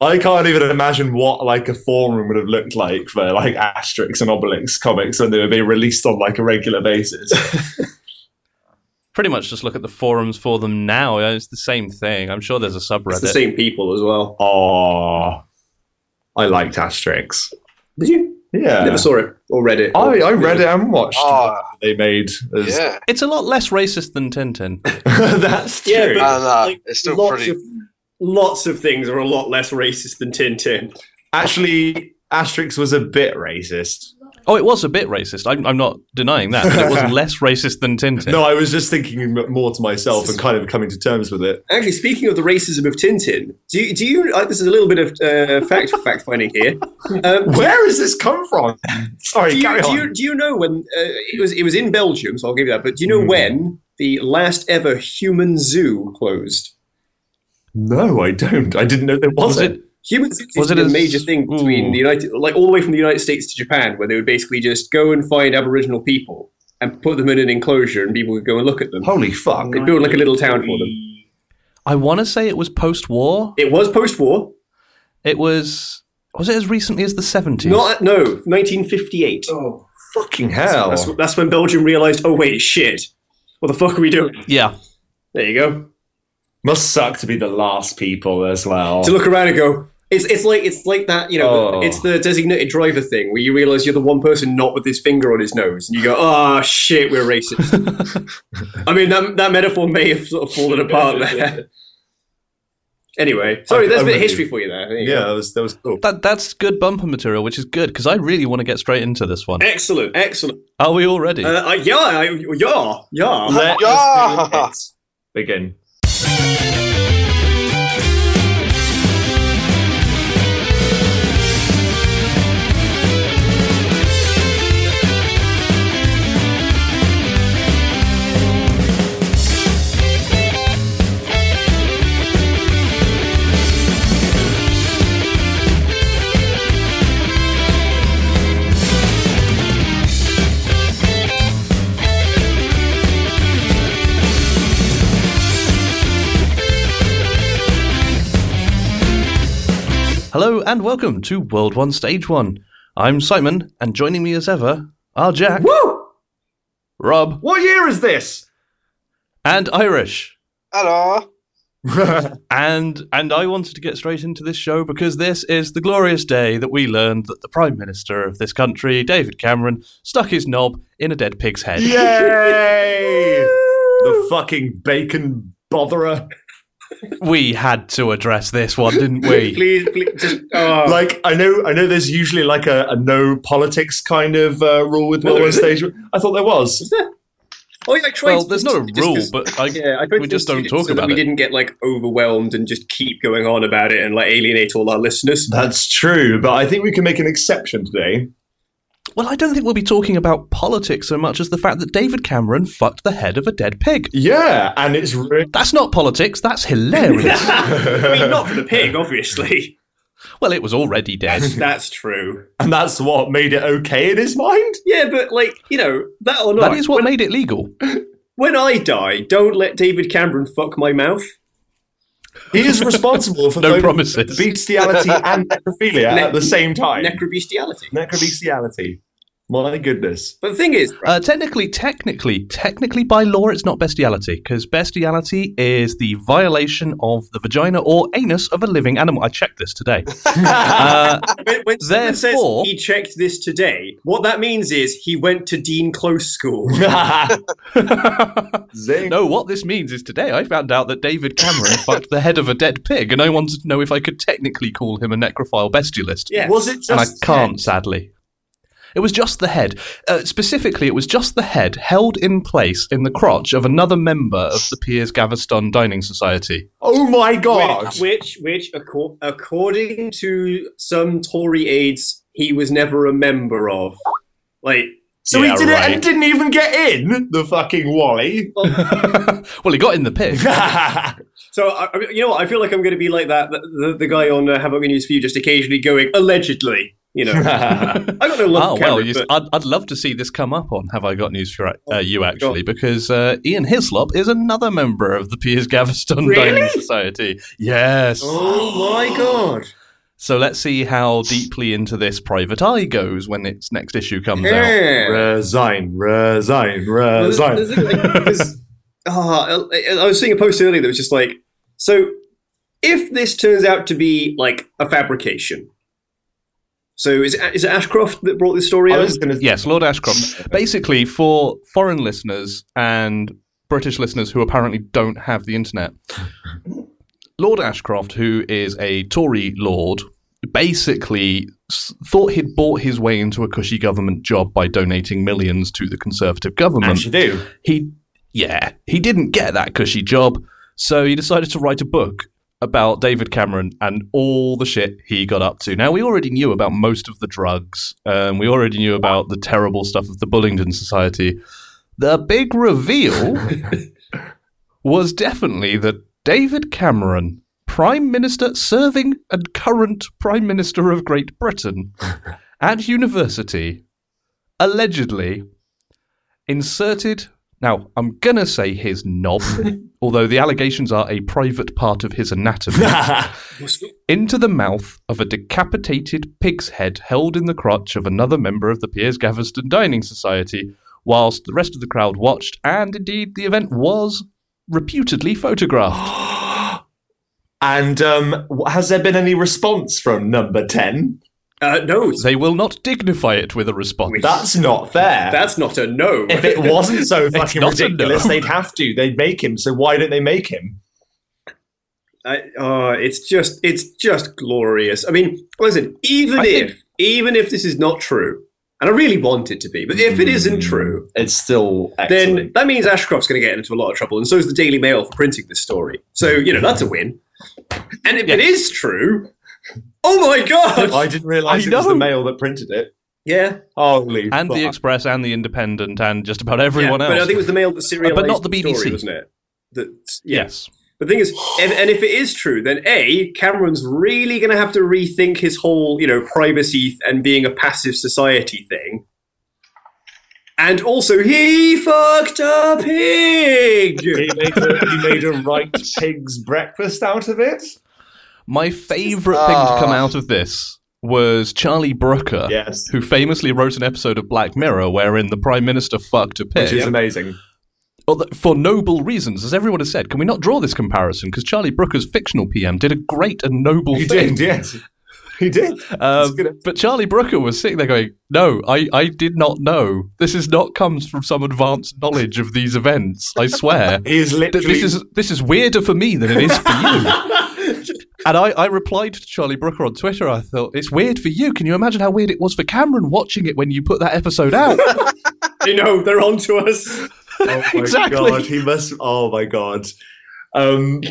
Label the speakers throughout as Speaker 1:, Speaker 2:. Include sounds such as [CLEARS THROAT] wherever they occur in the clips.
Speaker 1: I can't even imagine what like a forum would have looked like for like Asterix and Obelix comics when they were being released on like a regular [LAUGHS] basis.
Speaker 2: Pretty much just look at the forums for them now. It's the same thing. I'm sure there's a
Speaker 3: It's
Speaker 2: subreddit.
Speaker 3: the same people as well.
Speaker 1: oh, I liked Asterix.
Speaker 3: Did you?
Speaker 1: Yeah,
Speaker 3: Never saw it or read it.
Speaker 1: I,
Speaker 3: or-
Speaker 1: I read it and watched
Speaker 4: Ah.
Speaker 1: what they made. As,
Speaker 4: Yeah,
Speaker 2: It's a lot less racist than Tintin.
Speaker 1: [LAUGHS] That's true.
Speaker 3: Yeah, but-
Speaker 4: and uh,
Speaker 3: Like,
Speaker 4: it's still
Speaker 3: lots
Speaker 4: pretty.
Speaker 3: Of, lots of things are a lot less racist than Tintin.
Speaker 1: Actually, Asterix was a bit racist.
Speaker 2: Oh, it was a bit racist. I'm, I'm not denying that. But it
Speaker 3: [LAUGHS]
Speaker 2: was less racist than Tintin.
Speaker 1: No, I was just thinking m- more to myself and kind of coming to terms with it.
Speaker 3: Actually, speaking of the racism of Tintin, do you, do you uh, this is a little bit of uh, fact [LAUGHS] fact finding here. Um,
Speaker 1: Where has this come [LAUGHS] from? Sorry,
Speaker 3: do, you,
Speaker 1: carry
Speaker 3: do,
Speaker 1: on.
Speaker 3: you, do you know when uh, it was? It was in Belgium, so I'll give you that. But do you know
Speaker 1: Hmm.
Speaker 3: when the last ever human zoo closed?
Speaker 1: No, I don't. I didn't know there was,
Speaker 2: was
Speaker 1: it.
Speaker 2: it?
Speaker 3: Human zoos
Speaker 2: Was
Speaker 3: was
Speaker 2: it
Speaker 3: a
Speaker 2: as-
Speaker 3: major thing between
Speaker 2: Ooh.
Speaker 3: the United, like all the way from the United States to Japan, where they would basically just go and find Aboriginal people and put them in an enclosure, and people would go and look at them.
Speaker 1: Holy fuck.
Speaker 3: They built like a little town for them.
Speaker 2: I want to say it was post-war.
Speaker 3: It was post-war.
Speaker 2: It was. Was it as recently as the 70s?
Speaker 3: Not no, 1958.
Speaker 4: Oh,
Speaker 1: Fucking hell.
Speaker 3: That's, that's when Belgium realized, oh wait, shit. What the fuck are we doing?
Speaker 2: yeah.
Speaker 3: There you go.
Speaker 1: Must suck to be the last people as well.
Speaker 3: To look around and go, it's it's like it's like that, you know,
Speaker 1: Oh.
Speaker 3: it's the designated driver thing where you realize you're the one person not with his finger on his nose, and you go, ah, shit, we're racist. I mean, that that metaphor may have sort of fallen apart there. anyway, sorry,
Speaker 1: I'm-
Speaker 3: there's
Speaker 1: I'm
Speaker 3: a bit of
Speaker 1: with
Speaker 3: history for you there. There you
Speaker 1: yeah,
Speaker 3: go.
Speaker 1: that was, that was cool.
Speaker 2: That, that's good bumper material, which is good because I really want to get straight into this one.
Speaker 3: Excellent, excellent.
Speaker 2: Are we all ready?
Speaker 3: Uh, I, yeah, I, yeah, yeah.
Speaker 1: Let
Speaker 4: Yeah.
Speaker 1: us begin.
Speaker 2: Hello and welcome to World One Stage One. I'm Simon, and joining me as ever are Jack,
Speaker 1: Woo!
Speaker 2: Rob,
Speaker 1: What year is this?
Speaker 2: and Irish.
Speaker 4: hello.
Speaker 2: And and I wanted to get straight into this show because this is the glorious day that we learned that the Prime Minister of this country, David Cameron, stuck his knob in a dead pig's head.
Speaker 1: [LAUGHS] Yay! the fucking bacon botherer.
Speaker 2: We had to address this one, didn't we?
Speaker 3: [LAUGHS] please, please, just, oh.
Speaker 1: like I know, I know. There's usually like a, a no politics kind of uh, rule with
Speaker 3: No,
Speaker 1: World on
Speaker 3: is it?
Speaker 1: Stage. I thought there was.
Speaker 3: Oh, yeah, I tried
Speaker 2: well,
Speaker 3: to-
Speaker 2: there's not a
Speaker 3: just-
Speaker 2: rule,
Speaker 3: just-
Speaker 2: but I,
Speaker 3: Yeah, I tried
Speaker 2: we
Speaker 3: to
Speaker 2: just don't
Speaker 3: institute it
Speaker 2: talk
Speaker 3: so that
Speaker 2: about
Speaker 3: we
Speaker 2: it.
Speaker 3: didn't get like overwhelmed and just keep going on about it and like alienate all
Speaker 2: [LAUGHS]
Speaker 3: our listeners.
Speaker 1: That's true, but I think we can make an exception today.
Speaker 2: Well, I don't think we'll be talking about politics so much as the fact that David Cameron fucked the head of a dead pig.
Speaker 1: Yeah, and it's [LAUGHS] really
Speaker 2: That's not politics, that's
Speaker 3: [LAUGHS]
Speaker 2: hilarious.
Speaker 3: I mean, not for the pig, obviously.
Speaker 2: well, it was already dead.
Speaker 3: [LAUGHS] That's true.
Speaker 1: and that's what made it okay in his mind.
Speaker 3: Yeah, but like you know that or not.
Speaker 2: That is what made it
Speaker 3: [LAUGHS]
Speaker 2: legal.
Speaker 3: when I die, don't let David Cameron fuck my mouth.
Speaker 1: He is responsible [LAUGHS] for
Speaker 2: No
Speaker 1: both
Speaker 2: promises. [LAUGHS]
Speaker 1: bestiality and necrophilia at the same time.
Speaker 3: Necrobestiality.
Speaker 1: necrobestiality. My goodness.
Speaker 3: But the thing is, right,
Speaker 2: Uh, technically, technically, technically, by law, it's not bestiality because bestiality is the violation of the vagina or anus of a living animal. I checked this today. Uh, [LAUGHS]
Speaker 3: when, when someone says
Speaker 2: therefore-
Speaker 3: he checked this today, what that means is he went to Dean Close School.
Speaker 1: Zing.
Speaker 2: no, what this means is today I found out that David Cameron fucked the head of a dead pig, and I wanted to know if I could technically call him a necrophile bestialist.
Speaker 3: Yeah.
Speaker 1: Was it just?
Speaker 2: and I can't, sadly. It was just the head. Uh, specifically, it was just the head held in place in the crotch of another member of the Piers Gaveston Dining Society.
Speaker 1: Oh my god!
Speaker 3: Which, which, which acco- according to some Tory aides, he was never a member of. Like,
Speaker 1: So
Speaker 2: Yeah,
Speaker 1: he did it
Speaker 2: right.
Speaker 1: and didn't even get in the fucking
Speaker 3: [LAUGHS]
Speaker 1: Wally.
Speaker 2: [LAUGHS] well, he got in the pig.
Speaker 3: so I, I mean, you know what? I feel like I'm going to be like that, the, the, the guy on uh, Havoc News for you, just occasionally going allegedly. You
Speaker 1: [LAUGHS]
Speaker 3: know, I got
Speaker 2: Oh
Speaker 3: no [LAUGHS] love. for
Speaker 2: well,
Speaker 3: Cameron,
Speaker 2: you,
Speaker 3: [GASPS] but-
Speaker 2: I'd, I'd love to see this come up on Have I Got News for uh,
Speaker 3: Oh,
Speaker 2: You actually, because uh, Ian Hislop is another member of the Piers Gaveston
Speaker 3: Really?
Speaker 2: Dining Society. Yes,
Speaker 3: oh my god!
Speaker 2: So let's see how deeply into this Private Eye goes when its next issue comes out.
Speaker 3: Yeah.
Speaker 1: Resign, resign,
Speaker 3: Well, there's-
Speaker 1: resign.
Speaker 3: there's a thing, like, [LAUGHS] 'cause- ah, I I was seeing a post earlier that was just like, so if this turns out to be like a fabrication, so is it, is it Ashcroft that brought this story
Speaker 1: I
Speaker 3: out?
Speaker 1: was going to.
Speaker 2: Yes, Lord Ashcroft. Basically, for foreign listeners and British listeners who apparently don't have the internet, Lord Ashcroft, who is a Tory lord, basically s- thought he'd bought his way into a cushy government job by donating millions to the Conservative government.
Speaker 1: As you do.
Speaker 2: he yeah he didn't get that cushy job so he decided to write a book about david cameron and all the shit he got up to now we already knew about most of the drugs um, we already knew about the terrible stuff of the bullingdon society the big reveal was definitely that david cameron prime minister serving and current prime minister of great britain at university allegedly inserted. Now, I'm going to say his knob, although the allegations are a private part of his
Speaker 1: [LAUGHS]
Speaker 2: anatomy, into the mouth of a decapitated pig's head held in the crotch of another member of the Piers Gaveston Dining Society, whilst the rest of the crowd watched, and indeed the event was reputedly photographed.
Speaker 1: [GASPS] and um, has there been any response from number 10?
Speaker 3: Uh, no, it's-
Speaker 2: They will not dignify it with a response.
Speaker 1: That's not fair.
Speaker 3: that's not a no.
Speaker 1: if it wasn't so
Speaker 2: It's
Speaker 1: fucking
Speaker 2: not a no.
Speaker 1: ridiculous, they'd have to. They'd make him. So why don't they make him?
Speaker 3: [LAUGHS] I, uh, it's just it's just glorious. I mean, listen, even
Speaker 2: I
Speaker 3: if
Speaker 2: think-
Speaker 3: even if this is not true, and I really want it to be, but if it
Speaker 1: Hmm.
Speaker 3: isn't true,
Speaker 1: It's still
Speaker 3: then
Speaker 1: excellent.
Speaker 3: that means Ashcroft's going to get into a lot of trouble, and so is the Daily Mail for printing this story. So you know that's a win. And if it is true, oh my
Speaker 1: I
Speaker 3: god,
Speaker 1: didn't realise
Speaker 2: I
Speaker 1: it was the
Speaker 2: know.
Speaker 1: mail that printed it.
Speaker 3: yeah,
Speaker 1: Holy
Speaker 2: and the
Speaker 1: fuck.
Speaker 2: Express and the Independent and just about everyone
Speaker 3: yeah,
Speaker 2: else.
Speaker 3: But I think it was the Mail that serialized,
Speaker 2: not the
Speaker 3: story,
Speaker 2: BBC.
Speaker 3: wasn't it? That, yeah.
Speaker 2: yes.
Speaker 3: The thing is, and, and if it is true, then A, Cameron's really going to have to rethink his whole, you know, privacy and being a passive society thing. And also, he fucked a pig!
Speaker 1: he, made a, he made a right pig's breakfast out of it.
Speaker 2: My favourite thing to
Speaker 3: uh,
Speaker 2: come out of this was Charlie Brooker.
Speaker 1: Yes,
Speaker 2: who famously wrote an episode of Black Mirror wherein the Prime Minister fucked a
Speaker 1: which
Speaker 2: pig
Speaker 1: is amazing.
Speaker 2: Although- for noble reasons, as everyone has said. Can we not draw this comparison? Because Charlie Brooker's fictional PM did a great and noble
Speaker 1: He
Speaker 2: thing.
Speaker 1: did, yes, he did.
Speaker 2: Um,
Speaker 1: It's good.
Speaker 2: but Charlie Brooker was sitting there going, "No, I, I did not know. This is not comes from some advanced knowledge of these events.
Speaker 1: [LAUGHS]
Speaker 2: I swear."
Speaker 1: He is
Speaker 2: Th-
Speaker 1: literally.
Speaker 2: This is this is weirder for me than it is
Speaker 1: [LAUGHS]
Speaker 2: for you. And I, I replied to Charlie Brooker on Twitter. I thought, it's weird for you. Can you imagine how weird it was for Cameron watching it when you put that
Speaker 1: [LAUGHS]
Speaker 2: episode out?
Speaker 3: you know, they're on to us.
Speaker 1: oh my
Speaker 2: [LAUGHS] Exactly.
Speaker 1: god, he must. Oh my god. Um.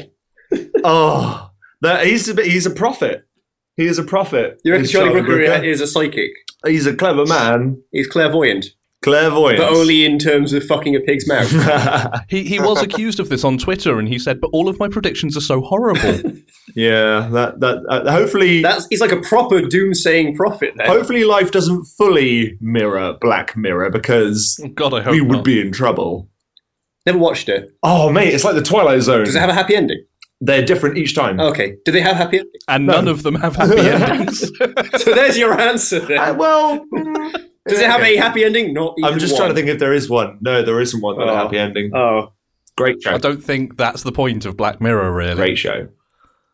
Speaker 1: oh, that he's a bit, he's a prophet. He is a prophet.
Speaker 3: You reckon
Speaker 1: He's
Speaker 3: Charlie Brooker is a psychic?
Speaker 1: He's a clever man,
Speaker 3: He's clairvoyant,
Speaker 1: clairvoyant.
Speaker 3: but only in terms of fucking a pig's mouth.
Speaker 2: He he was accused of this on Twitter, and he said, "But all of my predictions are so horrible."
Speaker 1: [LAUGHS] [LAUGHS] yeah, that that uh, hopefully
Speaker 3: That's he's like a proper doomsaying prophet. Then.
Speaker 1: hopefully life doesn't fully mirror Black Mirror because
Speaker 2: God, I hope
Speaker 1: we would
Speaker 2: not.
Speaker 1: be in trouble.
Speaker 3: Never watched it.
Speaker 1: Oh mate, it's like the Twilight Zone.
Speaker 3: Does it have Oh, a happy ending?
Speaker 1: They're different each time. Uh,
Speaker 3: Okay. Do they have happy endings? [LAUGHS]
Speaker 2: and
Speaker 1: No.
Speaker 2: none of them have
Speaker 1: [LAUGHS]
Speaker 2: happy endings.
Speaker 3: So there's your answer. Then.
Speaker 1: Uh,
Speaker 3: [LAUGHS]
Speaker 1: well,
Speaker 3: Does it have a happy ending? Not. Even
Speaker 1: I'm just
Speaker 3: one.
Speaker 1: trying to think if there is one. No, there isn't one with
Speaker 3: Oh.
Speaker 1: a happy ending.
Speaker 3: Oh,
Speaker 1: Great
Speaker 2: I
Speaker 1: show.
Speaker 2: don't think that's the point of Black Mirror. Really,
Speaker 1: Great show.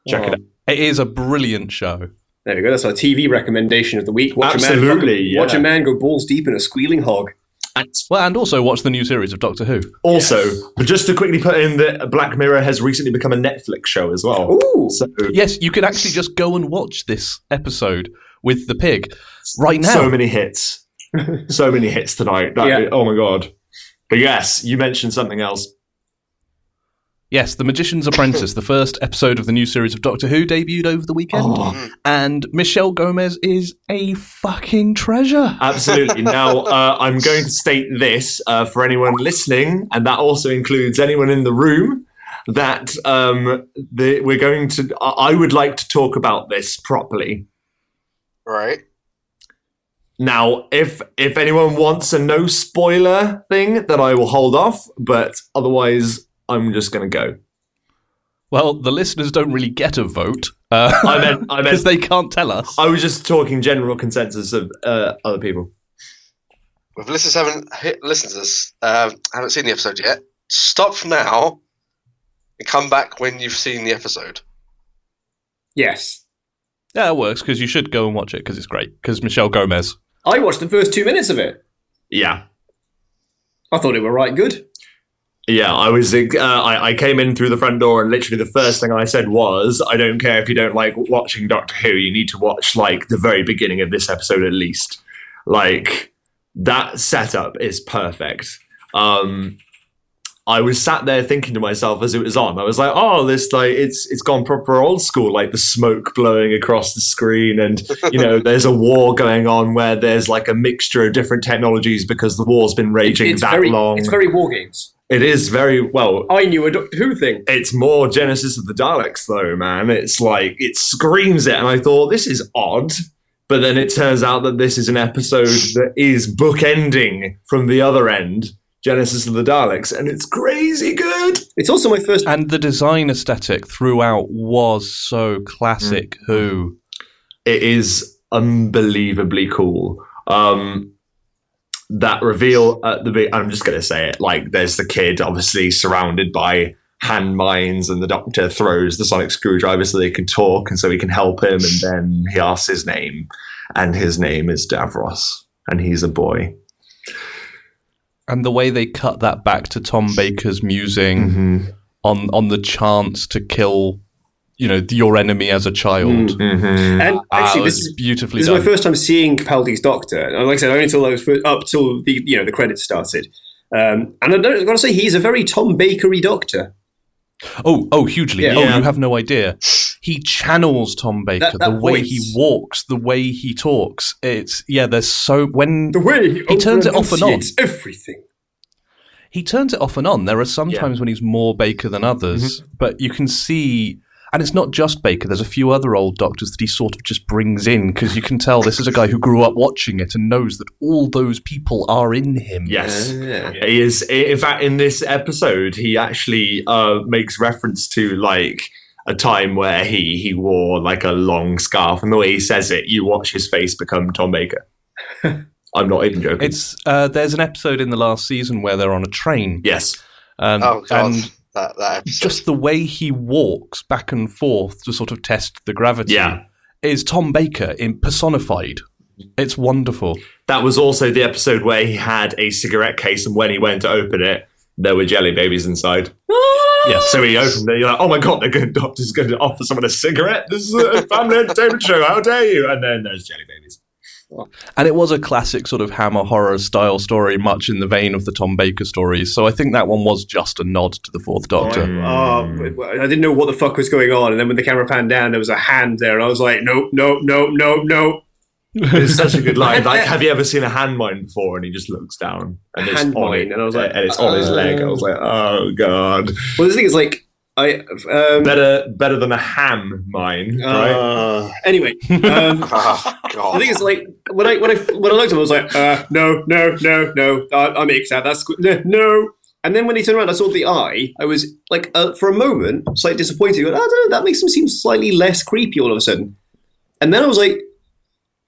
Speaker 1: Check it out.
Speaker 2: it is a brilliant show.
Speaker 3: Oh. There we go. That's our TV recommendation of the week. Watch A man,
Speaker 1: Absolutely,
Speaker 3: fucking- watch a
Speaker 1: yeah.
Speaker 3: man go balls deep in a squealing hog.
Speaker 2: Well, and also watch the new series of Doctor Who.
Speaker 1: Also, but just to quickly put in that Black Mirror has recently become a Netflix show as well.
Speaker 3: Ooh.
Speaker 1: So,
Speaker 2: Yes, you can actually just go and watch this episode with the pig right now.
Speaker 1: so many hits. so many hits tonight. That-
Speaker 3: Yeah.
Speaker 1: Oh my God. But yes, you mentioned something else.
Speaker 2: yes, The Magician's Apprentice, the first episode of the new series of Doctor Who, debuted over the weekend,
Speaker 1: Oh,
Speaker 2: and Michelle Gomez is a fucking treasure.
Speaker 1: absolutely. now, uh, I'm going to state this uh, for anyone listening, and that also includes anyone in the room. That um, the, we're going to. I I would like to talk about this properly.
Speaker 4: Right.
Speaker 1: Now, if if anyone wants a no spoiler thing, then I will hold off. But otherwise, I'm just going to go.
Speaker 2: Well, the listeners don't really get a vote. Uh,
Speaker 1: I
Speaker 2: [LAUGHS]
Speaker 1: meant- I meant-
Speaker 2: because they can't tell us.
Speaker 1: I was just talking general consensus of uh, other people.
Speaker 4: If listeners haven't hit, listened to this, uh, haven't seen the episode yet, stop now and come back when you've seen the episode.
Speaker 3: Yes.
Speaker 2: Yeah, it works because you should go and watch it because it's great. Because Michelle Gomez.
Speaker 3: I watched the first two minutes of it.
Speaker 1: Yeah.
Speaker 3: I thought it were right good.
Speaker 1: Yeah, I was. Uh, I, I came in through the front door, and literally the first thing I said was, "I don't care if you don't like watching Doctor Who. You need to watch like the very beginning of this episode at least. Like that setup is perfect." Um, I was sat there thinking to myself as it was on. I was like, "Oh, this like it's it's gone proper old school. Like the smoke blowing across the screen, and you
Speaker 3: [LAUGHS]
Speaker 1: know, there's a war going on where there's like a mixture of different technologies because the war's been raging
Speaker 3: it's
Speaker 1: that
Speaker 3: very,
Speaker 1: long.
Speaker 3: It's very war games.
Speaker 1: It is very well.
Speaker 3: I knew a Doctor Who thing.
Speaker 1: It's more Genesis of the Daleks, though, man. It's like it screams it, and I thought this is odd. But then it turns out that this is an episode that is bookending from the other end, Genesis of the Daleks, and it's crazy good.
Speaker 3: It's also my first.
Speaker 2: And the design aesthetic throughout was so classic
Speaker 3: Mm.
Speaker 2: Who.
Speaker 1: It is unbelievably cool. Um, that reveal at the be- I'm just gonna say it. Like, there's the kid obviously surrounded by hand mines, and the doctor throws the sonic screwdriver so they can talk and so he can help him. And then he asks his name, and his name is Davros, and he's a boy.
Speaker 2: And the way they cut that back to Tom Baker's musing
Speaker 3: Mm.
Speaker 2: on, on the chance to kill, you know, your enemy as a child.
Speaker 1: Mhm.
Speaker 3: And
Speaker 2: Ah,
Speaker 3: Mm. actually,
Speaker 2: it
Speaker 3: this
Speaker 2: was
Speaker 3: is
Speaker 2: beautifully
Speaker 3: this is
Speaker 2: done.
Speaker 3: my first time seeing Capaldi's Doctor, and like I said, only until I was first, up till the you know the credits started. Um, and I don't, I've got to say, he's a very Tom Bakery Doctor.
Speaker 2: Oh, oh, hugely.
Speaker 3: Yeah.
Speaker 2: Oh,
Speaker 1: Yeah.
Speaker 2: you have no idea. He channels Tom Baker.
Speaker 3: That- that
Speaker 2: the way
Speaker 3: voice.
Speaker 2: he walks, the way he talks. It's yeah. There's so when
Speaker 3: The way he,
Speaker 2: He turns it off and on.
Speaker 3: overenunciates Everything.
Speaker 2: he turns it off and on. There are some times when he's more Baker than others, but you can see. And it's not just Baker. There's a few other old doctors that he sort of just brings in because you can tell this is a guy who grew up watching it and knows that all those people are in him.
Speaker 1: Yes.
Speaker 3: Yeah.
Speaker 1: He is, in fact, in this episode, he actually uh, makes reference to like a time where he he wore like a long scarf, and the way he says it, you watch his face become Tom Baker. I'm not even joking.
Speaker 2: It's uh, there's an episode in the last season where they're on a train.
Speaker 1: yes,
Speaker 2: Um,
Speaker 4: Oh god,
Speaker 2: and
Speaker 4: that, that episode.
Speaker 2: just the way he walks back and forth to sort of test the gravity
Speaker 1: Yeah.
Speaker 2: is Tom Baker in personified. It's wonderful.
Speaker 1: that was also the episode where he had a cigarette case, and when he went to open it, there were jelly babies inside.
Speaker 2: Yes.
Speaker 1: So he opened it. You're like, oh my god, the good doctor's going to offer someone a cigarette. This is a family entertainment show. How dare you? And then there's jelly babies.
Speaker 2: And it was a classic sort of hammer horror style story, much in the vein of the Tom Baker stories. So I think that one was just a nod to the Fourth Doctor.
Speaker 3: Oh, I I didn't know what the fuck was going on, and then when the camera panned down, there was a hand there, and I was like, nope, nope, nope, nope, nope.
Speaker 1: It's such a good
Speaker 3: [LAUGHS]
Speaker 1: line. Like, have you ever seen a hand mine before? And he just looks down and it's
Speaker 3: Hand
Speaker 1: on
Speaker 3: mine,
Speaker 1: it,
Speaker 3: and I was like,
Speaker 1: and it's on his leg. I was like, oh god,
Speaker 3: Well, the thing is, like, I um,
Speaker 1: better better than a ham mine, right?
Speaker 3: uh, anyway.
Speaker 1: [LAUGHS]
Speaker 3: Um,
Speaker 4: [LAUGHS] oh god.
Speaker 3: The thing is, like when I when I when I looked at him, I was like, uh, no, no, no, no, I, I'm excited. That's squ- no, no. And then when he turned around, I saw the eye. I was like, uh, for a moment, slightly disappointed. But I don't know. That makes him seem slightly less creepy all of a sudden. And then I was like,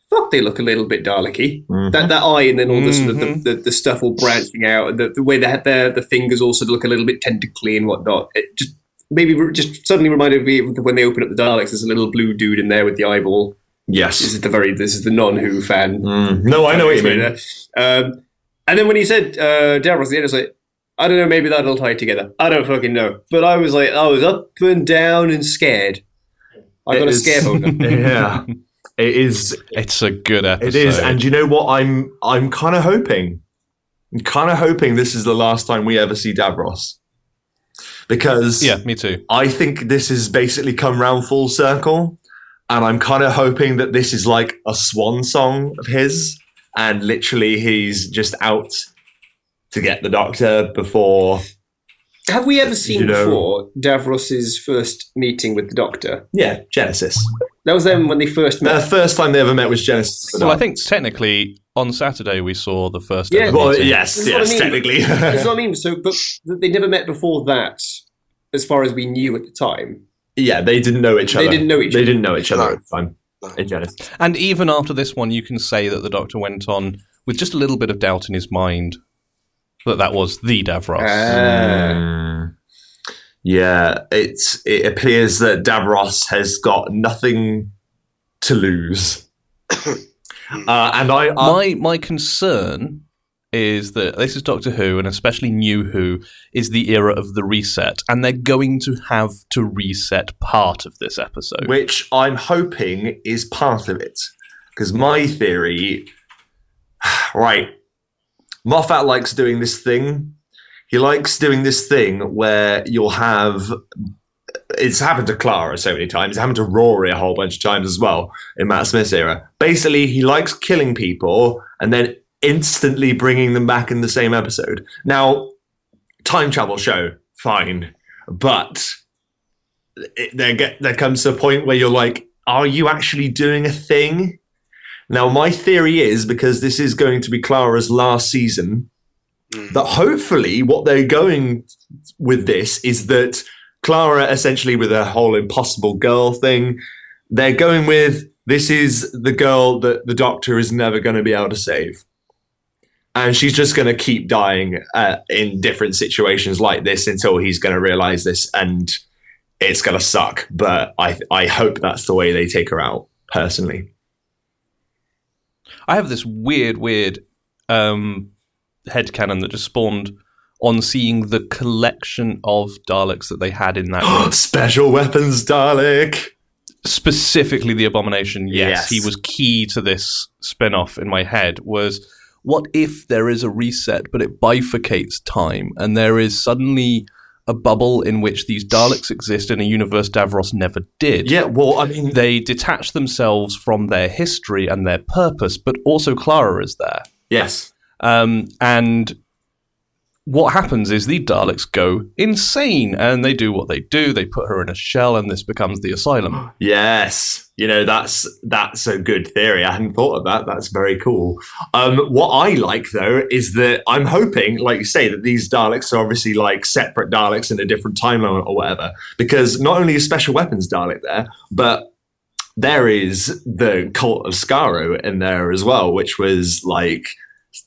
Speaker 3: fuck, they look a little bit Daleky.
Speaker 1: Mhm.
Speaker 3: That that eye, and then all the sort of the,
Speaker 2: Mhm.
Speaker 3: the, the stuff all branching out, and the, the way that their the fingers also look a little bit tentacly and whatnot. It just maybe re- just suddenly reminded me of when they open up the Daleks. There's a little blue dude in there with the eyeball. This
Speaker 1: Yes.
Speaker 3: is the very this is the non-Who fan.
Speaker 1: Mm. No, I know what you mean.
Speaker 3: Um, and then when he said uh, Davros at the end, I was like, I don't know, maybe that'll tie it together. I don't fucking know. But I was like, I was up and down and scared. I
Speaker 1: It
Speaker 3: got a
Speaker 1: is-
Speaker 3: scare
Speaker 1: [LAUGHS]
Speaker 3: boner.
Speaker 1: yeah, it is.
Speaker 2: It's a good episode.
Speaker 1: It is, and you know what? I'm I'm kind of hoping, I'm kind of hoping this is the last time we ever see Davros, because
Speaker 2: yeah, me too.
Speaker 1: I think this has basically come round full circle, and I'm kind of hoping that this is like a swan song of his, and literally he's just out to get the doctor before.
Speaker 3: Have we ever seen
Speaker 1: You know-
Speaker 3: before Davros's first meeting with the Doctor?
Speaker 1: Yeah, Genesis.
Speaker 3: That was them when they first
Speaker 1: The
Speaker 3: met.
Speaker 1: first time they ever met was Genesis.
Speaker 2: Well, I think technically on Saturday we saw the first.
Speaker 3: Yeah.
Speaker 2: ever
Speaker 1: Well,
Speaker 2: meeting.
Speaker 1: yes,
Speaker 3: That's what I
Speaker 1: yes,
Speaker 3: mean.
Speaker 1: technically.
Speaker 3: That's what I mean. So, but they never met before that. as far as we knew at the time.
Speaker 1: [LAUGHS] Yeah, they didn't know each
Speaker 3: They
Speaker 1: other.
Speaker 3: didn't know each
Speaker 1: They
Speaker 3: other.
Speaker 1: didn't know each other
Speaker 4: No.
Speaker 1: at the time.
Speaker 4: No.
Speaker 1: They're jealous.
Speaker 2: And even after this one, you can say that the Doctor went on with just a little bit of doubt in his mind that that was the Davros.
Speaker 3: Uh,
Speaker 1: Mm. Yeah, it's it appears that Davros has got nothing to lose. uh, and I, I
Speaker 2: my my concern is that this is Doctor Who, and especially New Who, is the era of the reset, and they're going to have to reset part of this episode.
Speaker 1: which I'm hoping is part of it. Because my theory, [SIGHS] right, Moffat likes doing this thing. He likes doing this thing where you'll have. It's happened to Clara so many times. It's happened to Rory a whole bunch of times as well in Matt Smith's era. Basically, he likes killing people and then instantly bringing them back in the same episode. Now, time travel show, fine. But it, there get there comes a point where you're like, are you actually doing a thing? Now, my theory is because this is going to be Clara's last season,
Speaker 4: Mm.
Speaker 1: that hopefully what they're going with this is that Clara, essentially with her whole impossible girl thing, they're going with this is the girl that the doctor is never going to be able to save. And she's just going to keep dying uh, in different situations like this until he's going to realize this and it's going to suck. But I, I hope that's the way they take her out personally. [GASPS]
Speaker 2: I have this weird, weird um, headcanon that just spawned on seeing the collection of Daleks that they
Speaker 1: [GASPS]
Speaker 2: had in that room.
Speaker 1: Special weapons, Dalek.
Speaker 2: specifically the abomination yes,
Speaker 1: Yes.
Speaker 2: he was key to this spin-off in my head was what if there is a reset but it bifurcates time and there is suddenly a bubble in which these daleks exist in a universe davros never did
Speaker 1: Yeah, well, I mean,
Speaker 2: they detach themselves from their history and their purpose but also clara is there
Speaker 1: yes.
Speaker 2: um, and what happens is the Daleks go insane and they do what they do. They put her in a shell and this becomes the asylum.
Speaker 1: [GASPS] Yes, you know that's that's a good theory. I hadn't thought of that. That's very cool. Um, what I like though is that I'm hoping, like you say, that these Daleks are obviously like separate Daleks in a different timeline or whatever. Because not only is Special Weapons Dalek there, but there is the Cult of Skaro in there as well, which was like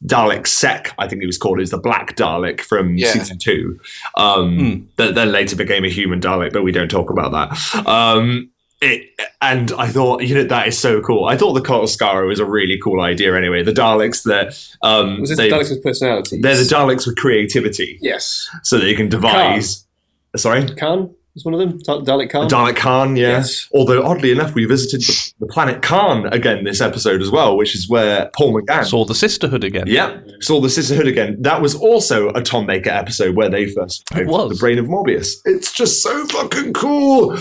Speaker 1: Dalek Sec, I think he was called. It was the Black Dalek from
Speaker 4: Yeah.
Speaker 1: season two. Um,
Speaker 2: Hmm.
Speaker 1: That then later became a human Dalek, but we don't talk about that. Um, it, and I thought, you know, that is so cool. I thought the Cult of Skaro was a really cool idea. Anyway, the Daleks that um,
Speaker 3: was it
Speaker 1: they-
Speaker 3: the Daleks with personalities?
Speaker 1: they're the Daleks with creativity,
Speaker 3: yes.
Speaker 1: so that you can devise. Sorry,
Speaker 3: Khan was one of them. Da- Dalek Khan.
Speaker 1: Dalek Khan. Yeah.
Speaker 3: Yes.
Speaker 1: Although oddly enough, we visited the, the planet Khan again this episode as well, which is where Paul McGann
Speaker 2: Saw the sisterhood again.
Speaker 1: Yeah, saw the Sisterhood again. That was also a Tom Baker episode where they first
Speaker 2: It
Speaker 1: showed
Speaker 2: was.
Speaker 1: the brain of Morbius. It's just so fucking cool.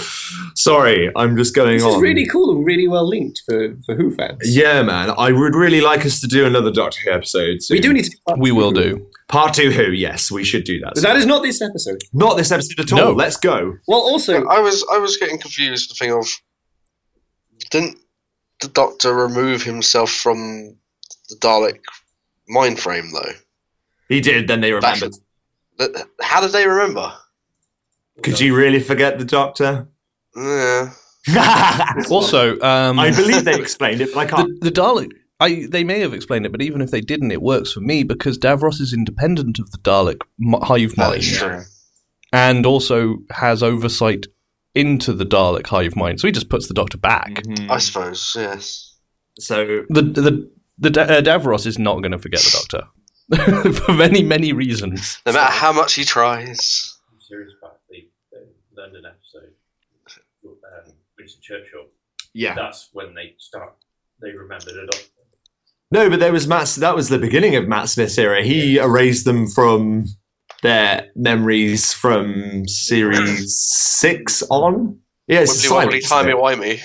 Speaker 1: Sorry, I'm just going
Speaker 3: This
Speaker 1: on.
Speaker 3: is really cool and really well linked for, for Who fans.
Speaker 1: Yeah, man. I would really like us to do another Doctor Who episode. Soon.
Speaker 3: We do need to.
Speaker 2: We will do.
Speaker 1: part two. Who? Yes, we should do that.
Speaker 3: But that is not this episode.
Speaker 1: Not this episode at all.
Speaker 2: No.
Speaker 1: Let's go.
Speaker 3: Well, also,
Speaker 4: I was I was getting confused. with The thing of didn't the Doctor remove himself from the Dalek mind frame though?
Speaker 1: He did. Then they remembered.
Speaker 4: That, how did they remember?
Speaker 1: Could you really forget the Doctor? [LAUGHS]
Speaker 4: Yeah.
Speaker 1: I
Speaker 2: Also, um,
Speaker 1: believe they explained it, but I can't.
Speaker 2: the, the Dalek. I, they may have explained it, but even if they didn't, it works for me because Davros is independent of the Dalek m- hive
Speaker 4: that
Speaker 2: mind
Speaker 4: is true.
Speaker 2: and also has oversight into the Dalek hive mind. So he just puts the Doctor back.
Speaker 1: Mm.
Speaker 4: Mm-hmm. I suppose. Yes.
Speaker 1: So
Speaker 2: The the the Da- uh, Davros is not going to forget the Doctor [LAUGHS] for many many reasons.
Speaker 4: No matter how much he tries.
Speaker 5: serious about the, the London episode, um, Winston Churchill.
Speaker 1: yeah.
Speaker 5: That's when they start. They remembered it up.
Speaker 1: No, but there was Matt. That was the beginning of Matt Smith's era. He erased them from their memories from series six on. Yeah, it's
Speaker 4: Wibbly wobbly,
Speaker 1: Silence.
Speaker 4: timey wimey.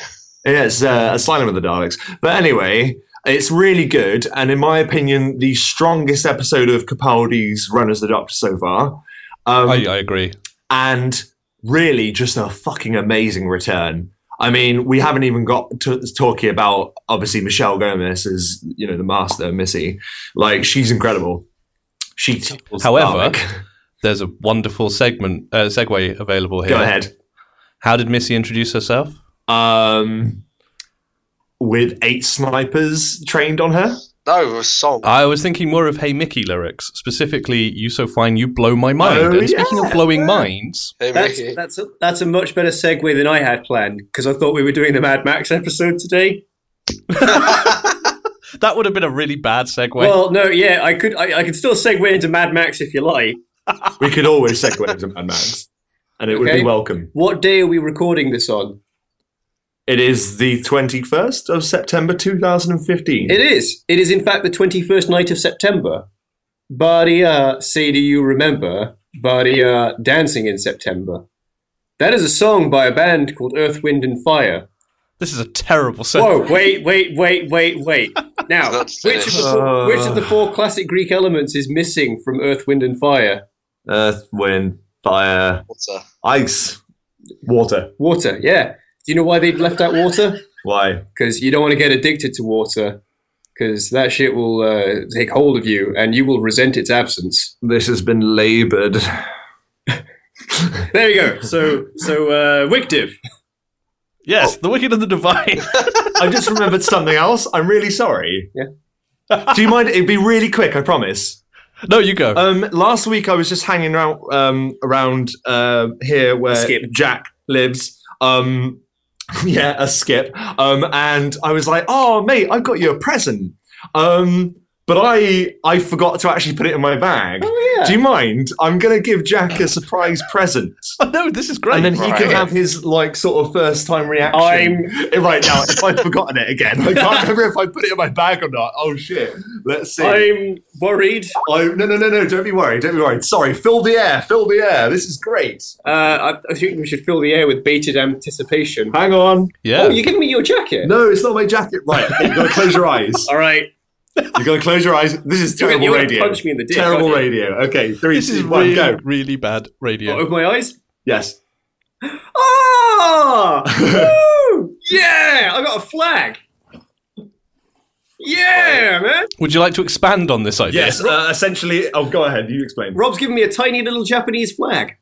Speaker 1: Yeah, it's uh, Asylum of the Daleks. But anyway, it's really good, and in my opinion, the strongest episode of Capaldi's run as the Doctor so far. Um,
Speaker 2: I, I agree.
Speaker 1: and really just a fucking amazing return. I mean, we haven't even got to talking about obviously Michelle Gomez as you know the master Missy. Like she's incredible. She,
Speaker 2: However,
Speaker 1: Dalek.
Speaker 2: there's a wonderful segment uh, segue available here.
Speaker 1: Go ahead.
Speaker 2: How did Missy introduce herself?
Speaker 1: Um, with eight snipers trained on her.
Speaker 4: No, it was song.
Speaker 2: I was thinking more of Hey Mickey lyrics, specifically "You so fine, you blow my mind."
Speaker 1: Oh,
Speaker 2: and speaking of
Speaker 1: yeah.
Speaker 2: blowing minds,
Speaker 4: Hey,
Speaker 3: That's
Speaker 4: Mickey.
Speaker 3: that's a, that's a much better segue than I had planned because I thought we were doing the Mad Max episode today.
Speaker 2: that would have been a really bad segue.
Speaker 3: Well, no, yeah, I could I, I could still segue into Mad Max if you like.
Speaker 1: We could always segue into Mad Max, and it would be
Speaker 3: Okay.
Speaker 1: welcome.
Speaker 3: What day are we recording this on?
Speaker 1: It is the 21st of September 2015.
Speaker 3: It is. It is in fact the twenty first night of September. Baria, say do you remember? Baria, dancing in September. That is a song by a band called Earth, Wind and Fire.
Speaker 2: this is a terrible segue.
Speaker 3: Whoa, wait, wait, wait, wait, wait. Now,
Speaker 4: That's
Speaker 3: which of, the
Speaker 4: finished.
Speaker 1: Uh.
Speaker 3: four, which of the four classic Greek elements is missing from Earth, Wind, and Fire?
Speaker 1: Earth, wind, fire,
Speaker 4: What's a-
Speaker 1: ice, water.
Speaker 3: Water, yeah. Do you know why they've left out water?
Speaker 1: Why?
Speaker 3: Because you don't want to get addicted to water, because that shit will uh, take hold of you and you will resent its absence.
Speaker 1: This has been laboured.
Speaker 3: There you go. So, so uh, Wictive.
Speaker 2: Yes,
Speaker 1: oh.
Speaker 2: the wicked and the divine. [LAUGHS]
Speaker 1: I just remembered something else. I'm really sorry. Yeah. Do you mind? It'd be really quick. I promise.
Speaker 2: no, you go.
Speaker 1: Um, last week I was just hanging out um, around uh, here where
Speaker 3: Skip.
Speaker 1: Jack lives. Um, [LAUGHS] yeah, a skip. Um, and I was like, "Oh, mate, I've got you a present." Um, but I I forgot to actually put it in my bag.
Speaker 3: Oh yeah.
Speaker 1: Do you mind? I'm gonna give Jack a surprise present,
Speaker 2: Oh, no, this is great.
Speaker 1: and then he can
Speaker 4: Right.
Speaker 1: have his like sort of first time reaction. [LAUGHS]
Speaker 3: I'm
Speaker 1: right now. If I've forgotten it again, I can't remember if I put it in my bag or not. Oh shit! Let's [LAUGHS] see.
Speaker 3: I'm worried.
Speaker 1: Oh no no no no! Don't be worried. Don't be worried. Sorry. Fill the air. Fill the air. This is great.
Speaker 3: Uh, I, I think we should fill the air with bated anticipation.
Speaker 1: Hang on.
Speaker 2: yeah.
Speaker 3: Oh, you're giving me your jacket.
Speaker 1: No, it's not my jacket. Right. You gotta close your eyes.
Speaker 3: All right.
Speaker 1: You gotta close your eyes. This is
Speaker 3: You're gonna-
Speaker 1: terrible
Speaker 3: you're gonna
Speaker 1: radio.
Speaker 3: punch me in the dick.
Speaker 1: Terrible
Speaker 3: aren't you?
Speaker 1: radio. Okay. Three,
Speaker 2: this is
Speaker 1: two, one,
Speaker 2: really,
Speaker 1: go. Oh,
Speaker 2: really bad radio.
Speaker 3: What, with my eyes? [LAUGHS]
Speaker 1: Yes.
Speaker 3: Ah! Woo! Yeah! I got a flag! Yeah, man!
Speaker 2: Would you like to expand on this idea?
Speaker 1: Yes. Uh, essentially. Oh, go ahead. You explain.
Speaker 3: Rob's giving me a tiny little Japanese flag.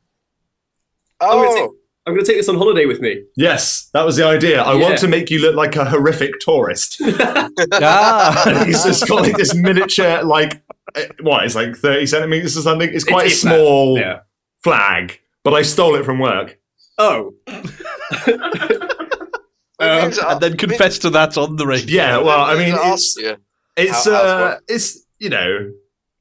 Speaker 3: I'm gonna,
Speaker 4: Oh,
Speaker 3: take, I'm gonna take this on holiday with me.
Speaker 1: Yes, that was the idea. I
Speaker 3: Yeah.
Speaker 1: want to make you look like a horrific tourist.
Speaker 2: [LAUGHS]
Speaker 1: [LAUGHS]
Speaker 2: Ah.
Speaker 1: And he's just got like this miniature, like eh, what? It's like thirty centimeters or something. It's quite
Speaker 3: it's
Speaker 1: a
Speaker 3: that,
Speaker 1: small
Speaker 3: yeah.
Speaker 1: flag, but I stole it from work.
Speaker 3: Oh.
Speaker 4: it
Speaker 3: Um,
Speaker 4: means I-
Speaker 2: Uh, and then confess to that on the radio.
Speaker 1: Yeah, well, I mean,
Speaker 4: I
Speaker 1: it's
Speaker 4: asked you.
Speaker 1: it's
Speaker 4: how- how's
Speaker 1: uh,
Speaker 4: work?
Speaker 1: it's you know.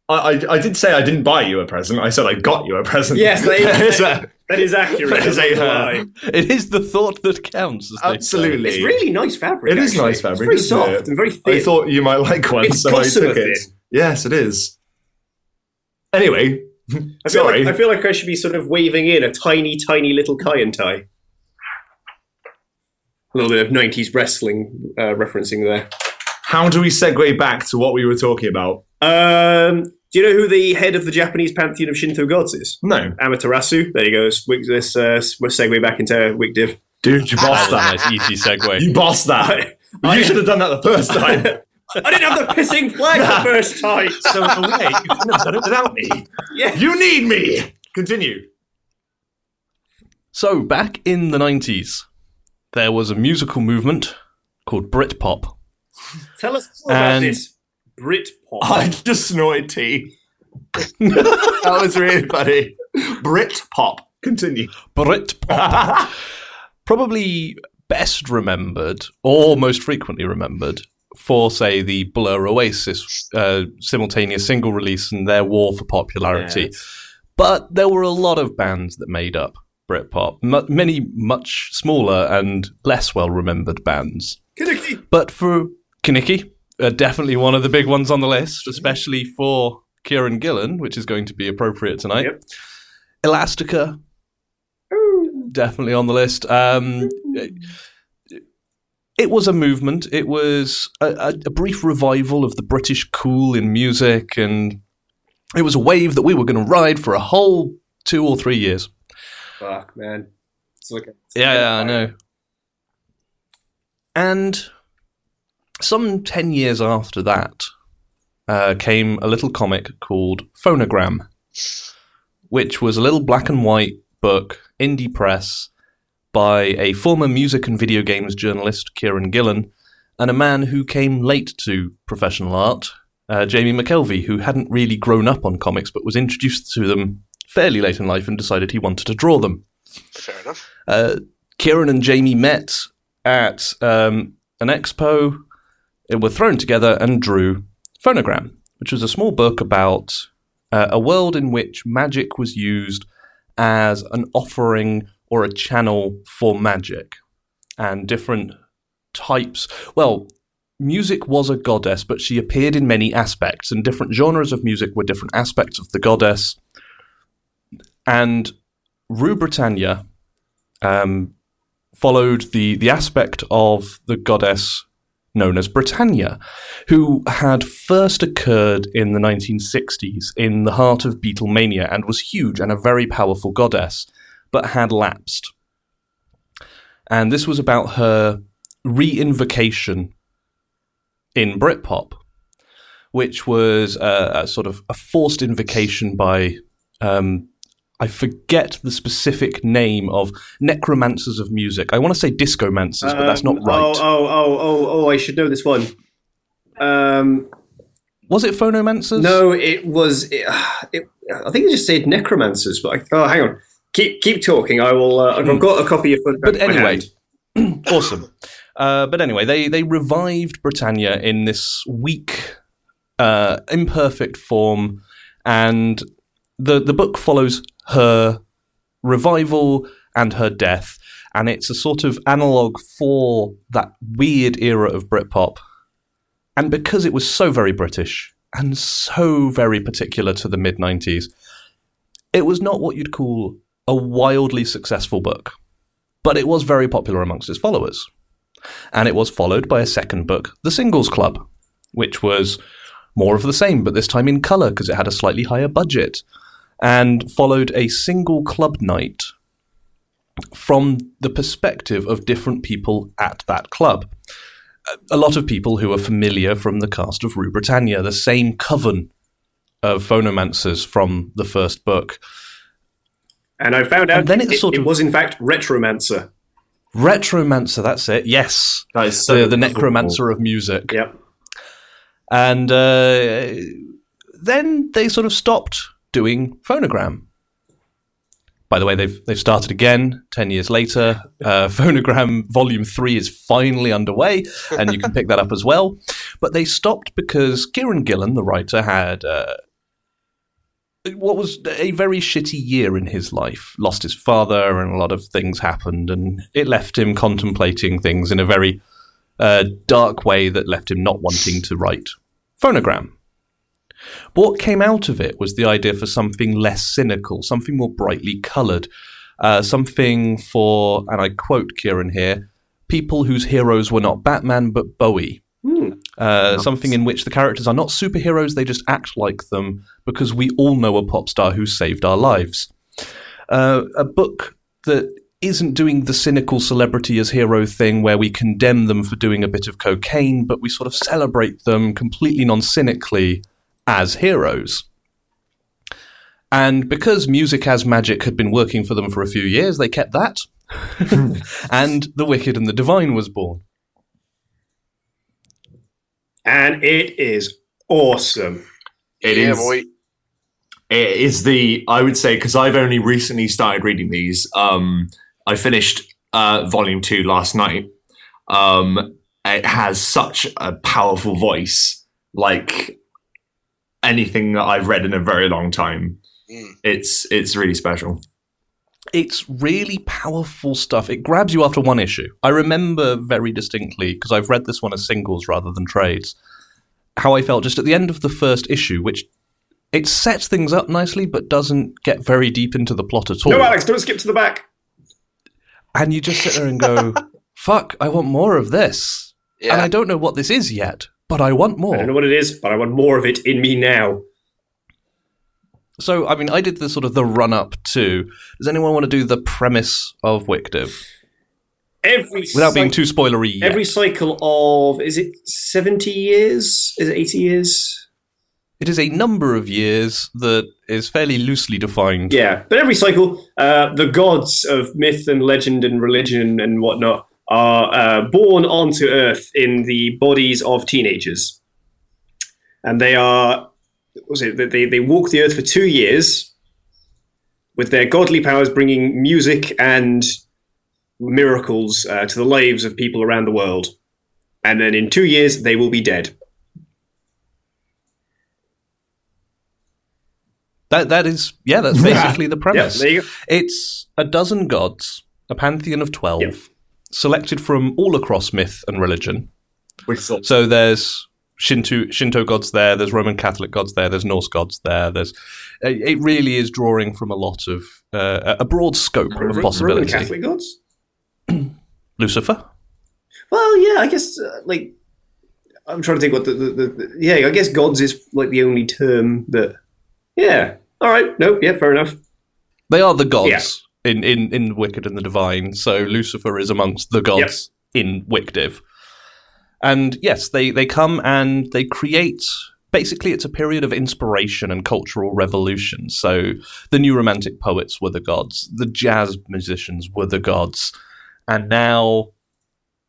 Speaker 1: I, I, I did say I didn't buy you a present. I said I got you a present.
Speaker 3: Yes,
Speaker 1: [LAUGHS]
Speaker 3: that is-
Speaker 1: It's a-
Speaker 3: that [LAUGHS] is accurate.
Speaker 1: That is a- uh,
Speaker 3: That's lie.
Speaker 2: It is the thought that counts. As they say.
Speaker 1: absolutely.
Speaker 3: It's really nice fabric.
Speaker 1: It is
Speaker 3: actually.
Speaker 1: nice fabric,
Speaker 3: It's
Speaker 1: isn't
Speaker 3: very
Speaker 1: it?
Speaker 3: soft and very thin.
Speaker 1: I thought you might like one,
Speaker 3: It's
Speaker 1: so I
Speaker 3: gossamer
Speaker 1: took it.
Speaker 3: thin.
Speaker 1: Yes, it is. Anyway,
Speaker 3: I feel
Speaker 1: sorry.
Speaker 3: Like, I feel like I should be sort of waving in a tiny, tiny little Kayan tie. A little bit of 90s wrestling uh, referencing there.
Speaker 1: how do we segue back to what we were talking about?
Speaker 3: Um, do you know who the head of the Japanese pantheon of Shinto gods is?
Speaker 1: No,
Speaker 3: Amaterasu. There you go. This, this uh, we're segue back into Wigdiv.
Speaker 1: dude, you
Speaker 2: That's
Speaker 1: bossed
Speaker 2: a
Speaker 1: that.
Speaker 2: Ah, nice easy
Speaker 1: [LAUGHS]
Speaker 2: segue.
Speaker 1: You bossed that.
Speaker 3: I,
Speaker 1: you should have done that the first time.
Speaker 3: I didn't have the pissing flag the first time.
Speaker 1: so in a way, you couldn't have done it without me.
Speaker 3: [LAUGHS] Yeah.
Speaker 1: You need me. Continue.
Speaker 2: So back in the nineties, there was a musical movement called Britpop.
Speaker 3: Tell us more about
Speaker 2: And-
Speaker 3: this Britpop.
Speaker 1: I just snorted tea. [LAUGHS] that was really funny. Brit pop. Continue.
Speaker 2: Britpop, probably best remembered or most frequently remembered for, say, the Blur Oasis uh, simultaneous single release and their war for popularity. But there were a lot of bands that made up Britpop, mu- many much smaller and less well remembered bands.
Speaker 3: Kinnicky.
Speaker 2: But for Kinnicky, uh, definitely one of the big ones on the list, especially for Kieran Gillen, which is going to be appropriate tonight.
Speaker 3: Yep.
Speaker 2: Elastica, definitely on the list. Um, it was a movement. It was a, a, a brief revival of the British cool in music, and it was a wave that we were going to ride for a whole two or three years.
Speaker 3: Fuck, man. It's like a- it's
Speaker 2: Yeah,
Speaker 3: like a-
Speaker 2: yeah, I know. And some 10 years after that uh, came a little comic called Phonogram, which was a little black and white book, indie press, by a former music and video games journalist, Kieran Gillen, and a man who came late to professional art, uh, Jamie McKelvey, who hadn't really grown up on comics but was introduced to them fairly late in life and decided he wanted to draw them.
Speaker 4: Fair enough.
Speaker 2: Uh, Kieran and Jamie met at um, an expo, uh, were thrown together and drew Phonogram, which was a small book about uh, a world in which magic was used as an offering or a channel for magic and different types. Well, music was a goddess, but she appeared in many aspects, and different genres of music were different aspects of the goddess. And Rue Britannia, um, followed the the aspect of the goddess known as Britannia, who had first occurred in the 1960s in the heart of Beatlemania and was huge and a very powerful goddess, but had lapsed. And this was about her reinvocation in Britpop, which was a, a sort of a forced invocation by um, I forget the specific name of necromancers of music. I want to say discomancers, but that's not
Speaker 3: Um,
Speaker 2: right.
Speaker 3: Oh, oh, oh, oh, oh! I should know this one. Um,
Speaker 2: Was it phonomancers?
Speaker 3: no, it was. It, uh, it, I think it just said necromancers, but I, oh, hang on. Keep keep talking. I will. Uh, I've got a copy of.
Speaker 2: Hmm. But anyway, [CLEARS THROAT] awesome. Uh, but anyway, they they revived Britannia in this weak, uh, imperfect form, and the the book follows her revival and her death, and it's a sort of analog for that weird era of Britpop, and because it was so very British and so very particular to the mid nineties, it was not what you'd call a wildly successful book but it was very popular amongst its followers. And it was followed by a second book, The Singles Club, which was more of the same, but this time in colour because it had a slightly higher budget, and followed a single club night from the perspective of different people at that club. A- A lot of people who are familiar from the cast of Rue Britannia, the same coven of phonomancers from the first book.
Speaker 3: And I found out.
Speaker 2: And then it
Speaker 3: it,
Speaker 2: sort
Speaker 3: it
Speaker 2: of-
Speaker 3: was in fact retromancer.
Speaker 2: Retromancer, that's it, yes.
Speaker 1: That is
Speaker 2: the, the necromancer of music.
Speaker 3: Yep.
Speaker 2: And uh, then they sort of stopped doing phonogram. By the way, they've they've started again ten years later. Uh, [LAUGHS] phonogram Volume Three is finally underway, and you can pick that up as well. But they stopped because Kieran Gillen, the writer, had uh, what was a very shitty year in his life. Lost his father, and a lot of things happened, and it left him contemplating things in a very uh, dark way that left him not wanting to write phonogram. But what came out of it was the idea for something less cynical, something more brightly coloured, uh, something for, and I quote Kieran here, people whose heroes were not Batman but Bowie. Uh, Something in which the characters are not superheroes, they just act like them because we all know a pop star who saved our lives. Uh, a book that isn't doing the cynical celebrity as hero thing where we condemn them for doing a bit of cocaine, but we sort of celebrate them completely non cynically as heroes. And because Music as Magic had been working for them for a few years, they kept that. [LAUGHS] and The Wicked and the Divine was born.
Speaker 3: And it is awesome.
Speaker 1: It
Speaker 4: yeah,
Speaker 1: is-
Speaker 4: boy.
Speaker 1: it is the I would say because I've only recently started reading these. Um, I finished uh, volume two last night. Um, it has such a powerful voice, like anything that I've read in a very long time.
Speaker 4: Mm.
Speaker 1: It's it's really special.
Speaker 2: it's really powerful stuff. It grabs you after one issue. I remember very distinctly because I've read this one as singles rather than trades. How I felt just at the end of the first issue, which it sets things up nicely but doesn't get very deep into the plot at all.
Speaker 3: No, Alex, don't skip to the back.
Speaker 2: and you just sit there and
Speaker 3: [LAUGHS]
Speaker 2: go, "Fuck, I want more of this," and I
Speaker 4: Yeah.
Speaker 2: don't know what this is yet, but I want more.
Speaker 3: I don't know what it is, but I want more of it in me now.
Speaker 2: So, I mean, I did the sort of the run up to. Does anyone want to do the premise of Wickdiv
Speaker 3: Every
Speaker 2: without being
Speaker 3: cycle-
Speaker 2: too spoilery? Yet?
Speaker 3: every cycle of is it seventy years? Is it eighty years?
Speaker 2: It is a number of years that is fairly loosely defined.
Speaker 3: Yeah, but every cycle, uh, the gods of myth and legend and religion and whatnot are uh, born onto Earth in the bodies of teenagers, and they are what was it? They they walk the Earth for two years with their godly powers, bringing music and miracles uh, to the lives of people around the world, and then in two years they will be dead.
Speaker 2: That that is yeah, that's basically the
Speaker 3: [LAUGHS] Yeah,
Speaker 2: premise.
Speaker 3: there you go.
Speaker 2: It's a dozen gods, a pantheon of 12,
Speaker 3: Yeah.
Speaker 2: selected from all across myth and religion.
Speaker 1: Which is
Speaker 2: So there's Shinto, Shinto gods there, there's Roman Catholic gods there, there's Norse gods there. There's it it really is drawing from a lot of uh, a broad scope of
Speaker 3: Roman
Speaker 2: possibility.
Speaker 3: Catholic gods.
Speaker 2: Lucifer,
Speaker 3: Well, yeah, I guess uh, like I'm trying to think what the, the, the, the yeah, I guess gods is like the only term that yeah. All right, nope, yeah, fair enough.
Speaker 2: they are the gods in, in in Wicked and the Divine. So Lucifer is amongst the gods in Wickdiv. And yes, they they come and they create. Basically, it's a period of inspiration and cultural revolution. So the new romantic poets were the gods, the jazz musicians were the gods, and now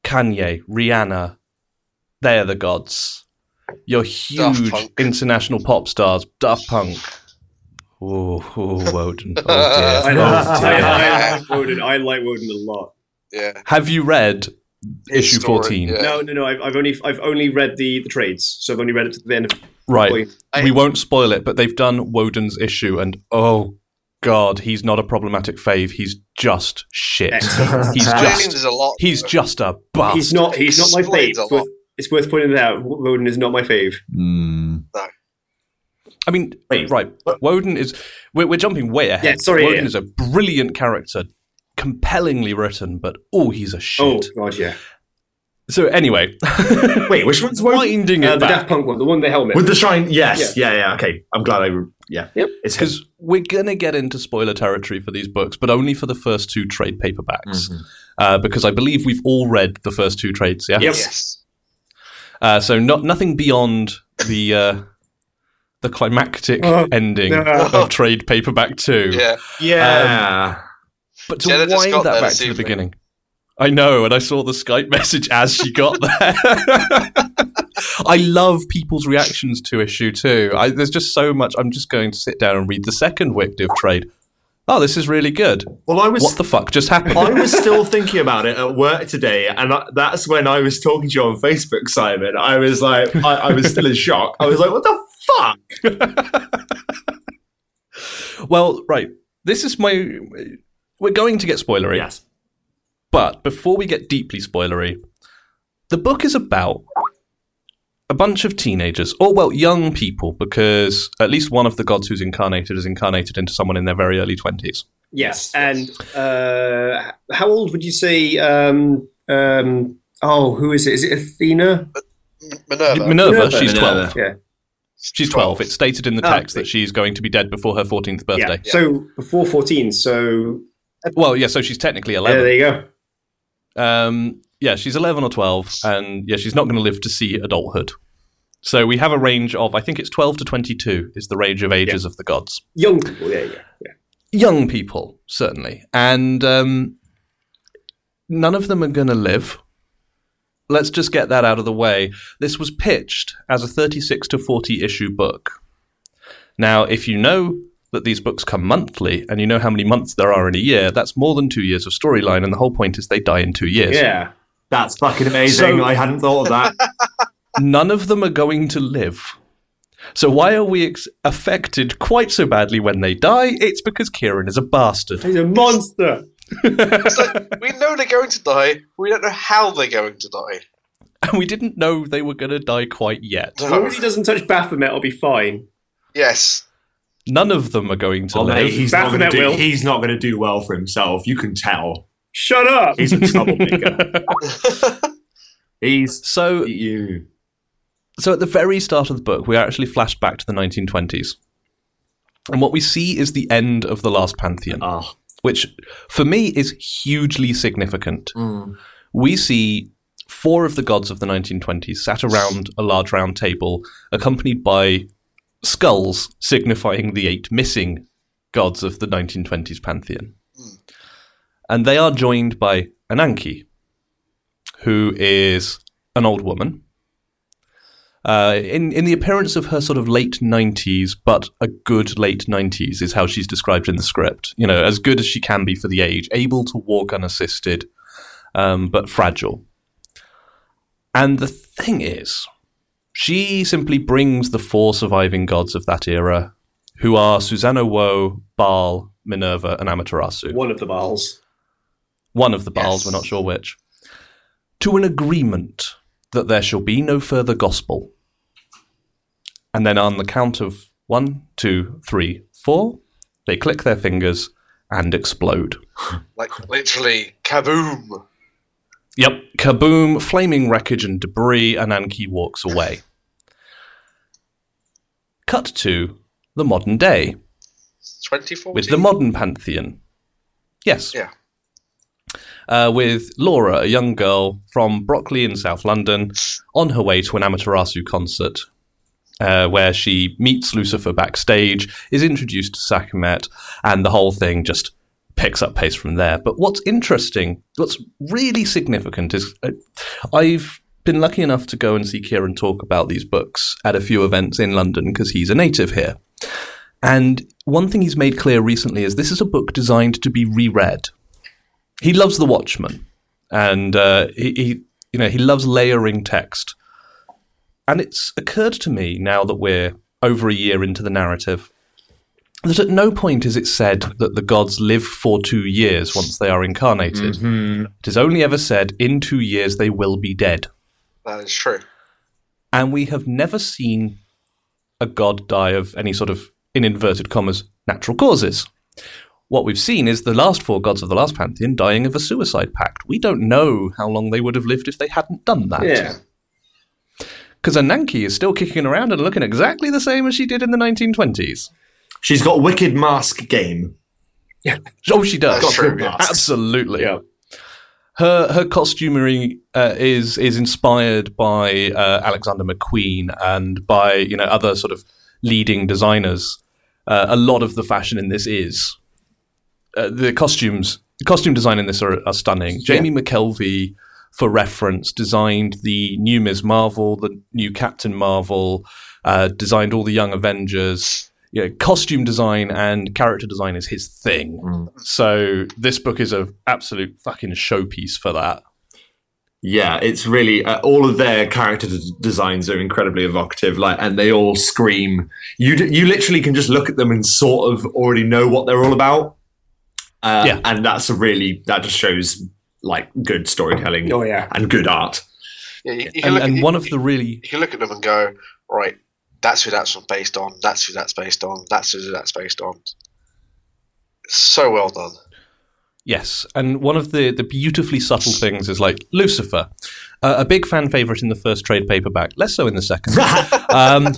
Speaker 2: Kanye, Rihanna, they're the gods. Your huge
Speaker 4: Punk.
Speaker 2: international pop stars, Daft Punk. Oh,
Speaker 3: [LAUGHS]
Speaker 2: oh Woden. Oh, dear.
Speaker 3: [LAUGHS] I know. [LAUGHS]
Speaker 4: [LAUGHS]
Speaker 2: Oh,
Speaker 3: I,
Speaker 2: dear.
Speaker 3: I like Woden. I like Woden a lot.
Speaker 4: Yeah.
Speaker 2: Have you read
Speaker 4: His
Speaker 2: issue
Speaker 4: story,
Speaker 2: 14?
Speaker 4: yeah.
Speaker 3: No, no, no. I've, I've only I've only read the, the trades, so I've only read it to the end of
Speaker 2: Right.
Speaker 4: I-
Speaker 2: we won't spoil it, but they've done Woden's issue, and oh god, he's not a problematic fave. He's just shit.
Speaker 3: [LAUGHS] Excellent.
Speaker 2: he's
Speaker 4: Explains
Speaker 2: just
Speaker 4: a lot.
Speaker 2: he's
Speaker 4: though.
Speaker 2: just a bust.
Speaker 3: He's not he's not my fave.
Speaker 4: Explains a
Speaker 3: It's worth,
Speaker 4: lot.
Speaker 3: it's worth pointing that out. Woden is not my fave. Hmm.
Speaker 6: Mm.
Speaker 2: I mean,
Speaker 3: Wait.
Speaker 2: right. Woden is. We're, we're jumping way ahead.
Speaker 3: Yeah, sorry,
Speaker 2: Woden
Speaker 3: yeah, yeah.
Speaker 2: is a brilliant character, compellingly written, but oh, he's a shit.
Speaker 3: Oh god, yeah.
Speaker 2: So anyway, [LAUGHS]
Speaker 1: Wait, which one's Woden?
Speaker 2: winding
Speaker 3: Uh,
Speaker 2: it
Speaker 3: the
Speaker 2: back.
Speaker 3: Daft Punk one, the one with the helmet.
Speaker 1: With the shrine? Yes. Yeah. yeah, Okay. I'm glad I. re- Yeah.
Speaker 3: Yep.
Speaker 1: It's him.
Speaker 2: because we're gonna get into spoiler territory for these books, but only for the first two trade paperbacks,
Speaker 4: Mm-hmm.
Speaker 2: uh, because I believe we've all read the first two trades. Yeah.
Speaker 3: Yep.
Speaker 4: Yes.
Speaker 2: Uh, so not nothing beyond the uh, the climactic
Speaker 3: Oh,
Speaker 2: ending
Speaker 3: no.
Speaker 2: of trade paperback two. [LAUGHS]
Speaker 4: Yeah.
Speaker 3: Uh,
Speaker 1: Yeah.
Speaker 2: But to
Speaker 4: Jenna just
Speaker 2: wind
Speaker 4: got
Speaker 2: that
Speaker 4: there
Speaker 2: back
Speaker 4: this
Speaker 2: to the
Speaker 4: evening.
Speaker 2: beginning. I know, and I saw the Skype [LAUGHS] message as she got there. I love people's reactions to issue two. I, there's just so much. I'm just going to sit down and read the second Wickdiv trade. Oh, this is really good.
Speaker 1: well, I was
Speaker 2: What the fuck just
Speaker 1: I
Speaker 2: happened?
Speaker 1: was still thinking about it at work today, and I, that's when I was talking to you on Facebook, Simon. I was like, I, I was still in shock. I was like, what the fuck?
Speaker 2: [LAUGHS] well, right. This is my. We're going to get spoilery.
Speaker 1: Yes.
Speaker 2: But before we get deeply spoilery, the book is about a bunch of teenagers, or well, young people, because at least one of the gods who's incarnated is incarnated into someone in their very early 20s.
Speaker 3: Yes, and uh, how old would you say? Um, um, oh, who is it? Is it Athena?
Speaker 4: M- Minerva.
Speaker 2: Minerva,
Speaker 3: Minerva.
Speaker 2: she's 12.
Speaker 1: Minerva.
Speaker 3: Yeah.
Speaker 2: She's 12. It's stated in the
Speaker 3: Oh,
Speaker 2: text
Speaker 3: okay.
Speaker 2: that she's going to be dead before her 14th
Speaker 3: yeah.
Speaker 2: birthday.
Speaker 3: So before fourteen. So
Speaker 2: Well, yeah, so she's technically
Speaker 3: yeah,
Speaker 2: 11.
Speaker 3: there you go.
Speaker 2: Um, yeah, she's 11 or 12, and yeah, she's not going to live to see adulthood. So we have a range of, I think it's 12 to 22 is the range of ages of the gods.
Speaker 3: Young people. Yeah, yeah.
Speaker 2: young people certainly and um, none of them are going to live let's just get that out of the way this was pitched as a 36 to 40 issue book now if you know that these books come monthly and you know how many months there are in a year that's more than two years of storyline and the whole point is they die in two years
Speaker 3: Yeah.
Speaker 1: That's fucking amazing.
Speaker 3: So-
Speaker 1: I hadn't thought of that.
Speaker 2: none of them are going to live so why are we ex- affected quite so badly when they die it's because kieran is a bastard [LAUGHS]
Speaker 3: [LAUGHS] He's a monster.
Speaker 4: It's like, we know they're going to die. We don't know how they're going to die.
Speaker 2: and we didn't know they were going to die quite yet.
Speaker 3: As long as he doesn't touch Baphomet, I'll be fine.
Speaker 4: Yes.
Speaker 2: None of them are going to
Speaker 1: Oh, mate,
Speaker 2: live.
Speaker 1: he's, not gonna
Speaker 3: Baphomet
Speaker 1: do,
Speaker 3: will.
Speaker 1: he's not going to do well for himself. You can tell.
Speaker 3: Shut up.
Speaker 1: He's a troublemaker. he's.
Speaker 2: So,
Speaker 1: You.
Speaker 2: so at the very start of the book, we are actually flashed back to the 1920s, and what we see is the end of the last pantheon,
Speaker 1: Oh.
Speaker 2: which for me is hugely significant. We see four of the gods of the 1920s sat around a large round table, accompanied by skulls signifying the eight missing gods of the 1920s pantheon. And they are joined by Ananke, who is an old woman. Uh, in, in the appearance of her sort of late 90s, but a good late 90s is how she's described in the script. You know, as good as she can be for the age, able to walk unassisted, um, but fragile. And the thing is, she simply brings the four surviving gods of that era, who are Susanoo Woe, Baal, Minerva, and Amaterasu.
Speaker 3: One of the Baals.
Speaker 2: One of the Baals,
Speaker 4: Yes.
Speaker 2: we're not sure which. To an agreement that there shall be no further gospel. And then on the count of one, two, three, four, they click their fingers and explode.
Speaker 4: Like literally, kaboom!
Speaker 2: Yep. Kaboom, flaming wreckage and debris, and Anki walks away. Cut to the modern day
Speaker 4: Twenty-four.
Speaker 2: with the modern pantheon. Yes.
Speaker 4: Yeah.
Speaker 2: Uh, with Laura, a young girl from Broccoli in South London, on her way to an Amaterasu concert, uh, where she meets Lucifer backstage, is introduced to Sakamet, and the whole thing just picks up pace from there. But what's interesting, what's really significant, is uh, I've been lucky enough to go and see Kieran talk about these books at a few events in London because he's a native here. And one thing he's made clear recently is this is a book designed to be reread. He loves The Watchmen, and uh, he, he, you know, he loves layering text. And it's occurred to me now that we're over a year into the narrative that at no point is it said that the gods live for two years once they are incarnated. It is only ever said in two years they will be dead
Speaker 4: That is true.
Speaker 2: and we have never seen a god die of any sort of in inverted commas natural causes. What we've seen is the last four gods of the last pantheon dying of a suicide pact. We don't know how long they would have lived if they hadn't done that.
Speaker 3: Yeah.
Speaker 2: Because Ananke is still kicking around and looking exactly the same as she did in the 1920s.
Speaker 1: She's got wicked mask game.
Speaker 2: Oh, she does.
Speaker 4: That's true.
Speaker 1: good
Speaker 4: yeah.
Speaker 1: mask.
Speaker 2: Absolutely. Her her costumery uh, is is inspired by uh, Alexander McQueen and by you know other sort of leading designers. Uh, a lot of the fashion in this is uh, the costumes. The costume design in this are, are stunning. Jamie McKelvey, for reference, designed the new Ms. Marvel, the new Captain Marvel, uh, designed all the Young Avengers. You know, costume design and character design is his thing. So this book is a absolute fucking showpiece for that.
Speaker 1: Yeah, it's really uh, all of their character d- designs are incredibly evocative. Like, and they all scream. You d- you literally can just look at them and sort of already know what they're all about. Uh,
Speaker 2: Yeah.
Speaker 1: and that's a really that just shows like good storytelling
Speaker 3: Oh, yeah.
Speaker 1: and good art.
Speaker 4: Yeah, you, you can
Speaker 2: And,
Speaker 4: look at-
Speaker 2: and
Speaker 4: you-
Speaker 2: one of the really
Speaker 4: you can look at them and go, right, that's who that's based on, that's who that's based on, that's who that's based on. So well done.
Speaker 2: yes, and one of the the beautifully subtle things is like Lucifer, uh, a big fan favorite in the first trade paperback, less so in the second.
Speaker 4: [LAUGHS]
Speaker 2: um,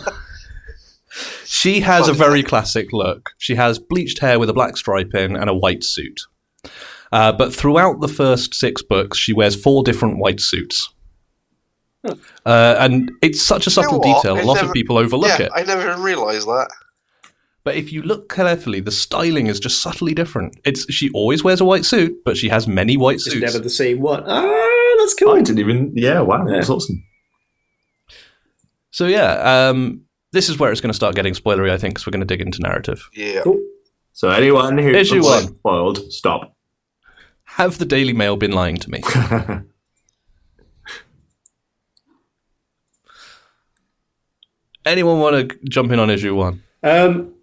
Speaker 2: she has a very classic look. She has bleached hair with a black stripe in and a white suit. Uh, but throughout the first six books, she wears four different white suits. Uh, and it's such a
Speaker 4: know
Speaker 2: subtle
Speaker 4: what?
Speaker 2: detail. A
Speaker 4: I've
Speaker 2: lot of
Speaker 4: never-
Speaker 2: people overlook
Speaker 4: yeah,
Speaker 2: it.
Speaker 4: I never even realised that.
Speaker 2: But if you look carefully, the styling is just subtly different. It's she always wears a white suit, but she has many white
Speaker 3: It's
Speaker 2: suits.
Speaker 3: never the same one. Ah, that's cool.
Speaker 1: I didn't even. Yeah, wow, that's
Speaker 3: Yeah.
Speaker 1: awesome.
Speaker 2: So yeah, um, this is where it's going to start getting spoilery, I think, because we're going to dig into narrative.
Speaker 4: Yeah.
Speaker 1: So anyone who
Speaker 2: Issue
Speaker 1: feels
Speaker 2: one.
Speaker 1: spoiled, stop.
Speaker 2: Have the Daily Mail been lying to
Speaker 3: [LAUGHS]
Speaker 2: me? Anyone want to jump in on issue one?
Speaker 3: Um,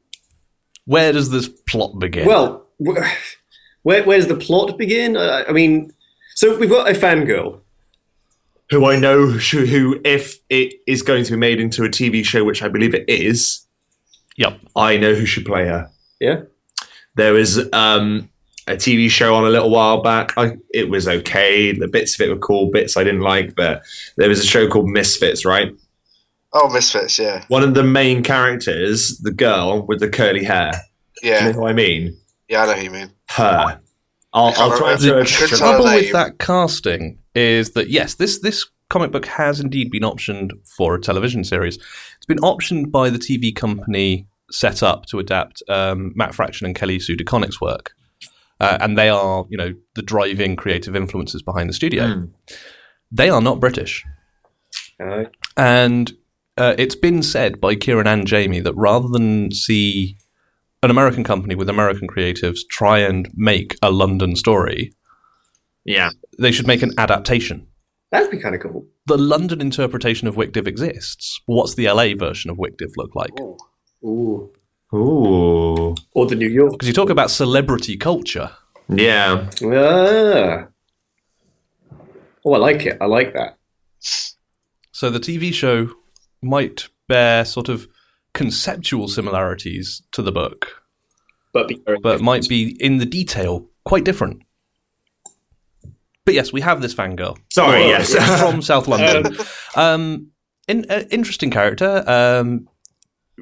Speaker 2: Where does this plot begin?
Speaker 3: Well, wh- [SIGHS] where, where does the plot begin? Uh, I mean, so we've got a fangirl.
Speaker 1: who I know who, who if it is going to be made into a TV show, which I believe it is,
Speaker 2: yep.
Speaker 1: I know who should play her.
Speaker 3: Yeah.
Speaker 1: There was um, a TV show on a little while back. I, it was okay. The bits of it were cool. Bits I didn't like. But there was a show called Misfits, right?
Speaker 4: Oh, Misfits, yeah.
Speaker 1: One of the main characters, the girl with the curly hair. Do you
Speaker 4: Yeah,
Speaker 1: know who I mean?
Speaker 4: yeah, I know who you mean.
Speaker 1: Her. I'll, I'll try and
Speaker 4: The
Speaker 1: throw a
Speaker 4: tr-
Speaker 1: picture.
Speaker 4: Oh,
Speaker 2: Trouble
Speaker 4: there
Speaker 2: with
Speaker 4: you-
Speaker 2: that casting is that yes, this this comic book has indeed been optioned for a television series. It's been optioned by the TV company set up to adapt um, Matt Fraction and Kelly Sue DeConnick's work. Uh, and they are, you know, the driving creative influences behind the studio. They are not British.
Speaker 3: Aye.
Speaker 2: And uh, it's been said by Kieran and Jamie that rather than see an American company with American creatives try and make a London story,
Speaker 1: Yeah.
Speaker 2: they should make an adaptation.
Speaker 3: That'd be kind of cool.
Speaker 2: The London interpretation of Wickdiv exists. What's the LA version of Wickdiv look like?
Speaker 3: Ooh.
Speaker 1: Ooh.
Speaker 3: Or the New York.
Speaker 2: Because you talk about celebrity culture.
Speaker 1: Yeah.
Speaker 3: Ah. Oh, I like it. I like that.
Speaker 2: So the TV show might bear sort of conceptual similarities to the book,
Speaker 3: But be very
Speaker 2: but might be in the detail quite different. But yes, we have this fangirl.
Speaker 1: Sorry. yes.
Speaker 2: It's from South London. Um, in, uh, interesting character. Um,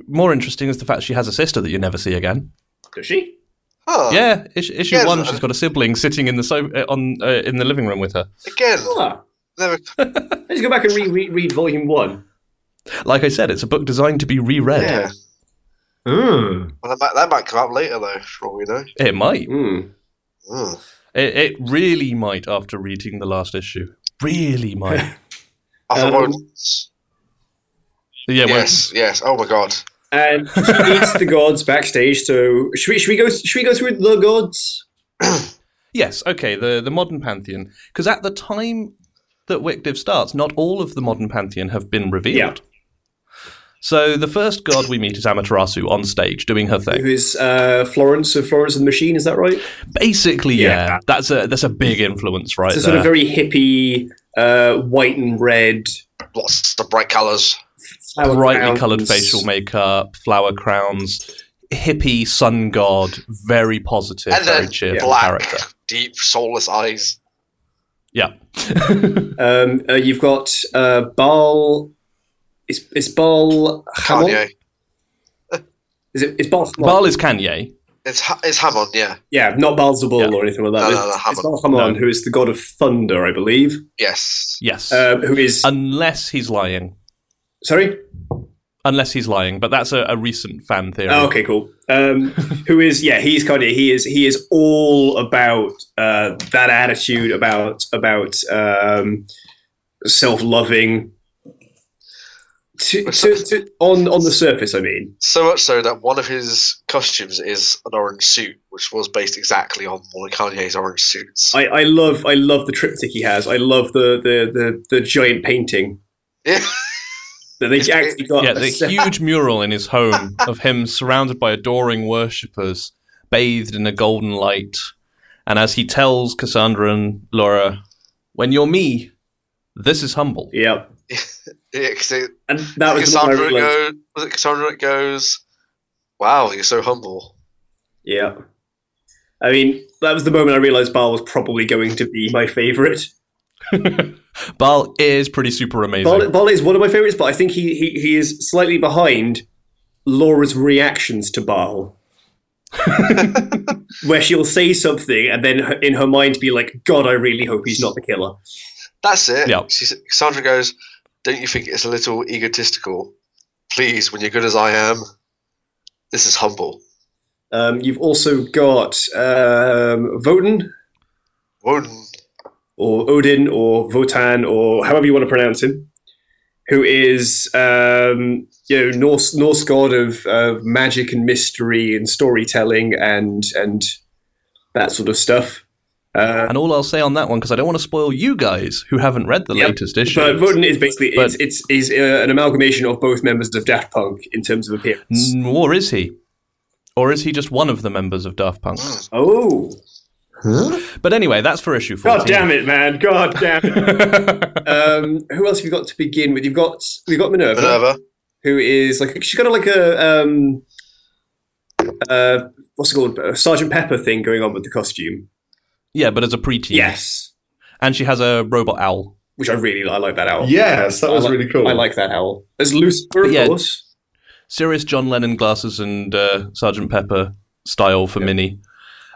Speaker 2: more interesting is the fact she has a sister that you never see again.
Speaker 3: Does she?
Speaker 4: Oh,
Speaker 3: Um,
Speaker 2: yeah, is- issue
Speaker 4: yes,
Speaker 2: one,
Speaker 4: uh,
Speaker 2: she's got a sibling sitting in the so- uh, on uh, in the living room with her.
Speaker 4: Again,
Speaker 3: Ah.
Speaker 4: never.
Speaker 3: Let's go back and re- re- read volume one.
Speaker 2: Like I said, it's a book designed to be reread.
Speaker 4: Yeah.
Speaker 3: Hmm.
Speaker 1: Mm.
Speaker 4: Well, that, might, that might come up later, though, for all we know.
Speaker 2: It might.
Speaker 3: Mm.
Speaker 4: Mm.
Speaker 2: It, it really might after reading the last issue. Really
Speaker 3: [LAUGHS]
Speaker 2: might.
Speaker 4: Arthur
Speaker 3: Um,
Speaker 4: Warren's-
Speaker 2: Yeah, well,
Speaker 4: yes, yes. Oh my god.
Speaker 3: And she [LAUGHS] meets the gods backstage. So should we, should we go? Should we go through the gods?
Speaker 2: yes, okay, the, the modern pantheon. Because at the time that Wickdiv starts, not all of the modern pantheon have been revealed.
Speaker 3: Yeah.
Speaker 2: So the first god we meet is Amaterasu on stage doing her
Speaker 3: Who
Speaker 2: thing.
Speaker 3: is uh, Florence of Florence and the Machine? Is that right?
Speaker 2: Basically, yeah,
Speaker 3: Yeah.
Speaker 2: that's a that's a big influence right
Speaker 3: It's a
Speaker 2: there.
Speaker 3: sort of very hippie, uh, white and red,
Speaker 4: Lots of bright colours.
Speaker 3: flower
Speaker 2: brightly
Speaker 3: crowns.
Speaker 2: coloured facial makeup, flower crowns, hippie sun god, very positive,
Speaker 4: And
Speaker 2: very
Speaker 4: then
Speaker 2: cheerful
Speaker 4: black,
Speaker 2: character.
Speaker 4: deep, soulless eyes.
Speaker 2: Yeah.
Speaker 3: Um, uh, you've got uh, Baal. It's, it's Baal Hamon.
Speaker 4: Kanye.
Speaker 3: Is it? It's Baal. Hamon.
Speaker 2: Baal is Kanye.
Speaker 4: It's ha- it's Hammond, yeah.
Speaker 3: Yeah, not Baal-zebul
Speaker 2: Yeah.
Speaker 3: or anything like
Speaker 4: No,
Speaker 3: that.
Speaker 4: no,
Speaker 3: it's,
Speaker 4: no,
Speaker 3: it's Baal Hamon,
Speaker 2: No.
Speaker 3: who is the god of thunder, I believe.
Speaker 4: Yes.
Speaker 2: Yes.
Speaker 3: Um, who is
Speaker 2: Unless he's lying.
Speaker 3: sorry?
Speaker 2: Unless he's lying, but that's a, a recent fan theory.
Speaker 3: Oh, okay, cool.
Speaker 2: [LAUGHS]
Speaker 3: Um, who is? Yeah, he's kind of he is he is all about uh, that attitude about about um, self loving. To, to, to, on on the surface, I mean,
Speaker 4: So much so that one of his costumes is an orange suit, which was based exactly on one of Kanye's orange suits.
Speaker 3: I, I love I love the triptych he has. I love the the the, the giant painting
Speaker 4: [LAUGHS] yeah.
Speaker 3: that they actually got.
Speaker 2: Yeah,
Speaker 4: [LAUGHS]
Speaker 2: the huge mural in his home of him surrounded by adoring worshippers, bathed in a golden light. And as he tells Cassandra and Laura, when you're me, this is humble.
Speaker 3: yeah,
Speaker 4: yeah 'cause it,
Speaker 3: and that was another
Speaker 4: Cassandra
Speaker 3: one I realised-
Speaker 4: goes, was it Cassandra that goes, Wow, you're so humble.
Speaker 3: Yeah. I mean, that was the moment I realized Baal was probably going to be my favorite.
Speaker 2: Baal is pretty super amazing.
Speaker 3: Baal, Baal is one of my favorites, but I think he, he, he is slightly behind Laura's reactions to Baal. Where she'll say something and then her- in her mind be like, God, I really hope he's not the killer.
Speaker 4: That's it.
Speaker 2: Yep.
Speaker 4: She s- Cassandra goes, Don't you think it's a little egotistical? Please, when you're good as I am, this is humble.
Speaker 3: Um, you've also got um, Votan
Speaker 4: One
Speaker 3: or Odin or Votan or however you want to pronounce him, who is um, you know Norse Norse god of, of magic and mystery and storytelling and and that sort of stuff. Uh,
Speaker 2: and all I'll say on that one, because I don't want to spoil you guys who haven't read the
Speaker 3: Yep.
Speaker 2: latest issue.
Speaker 3: but Votan is basically
Speaker 2: But-
Speaker 3: it's it's, is uh, an amalgamation of both members of Daft Punk in terms of appearance.
Speaker 2: N- Or is he? Or is he just one of the members of Daft Punk?
Speaker 3: Oh,
Speaker 2: But anyway, that's for issue 14.
Speaker 3: god damn it, man! God damn
Speaker 2: [LAUGHS]
Speaker 3: it. um, who else have you got to begin with? You've got we've got
Speaker 4: Minerva.
Speaker 3: who is like she's got a, like a um uh what's it called a Sergeant Pepper thing going on with the costume.
Speaker 2: Yeah, but as a preteen.
Speaker 3: Yes,
Speaker 2: And she has a robot owl.
Speaker 3: which I really I like that owl.
Speaker 1: [LAUGHS] Yes, that
Speaker 3: I
Speaker 1: was
Speaker 3: like-
Speaker 1: really cool.
Speaker 3: I like that owl. There's Lucifer,
Speaker 2: But
Speaker 3: of
Speaker 2: yeah.
Speaker 3: course.
Speaker 2: Serious John Lennon glasses and uh, Sergeant Pepper style for Minnie.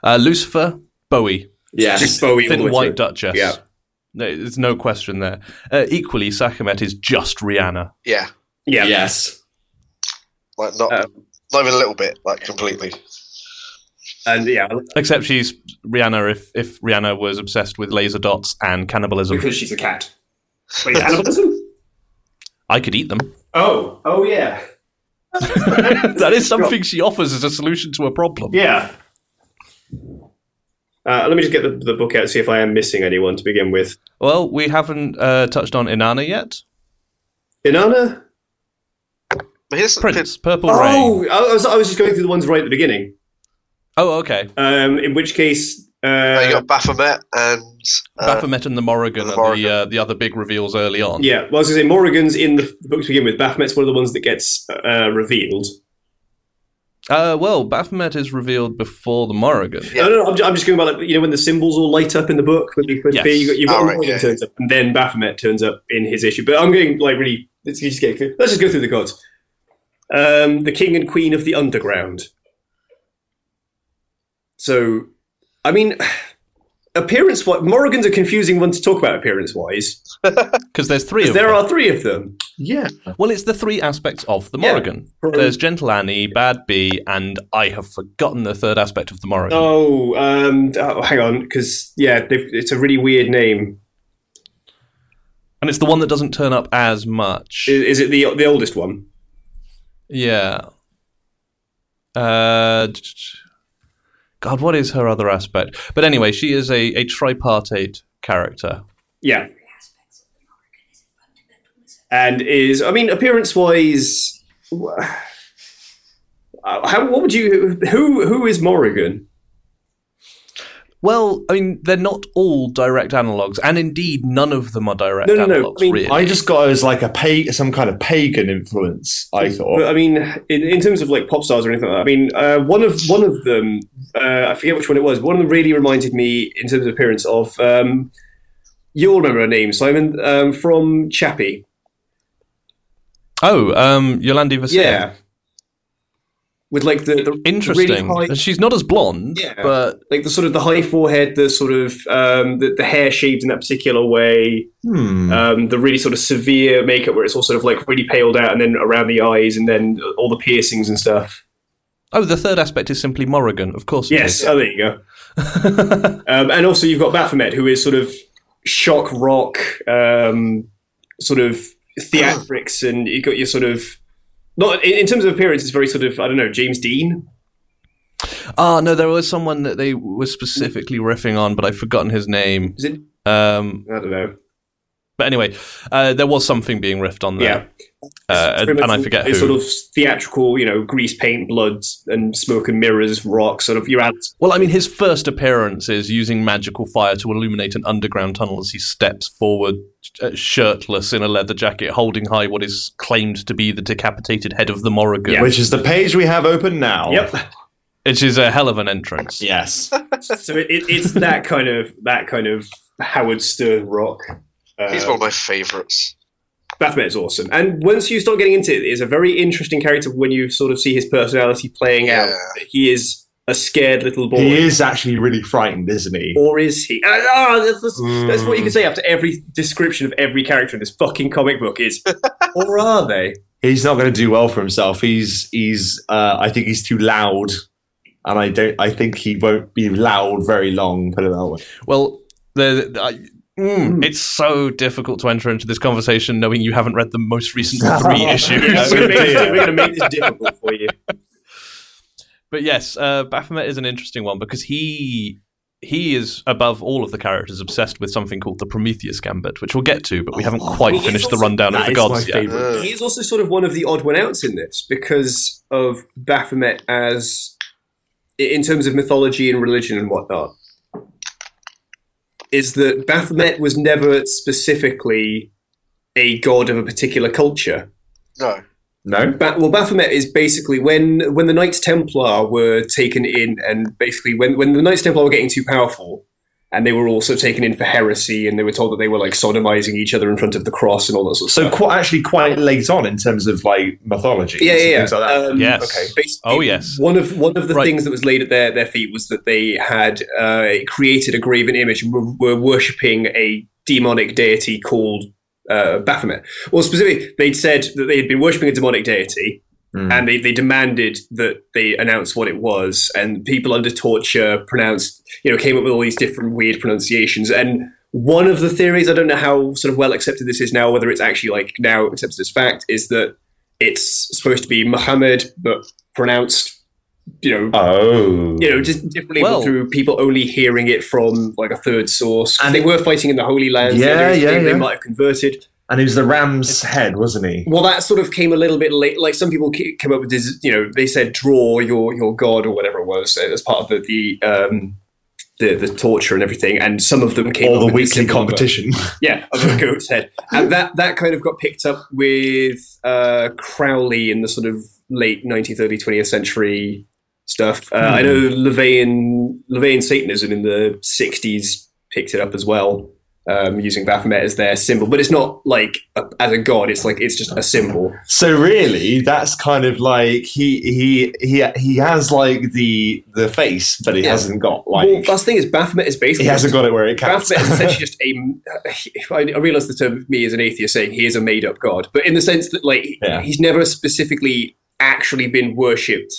Speaker 2: Uh, Lucifer, Bowie,
Speaker 3: Yeah, just Bowie all the
Speaker 2: thin
Speaker 3: way
Speaker 2: white
Speaker 3: through.
Speaker 2: duchess.
Speaker 3: Yeah.
Speaker 2: There's no question there. Uh, equally, Sakamet is just Rihanna.
Speaker 4: Yeah,
Speaker 3: Yeah.
Speaker 6: Yes.
Speaker 4: like not
Speaker 3: Um,
Speaker 4: not even a little bit, like completely.
Speaker 3: And yeah,
Speaker 2: Except she's Rihanna if, if Rihanna was obsessed with laser dots and cannibalism.
Speaker 6: Because she's a cat.
Speaker 3: wait, cannibalism?
Speaker 2: I could eat them. [LAUGHS]
Speaker 3: Oh, oh yeah,
Speaker 2: that is something she offers as a solution to a problem.
Speaker 3: yeah. Uh, let me just get the, the book out, see if I am missing anyone to begin with.
Speaker 2: Well, we haven't uh, touched on Inanna yet.
Speaker 3: Inanna?
Speaker 4: But here's
Speaker 2: Prince, Purple Rain.
Speaker 3: Oh, I was, I was just going through the ones right at the beginning.
Speaker 2: Oh, okay.
Speaker 3: Um, in which case,
Speaker 4: uh, you
Speaker 3: uh,
Speaker 4: got Baphomet and uh,
Speaker 2: Baphomet and the Morrigan
Speaker 4: and the
Speaker 2: are the, uh, the other big reveals early on.
Speaker 3: yeah, well, I was going to say Morrigan's in the book to begin with. Baphomet's one of the ones that gets uh, revealed.
Speaker 2: Uh, well, Baphomet is revealed before the Morrigan.
Speaker 4: Yeah.
Speaker 3: No, no, no, I'm, ju- I'm just going about like you know when the symbols all light up in the book when they first
Speaker 2: Yes.
Speaker 3: appear. You got, you've got
Speaker 4: Oh, right,
Speaker 3: Morgan
Speaker 4: yeah.
Speaker 3: turns up, and then Baphomet turns up in his issue. But I'm getting like really. Let's just get through. Let's just go through the gods. Um, the king and queen of the underground. So, I mean, [SIGHS] appearance. wise Morrigan's a confusing one to talk about appearance wise.
Speaker 2: Because there's three of
Speaker 3: Because there
Speaker 2: them.
Speaker 3: are three of them.
Speaker 1: Yeah.
Speaker 2: Well, it's the three aspects of the
Speaker 3: Yeah.
Speaker 2: Morrigan. There's Gentle Annie, Bad Bee, and I have forgotten the third aspect of the Morrigan.
Speaker 3: Oh, um, oh hang on, because yeah, they've- it's a really weird name.
Speaker 2: And it's the one that doesn't turn up as much.
Speaker 3: I- Is, it the the oldest one?
Speaker 2: Yeah. Uh, t- t- God, what is her other aspect? But anyway, she is a, a tripartite character.
Speaker 3: Yeah. And is I mean appearance wise, uh, how what would you who who is Morrigan?
Speaker 2: Well, I mean, they're not all direct analogues, and indeed, none of them are direct
Speaker 3: No, no, no,
Speaker 2: analogues,
Speaker 3: I mean,
Speaker 2: really.
Speaker 1: I just got it as like a pa- some kind of pagan influence. I thought.
Speaker 3: But, I mean, in, in terms of like pop stars or anything, like that, I mean, uh, one of one of them, uh, I forget which one it was. One of them really reminded me in terms of appearance of. Um, you'll remember her name, Simon, um, from Chappie.
Speaker 2: oh, um, Yolandi Vassil.
Speaker 3: Yeah. With like the, the
Speaker 2: Interesting.
Speaker 3: really high,
Speaker 2: She's not as blonde,
Speaker 3: Yeah.
Speaker 2: but
Speaker 3: like the sort of the high forehead, the sort of um, the, the hair shaved in that particular way,
Speaker 1: Hmm.
Speaker 3: um, the really sort of severe makeup where it's all sort of like really paled out and then around the eyes and then all the piercings and stuff.
Speaker 2: oh, the third aspect is simply Morrigan, of course. it
Speaker 3: Yes,
Speaker 2: is.
Speaker 3: oh there you go. um, and also you've got Baphomet, who is sort of shock rock, um, sort of theatrics, and you got your sort of not in, in terms of appearance, it's very sort of I don't know James Dean.
Speaker 2: Ah, no, there was someone that they were specifically riffing on, but I've forgotten his name.
Speaker 3: Is it?
Speaker 2: Um,
Speaker 3: I don't know.
Speaker 2: But anyway, uh, there was something being riffed on
Speaker 3: Yeah.
Speaker 2: there, uh, and,
Speaker 3: Pretty
Speaker 2: and I
Speaker 3: much
Speaker 2: forget
Speaker 3: the
Speaker 2: who.
Speaker 3: Sort of theatrical, you know, grease paint, blood, and smoke and mirrors, rock, sort of your ad.
Speaker 2: well, I mean, his first appearance is using magical fire to illuminate an underground tunnel as he steps forward, uh, shirtless in a leather jacket, holding high what is claimed to be the decapitated head of the Morrigan,
Speaker 3: Yeah.
Speaker 1: Which is the page we have open
Speaker 2: Oh.
Speaker 1: now.
Speaker 2: [LAUGHS]
Speaker 3: Yep.
Speaker 2: which is a hell of an entrance.
Speaker 1: Yes.
Speaker 3: so it, it, it's that kind of that kind of Howard Stern rock. Uh,
Speaker 4: he's one of my favourites.
Speaker 3: Baphomet is awesome, and once you start getting into it, it's a very interesting character when you sort of see his personality playing out.
Speaker 4: Yeah.
Speaker 3: That He is a scared little boy,
Speaker 1: he is actually really frightened, isn't he?
Speaker 3: or is he? Ah, ah, that's, that's- that's what you
Speaker 2: Mm.
Speaker 3: can say after every description of every character in this fucking comic book
Speaker 4: [LAUGHS]
Speaker 3: is, or are they?
Speaker 1: He's not going to do well for himself. He's he's. Uh, I think he's too loud, and I don't. I think he won't be loud very long. Put it that way.
Speaker 2: Well, the, the- I, mm, it's so difficult to enter into this conversation knowing you haven't read the most [LAUGHS] recent three issues.
Speaker 3: We're gonna make this- we're going to make this difficult for you.
Speaker 2: But yes, uh, Baphomet is an interesting one because he he is above all of the characters obsessed with something called the Prometheus Gambit, which we'll get to, but we haven't quite
Speaker 3: Well,
Speaker 2: finished
Speaker 3: it's
Speaker 2: the
Speaker 3: Oh, also-
Speaker 2: rundown of
Speaker 1: that
Speaker 2: the
Speaker 1: is
Speaker 2: gods
Speaker 1: my
Speaker 2: yet.
Speaker 1: favourite.
Speaker 4: Uh,
Speaker 3: He is also sort of one of the odd one outs in this because of Baphomet as, in terms of mythology and religion and whatnot, is that Baphomet was never specifically a god of a particular culture.
Speaker 4: no,
Speaker 1: No.
Speaker 3: Ba- well, Baphomet is basically when when the Knights Templar were taken in, and basically when when the Knights Templar were getting too powerful, and they were also taken in for heresy, and they were told that they were like sodomizing each other in front of the cross and all that sort of
Speaker 1: So quite actually quite late on in terms of like mythology.
Speaker 3: yeah,
Speaker 1: and
Speaker 3: yeah,
Speaker 1: Things
Speaker 3: yeah.
Speaker 1: like that.
Speaker 3: Um,
Speaker 2: Yes.
Speaker 3: basically,
Speaker 2: Oh, yes.
Speaker 3: One of one of the
Speaker 2: Right.
Speaker 3: things that was laid at their, their feet was that they had uh, created a graven image and were, were worshipping a demonic deity called uh, Baphomet. Well, specifically, they'd said that they had been worshipping a demonic deity,
Speaker 1: Mm.
Speaker 3: and they, they demanded that they announce what it was. And people under torture pronounced, you know, came up with all these different weird pronunciations. And one of the theories, I don't know how sort of well accepted this is now, whether it's actually like now accepted as fact, is that it's supposed to be Muhammad, but pronounced, you know,
Speaker 1: Oh.
Speaker 3: you know, just differently
Speaker 2: Well-
Speaker 3: through people only hearing it from like a third source. And they were fighting in the Holy Land.
Speaker 1: Yeah, yeah,
Speaker 3: They
Speaker 1: yeah.
Speaker 3: might have converted.
Speaker 1: and he was the ram's head, wasn't he?
Speaker 3: Well, that sort of came a little bit late. Like some people ca- came up with this, you know, they said draw your your god or whatever it was uh, as part of the the, um, the the torture and everything. And some of them came
Speaker 1: Or
Speaker 3: up
Speaker 1: the
Speaker 3: with this
Speaker 1: weekly
Speaker 3: symbol of a-
Speaker 1: competition.
Speaker 3: yeah, of a goat's head,
Speaker 1: [LAUGHS]
Speaker 3: and that that kind of got picked up with uh, Crowley in the sort of late 19th, early 20th century stuff. Uh,
Speaker 1: Hmm.
Speaker 3: I know Levian Levian Satanism in the 60s picked it up as well, um, using Baphomet as their symbol, but it's not like a, as a god. It's like it's just a symbol.
Speaker 1: So really, that's kind of like he he he he has like the the face, but he
Speaker 3: Yeah.
Speaker 1: hasn't got
Speaker 3: well,
Speaker 1: like
Speaker 3: that's the thing is Baphomet is basically
Speaker 1: he hasn't got it where it counts.
Speaker 3: Baphomet is essentially [LAUGHS] just a. I, I realize the term me as an atheist saying he is a made up god, but in the sense that like
Speaker 1: Yeah.
Speaker 3: he's never specifically actually been worshipped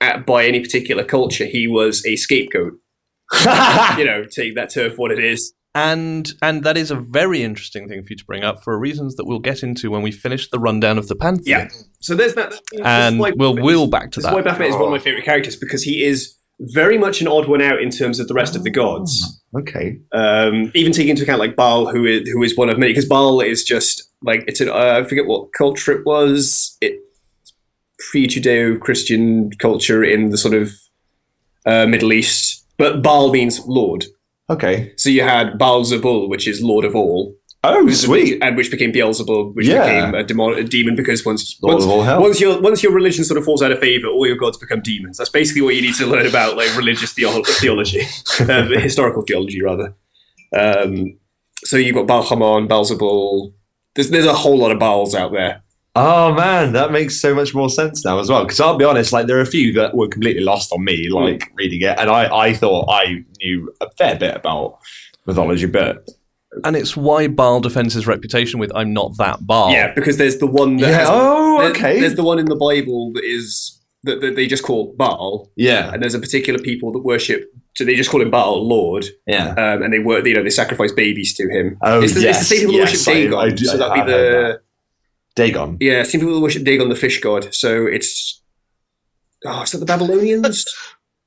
Speaker 3: at, by any particular culture. He was a scapegoat.
Speaker 1: [LAUGHS]
Speaker 3: You know, take that term for what it is.
Speaker 2: And and that is a very interesting thing for you to bring up for reasons that we'll get into when we finish the rundown of the pantheon.
Speaker 3: Yeah. So there's that. this is
Speaker 2: And
Speaker 3: why-
Speaker 2: we'll wheel back to
Speaker 3: This is why
Speaker 2: that.
Speaker 3: Baphomet is one of my favorite characters because he is very much an odd one out in terms of the rest of the gods.
Speaker 1: Hmm, okay.
Speaker 3: um, even taking into account like Baal, who is who is one of many, because Baal is just like it's an uh, I forget what culture it was. It pre-Judeo-Christian culture in the sort of uh, Middle East, but Baal means Lord.
Speaker 1: Okay.
Speaker 3: So you had Baal Zebul, which is Lord of all,
Speaker 1: Oh sweet.
Speaker 3: and which became Beelzebub, which
Speaker 1: Yeah.
Speaker 3: became a, demon, a demon because once
Speaker 1: Lord
Speaker 3: once,
Speaker 1: of all hell.
Speaker 3: once your once your religion sort of falls out of favor, all your gods become demons. That's basically what you need to learn about like religious theolo-
Speaker 1: [LAUGHS]
Speaker 3: theology, uh, historical theology rather. Um, so you've got Baal Hamon, Beelzebul. There's there's a whole lot of Baals out there.
Speaker 1: Oh man, that makes so much more sense now as well. Because I'll be honest, like there are a few that were completely lost on me, like
Speaker 3: Hmm.
Speaker 1: reading it, and I I thought I knew a fair bit about mythology, but
Speaker 2: And it's why Baal defends his reputation with I'm not that Baal.
Speaker 3: Yeah, because there's the one that
Speaker 1: Oh. yeah.
Speaker 3: has-
Speaker 1: Oh
Speaker 3: there-
Speaker 1: okay.
Speaker 3: There's the one in the Bible that is that, that they just call Baal,
Speaker 1: yeah.
Speaker 3: and there's a particular people that worship. So they just call him Baal Lord,
Speaker 1: Yeah.
Speaker 3: um, and they were you know they sacrifice babies to him.
Speaker 1: Oh
Speaker 3: it's, the,
Speaker 1: yes.
Speaker 3: it's the same people that
Speaker 1: yes,
Speaker 3: worship Dagon.
Speaker 1: I, I do,
Speaker 3: so
Speaker 1: I
Speaker 3: that'd
Speaker 1: have
Speaker 3: be
Speaker 1: heard
Speaker 3: the
Speaker 1: that. Dagon.
Speaker 3: yeah, same people that worship Dagon the fish god. So it's oh, is that the Babylonians?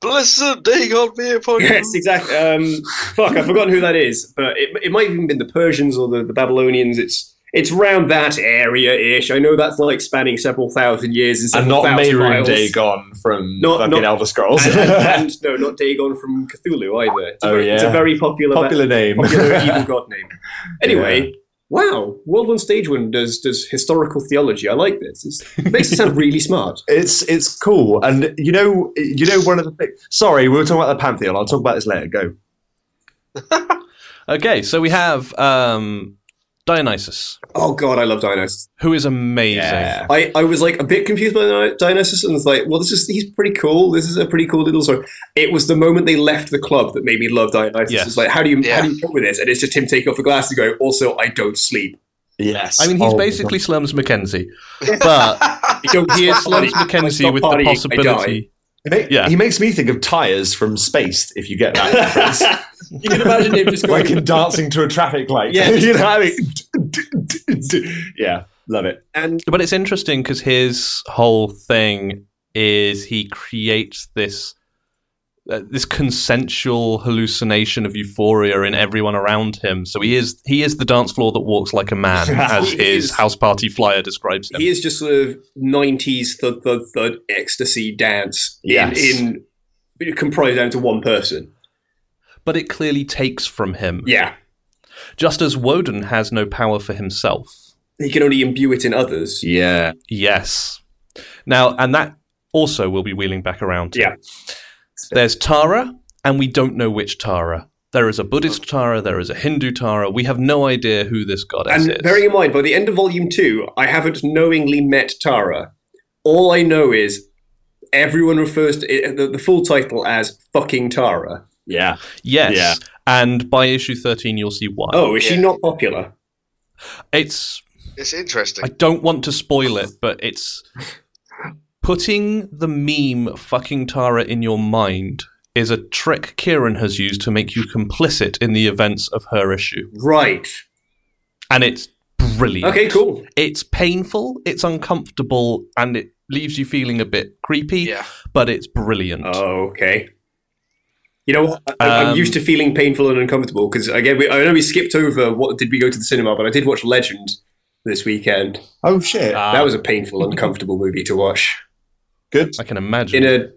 Speaker 4: Blessed day God be upon you. [LAUGHS]
Speaker 3: yes, exactly. Um, fuck, I've forgotten who that is, but it, it might have even been the Persians or the, the Babylonians. It's it's round that area ish. I know that's like spanning several thousand years and
Speaker 1: and
Speaker 3: several
Speaker 1: not
Speaker 3: thousand
Speaker 1: Meru
Speaker 3: miles.
Speaker 1: Dagon from
Speaker 3: Not-
Speaker 1: fucking
Speaker 3: not-
Speaker 1: Elder Scrolls.
Speaker 3: And,
Speaker 1: [LAUGHS]
Speaker 3: and- and no, not Dagon from Cthulhu either. It's a,
Speaker 1: Oh,
Speaker 3: very, it's a
Speaker 1: yeah.
Speaker 3: very popular,
Speaker 1: Popular name.
Speaker 3: popular
Speaker 1: [LAUGHS]
Speaker 3: evil god name. Anyway, wow, World One Stage One does does historical theology. I like this. It's, it makes it sound really smart.
Speaker 1: It's it's cool, and you know you know one of the things. Sorry, we were talking about the pantheon. I'll talk about this later. Go.
Speaker 2: Okay, so we have um, Dionysus,
Speaker 3: Oh god, I love Dionysus.
Speaker 2: who is amazing.
Speaker 3: I, I was like a bit confused by Dion- Dionysus and was like, well, this is he's pretty cool. This is a pretty cool little story. It was the moment they left the club that made me love Dionysus.
Speaker 2: Yes.
Speaker 3: It's like, how do you
Speaker 4: Yeah.
Speaker 3: how do you cope with this? And it's just him take off the glasses and go, also I don't sleep.
Speaker 1: Yes.
Speaker 2: I mean, he's
Speaker 1: Oh my
Speaker 2: basically Slums Mackenzie, but
Speaker 3: I don't
Speaker 2: he [LAUGHS]
Speaker 3: hear
Speaker 2: is Slums
Speaker 3: Sludge
Speaker 2: Mackenzie with the possibility.
Speaker 1: God. He, ma-
Speaker 2: yeah.
Speaker 1: he makes me think of tires from Space. If you get that, [LAUGHS] reference.
Speaker 3: you can imagine him just
Speaker 1: like
Speaker 3: going
Speaker 1: in dancing to a traffic light. [LAUGHS]
Speaker 3: Yeah.
Speaker 1: you know. What I mean? [LAUGHS] yeah, love it.
Speaker 3: and
Speaker 2: But it's interesting because his whole thing is he creates this uh, this consensual hallucination of euphoria in everyone around him. So he is he is the dance floor that walks like a man, as
Speaker 3: [LAUGHS] He
Speaker 2: his
Speaker 3: is.
Speaker 2: house party flyer describes him.
Speaker 3: he is just sort of nineties thud thud thud ecstasy dance
Speaker 1: Yes.
Speaker 3: in, in comprised down to one person.
Speaker 2: but it clearly takes from him,
Speaker 3: Yeah.
Speaker 2: just as Woden has no power for himself.
Speaker 3: He can only imbue it in others.
Speaker 1: Yeah.
Speaker 2: Yes. Now, and that also will be wheeling back around. to.
Speaker 3: Yeah.
Speaker 2: There's Tara, and we don't know which Tara. There is a Buddhist Tara, there is a Hindu Tara. We have no idea who this goddess
Speaker 3: And
Speaker 2: is.
Speaker 3: bearing in mind, by the end of volume two, I haven't knowingly met Tara. All I know is everyone refers to it, the, the full title as fucking Tara.
Speaker 1: Yeah.
Speaker 2: yes.
Speaker 1: Yeah.
Speaker 2: And by issue 13, you'll see why.
Speaker 3: Oh, is she
Speaker 4: Yeah.
Speaker 3: not popular?
Speaker 2: It's
Speaker 4: It's interesting.
Speaker 2: I don't want to spoil it, but it's putting the meme fucking Tara in your mind is a trick Kieran has used to make you complicit in the events of her issue.
Speaker 3: Right.
Speaker 2: And it's brilliant.
Speaker 3: Okay, cool.
Speaker 2: It's painful, it's uncomfortable, and it leaves you feeling a bit creepy,
Speaker 4: yeah.
Speaker 2: but it's brilliant.
Speaker 3: Oh, okay. You know, what? I, I'm
Speaker 2: Um,
Speaker 3: used to feeling painful and uncomfortable because again, we, I know we skipped over what did we go to the cinema, but I did watch Legend this weekend.
Speaker 6: Oh shit!
Speaker 2: Ah,
Speaker 3: that was a painful, uncomfortable movie to watch.
Speaker 6: Good.
Speaker 2: I can
Speaker 3: In
Speaker 2: imagine.
Speaker 3: a,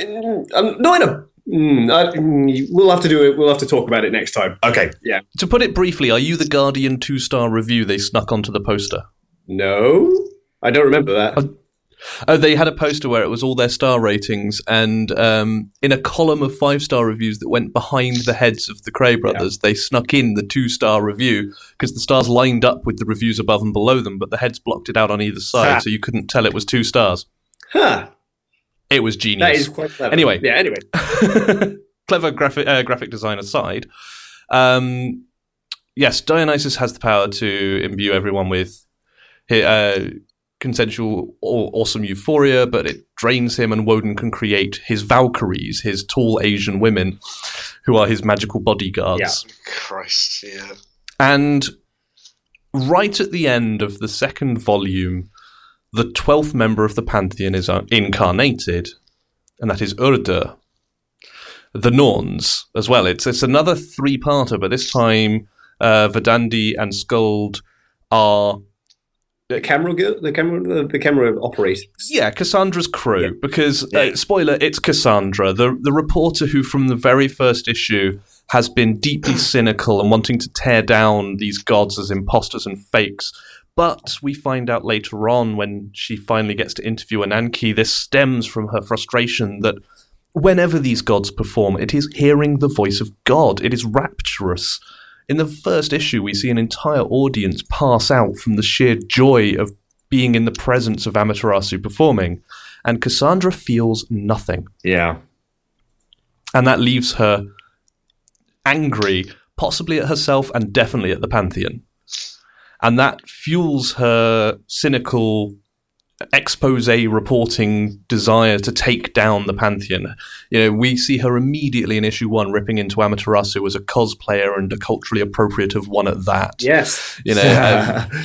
Speaker 3: in, um, no, in a. Mm, I, mm, we'll have to do it. We'll have to talk about it next time.
Speaker 6: Okay.
Speaker 2: to put it briefly, are you the Guardian two star review they snuck onto the poster?
Speaker 3: No, I don't remember that.
Speaker 2: Oh, Oh, they had a poster where it was all their star ratings, and um, in a column of five star reviews that went behind the heads of the Cray brothers, they snuck in the two star review because the stars lined up with the reviews above and below them, but the heads blocked it out on either side, so you couldn't tell it was two stars.
Speaker 3: Huh,
Speaker 2: It was
Speaker 3: that
Speaker 2: genius.
Speaker 3: is quite clever.
Speaker 2: Anyway.
Speaker 3: yeah. Anyway,
Speaker 2: [LAUGHS] Clever graphic uh, graphic design aside, um, yes, Dionysus has the power to imbue everyone with hi- uh, consensual or awesome euphoria, but it drains him, and Woden can create his Valkyries, his tall Asian women, who are his magical bodyguards.
Speaker 4: Christ. Yeah.
Speaker 2: And right at the end of the second volume, the twelfth member of the pantheon is uh, incarnated, and that is Urda, the Norns as well. It's it's another three-parter, but this time uh, Vedandi and Skuld are
Speaker 3: the camera girl, the camera, the, the camera operator.
Speaker 2: yeah Cassandra's crew
Speaker 3: Yeah.
Speaker 2: because
Speaker 3: Yeah.
Speaker 2: Uh, spoiler, it's Cassandra, the the reporter who from the very first issue has been
Speaker 3: [CLEARS THROAT]
Speaker 2: deeply cynical and wanting to tear down these gods as imposters and fakes. But we find out later on when she finally gets to interview Ananki, this stems from her frustration that whenever these gods perform, it is hearing the voice of God. It is rapturous. In the first issue, we see an entire audience pass out from the sheer joy of being in the presence of Amaterasu performing, and Cassandra feels nothing
Speaker 6: Yeah.
Speaker 2: and that leaves her angry, possibly at herself and definitely at the Pantheon. And that fuels her cynical expose reporting desire to take down the Pantheon. You know, we see her immediately in issue one ripping into Amaterasu as a cosplayer and a culturally appropriative one at that.
Speaker 3: Yes.
Speaker 2: You know,
Speaker 3: [LAUGHS]
Speaker 2: um,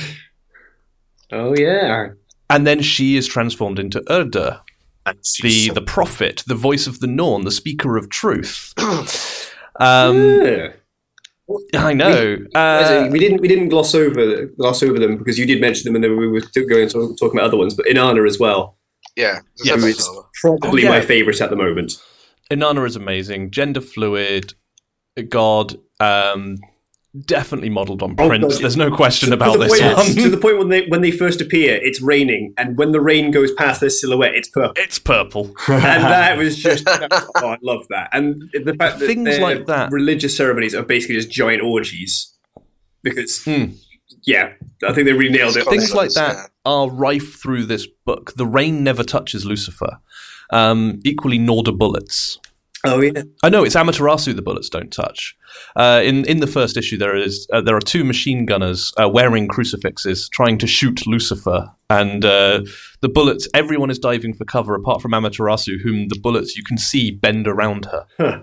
Speaker 3: Oh yeah.
Speaker 2: and then she is transformed into Urda, the
Speaker 6: the
Speaker 2: the prophet, the voice of the Norn, the speaker of
Speaker 3: [CLEARS THROAT]
Speaker 2: truth. Um,
Speaker 3: Yeah.
Speaker 2: I know.
Speaker 3: As
Speaker 2: Uh,
Speaker 3: in, we didn't we didn't gloss over gloss over them because you did mention them and then we were still going to talk about other ones, but Inanna as well,
Speaker 4: Yeah.
Speaker 2: Yeah,
Speaker 3: who
Speaker 4: That's
Speaker 3: is
Speaker 4: another one.
Speaker 3: probably
Speaker 2: Oh, yeah.
Speaker 3: my favourite at the moment.
Speaker 2: Inanna is amazing. Gender fluid, God, um, definitely modelled on
Speaker 3: Oh,
Speaker 2: Prince.
Speaker 3: God.
Speaker 2: There's no question about
Speaker 3: to, the
Speaker 2: this
Speaker 3: point, to
Speaker 2: one.
Speaker 3: the point when they when they first appear, it's raining, and when the rain goes past their silhouette, it's purple.
Speaker 2: [LAUGHS] it's
Speaker 3: [LAUGHS]
Speaker 2: purple. [LAUGHS]
Speaker 1: [LAUGHS]
Speaker 3: and that was just oh, I love that. And the fact that
Speaker 2: Things
Speaker 3: their
Speaker 2: like that.
Speaker 3: religious ceremonies are basically just giant orgies because
Speaker 2: Hmm.
Speaker 3: yeah, I think they really nailed it.
Speaker 4: It's
Speaker 2: Things like
Speaker 4: understand.
Speaker 2: that are rife through this book. The rain never touches Lucifer. Um, equally, nor do bullets.
Speaker 3: Oh yeah,
Speaker 2: Oh no, it's Amaterasu the bullets don't touch. Uh, in in the first issue, there is uh, there are two machine gunners uh, wearing crucifixes trying to shoot Lucifer, and uh, the bullets. Everyone is diving for cover apart from Amaterasu, whom the bullets you can see bend around her.
Speaker 3: Huh.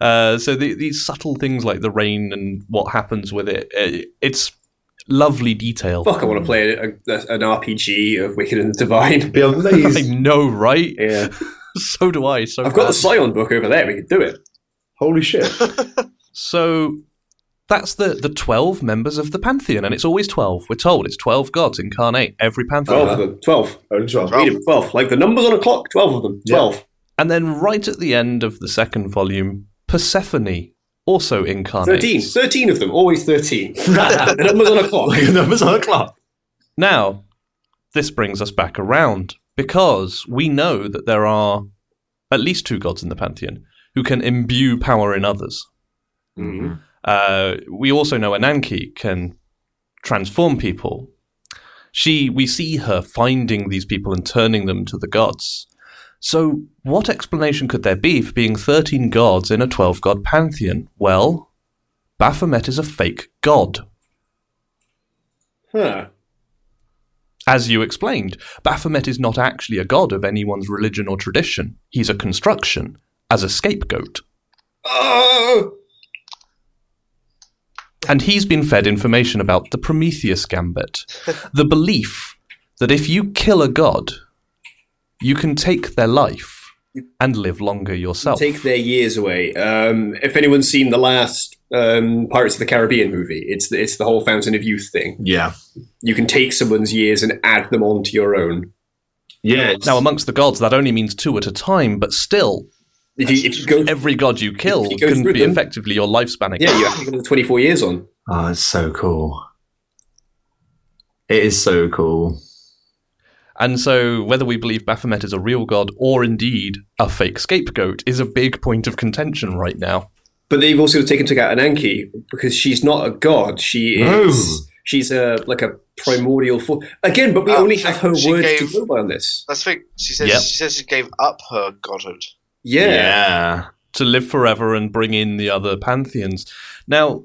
Speaker 2: Uh, so the, these subtle things like the rain and what happens with it, uh, it's lovely detail. [LAUGHS]
Speaker 3: fuck! I want to play a, a, an RPG of Wicked and the Divine.
Speaker 6: be amazed.
Speaker 2: I know, right?
Speaker 3: [LAUGHS] Yeah.
Speaker 2: [LAUGHS] So do I. So
Speaker 3: I've got the
Speaker 2: bad.
Speaker 3: Scion book over there. We could do it.
Speaker 6: Holy shit!
Speaker 2: So that's the the twelve members of the pantheon, and it's always twelve. We're told it's twelve gods incarnate every pantheon.
Speaker 3: Twelve of them. Twelve.
Speaker 6: Uh-huh. Only twelve.
Speaker 3: Read 'em, Twelve. Like the numbers on a clock. Twelve of them.
Speaker 6: Yeah.
Speaker 3: Twelve.
Speaker 2: And then right at the end of the second volume, Persephone also incarnates.
Speaker 3: Thirteen. Thirteen of them. Always thirteen. the numbers on a clock.
Speaker 6: Like the numbers on a clock.
Speaker 2: Now, this brings us back around because we know that there are at least two gods in the pantheon who can imbue power in others.
Speaker 1: Mm-hmm.
Speaker 2: Uh, we also know Ananki can transform people. She, we see her finding these people and turning them to the gods. So, what explanation could there be for being 13 gods in a 12 god pantheon? Well, Baphomet is a fake god.
Speaker 3: Huh.
Speaker 2: As you explained, Baphomet is not actually a god of anyone's religion or tradition. He's a construction, as a scapegoat.
Speaker 3: Oh!
Speaker 2: And he's been fed information about the Prometheus Gambit,
Speaker 3: [LAUGHS]
Speaker 2: the belief that if you kill a god, you can take their life and live longer yourself.
Speaker 3: Take their years away. Um, if anyone's seen the last um, Pirates of the Caribbean movie, it's the, it's the whole Fountain of Youth thing.
Speaker 6: Yeah.
Speaker 3: You can take someone's years and add them onto your own.
Speaker 6: Yeah.
Speaker 2: now, amongst the gods, that only means two at a time, but still,
Speaker 3: If you, if you go,
Speaker 2: every god you kill
Speaker 3: If you go
Speaker 2: can
Speaker 3: through
Speaker 2: be
Speaker 3: them.
Speaker 2: effectively your lifespan again.
Speaker 3: yeah, you have to go 24 years on.
Speaker 6: Oh, it's so cool. It is so cool.
Speaker 2: And so, whether we believe Baphomet is a real god or indeed a fake scapegoat is a big point of contention right now.
Speaker 3: But they've also taken took out Ananki because she's not a god. She
Speaker 6: No.
Speaker 3: is. She's a like a primordial force again. But we
Speaker 4: Uh,
Speaker 3: only
Speaker 4: she-
Speaker 3: have her
Speaker 4: she
Speaker 3: words
Speaker 4: gave-
Speaker 3: to go by on this.
Speaker 4: That's the thing. She says
Speaker 2: Yep.
Speaker 4: she says she gave up her godhood.
Speaker 3: Yeah.
Speaker 6: Yeah.
Speaker 2: to live forever and bring in the other pantheons. Now,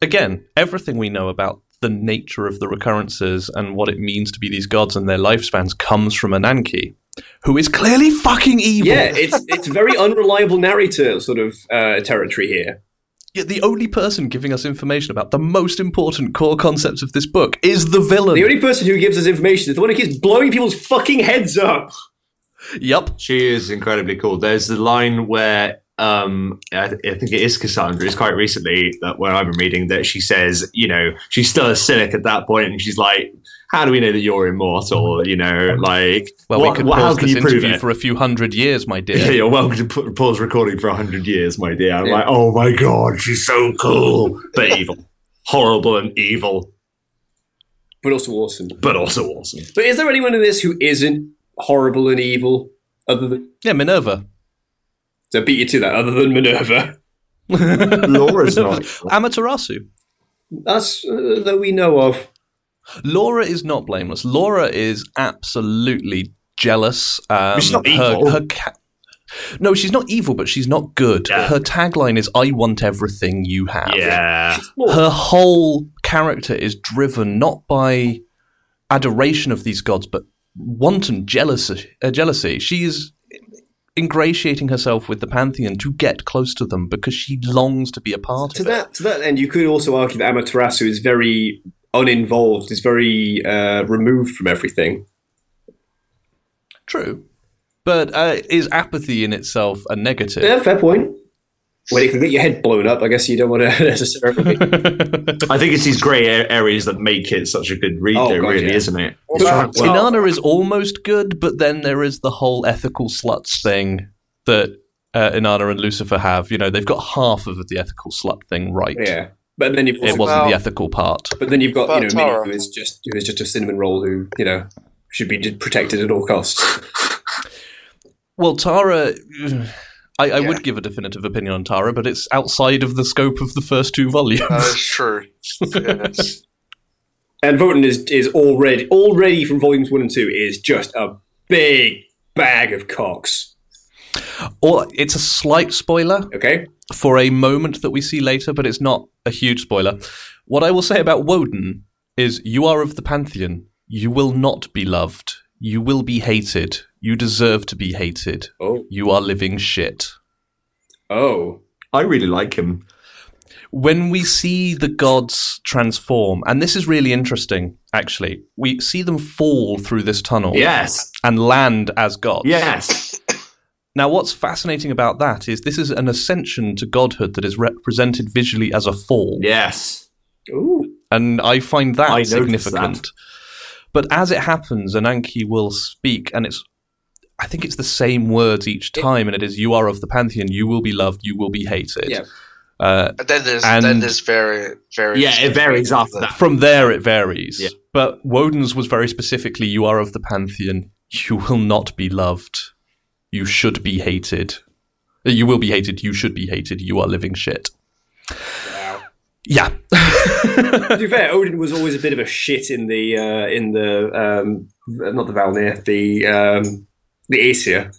Speaker 2: again, everything we know about the nature of the recurrences and what it means to be these gods and their lifespans comes from Ananki, who is clearly fucking evil.
Speaker 3: Yeah, it's it's very unreliable narrator sort of uh, territory here.
Speaker 2: Yet the only person giving us information about the most important core concepts of this book is the villain.
Speaker 3: The only person who gives us information is the one who keeps blowing people's fucking heads up.
Speaker 2: yep.
Speaker 6: She is incredibly cool. There's the line where um, I, th- I think it is Cassandra. It's quite recently that where I've been reading that she says, you know, she's still a cynic at that point, and she's like, "How do we know that you're immortal? You know, like,
Speaker 2: Well,
Speaker 6: what-
Speaker 2: we could
Speaker 6: what-
Speaker 2: pause
Speaker 6: how can
Speaker 2: this
Speaker 6: you prove
Speaker 2: interview
Speaker 6: it?
Speaker 2: for a few hundred years,
Speaker 6: [LAUGHS]
Speaker 2: my
Speaker 6: yeah,
Speaker 2: dear.
Speaker 6: you're welcome to put, pause recording for hundred years, my dear." I'm
Speaker 3: Yeah.
Speaker 6: like, "Oh my god, she's so cool, but evil, horrible and evil,
Speaker 3: But also awesome.
Speaker 6: but also awesome."
Speaker 3: But is there anyone in this who isn't horrible and evil? Other than
Speaker 2: yeah, Minerva.
Speaker 6: [LAUGHS]
Speaker 3: so beat you to that. Other than Minerva,
Speaker 6: [LAUGHS] Laura's not.
Speaker 2: Amaterasu.
Speaker 3: that's uh, that we know of.
Speaker 2: Laura is not blameless. Laura is absolutely jealous. Um,
Speaker 6: She's not
Speaker 2: her-
Speaker 6: evil.
Speaker 2: her ca- no, she's not evil, but she's not good.
Speaker 6: Yeah.
Speaker 2: Her tagline is "I want everything you have."
Speaker 6: Yeah,
Speaker 2: Her whole character is driven not by adoration of these gods, but wanton jealousy. Uh, jealousy. She is ingratiating herself with the pantheon to get close to them because she longs to be a part
Speaker 3: To
Speaker 2: of it.
Speaker 3: that to that end, you could also argue that Amaterasu is very uninvolved. Is very uh, removed from everything.
Speaker 2: True, but uh, is apathy in itself a negative?
Speaker 3: Yeah, fair point. When you can get your head blown up, I guess you don't want to [LAUGHS] necessarily.
Speaker 6: I think it's these grey a- areas that make it such a good read,
Speaker 3: Oh,
Speaker 6: though,
Speaker 3: God,
Speaker 6: really,
Speaker 3: yeah.
Speaker 6: isn't it?
Speaker 4: What about-
Speaker 6: Well-
Speaker 2: Inanna is almost good, but then there is the whole ethical sluts thing that uh, Inanna and Lucifer have. You know, they've got half of the ethical slut thing right.
Speaker 3: yeah, but then you've
Speaker 2: It
Speaker 3: also,
Speaker 2: wasn't
Speaker 4: Well-
Speaker 2: the ethical part.
Speaker 3: but then you've got you know Minnie,
Speaker 4: But Tara-
Speaker 3: who is just who is just a cinnamon roll who you know should be just protected at all costs. [LAUGHS]
Speaker 2: Well, Tara, [SIGHS] I, I
Speaker 4: Yeah.
Speaker 2: would give a definitive opinion on Tara, but it's outside of the scope of the first two volumes. [LAUGHS]
Speaker 4: That is true. Yes.
Speaker 3: And Votan is is already already from volumes one and two is just a big bag of cocks.
Speaker 2: or it's a slight spoiler,
Speaker 3: Okay,
Speaker 2: for a moment that we see later, but it's not a huge spoiler. What I will say about Woden is you are of the Pantheon. You will not be loved. You will be hated. You deserve to be hated.
Speaker 3: oh
Speaker 2: You are living shit.
Speaker 3: oh,
Speaker 6: I really like him.
Speaker 2: When we see the gods transform, and this is really interesting, actually, we see them fall through this tunnel
Speaker 6: Yes,
Speaker 2: and land as gods.
Speaker 6: yes.
Speaker 2: Now, what's fascinating about that is this is an ascension to godhood that is represented visually as a fall.
Speaker 6: Yes.
Speaker 3: ooh,
Speaker 2: and I find that
Speaker 6: I noticed
Speaker 2: significant.
Speaker 6: that.
Speaker 2: But as it happens, Ananki will speak, and it's I think it's the same words each time, and it is "You are of the pantheon. You will be loved. You will be hated."
Speaker 3: Yeah.
Speaker 2: Uh,
Speaker 4: And then there's
Speaker 2: And-
Speaker 4: then there's very very
Speaker 6: Yeah, it varies after that.
Speaker 2: from there, it varies.
Speaker 6: Yeah.
Speaker 2: But Woden's was very specifically, "You are of the pantheon. You will not be loved. You should be hated. Uh, You will be hated. You should be hated. You are living shit."
Speaker 3: wow.
Speaker 2: Yeah. [LAUGHS]
Speaker 3: to be fair, Odin was always a bit of a shit in the uh, in the um, not the Valnir, the um, the Aesir.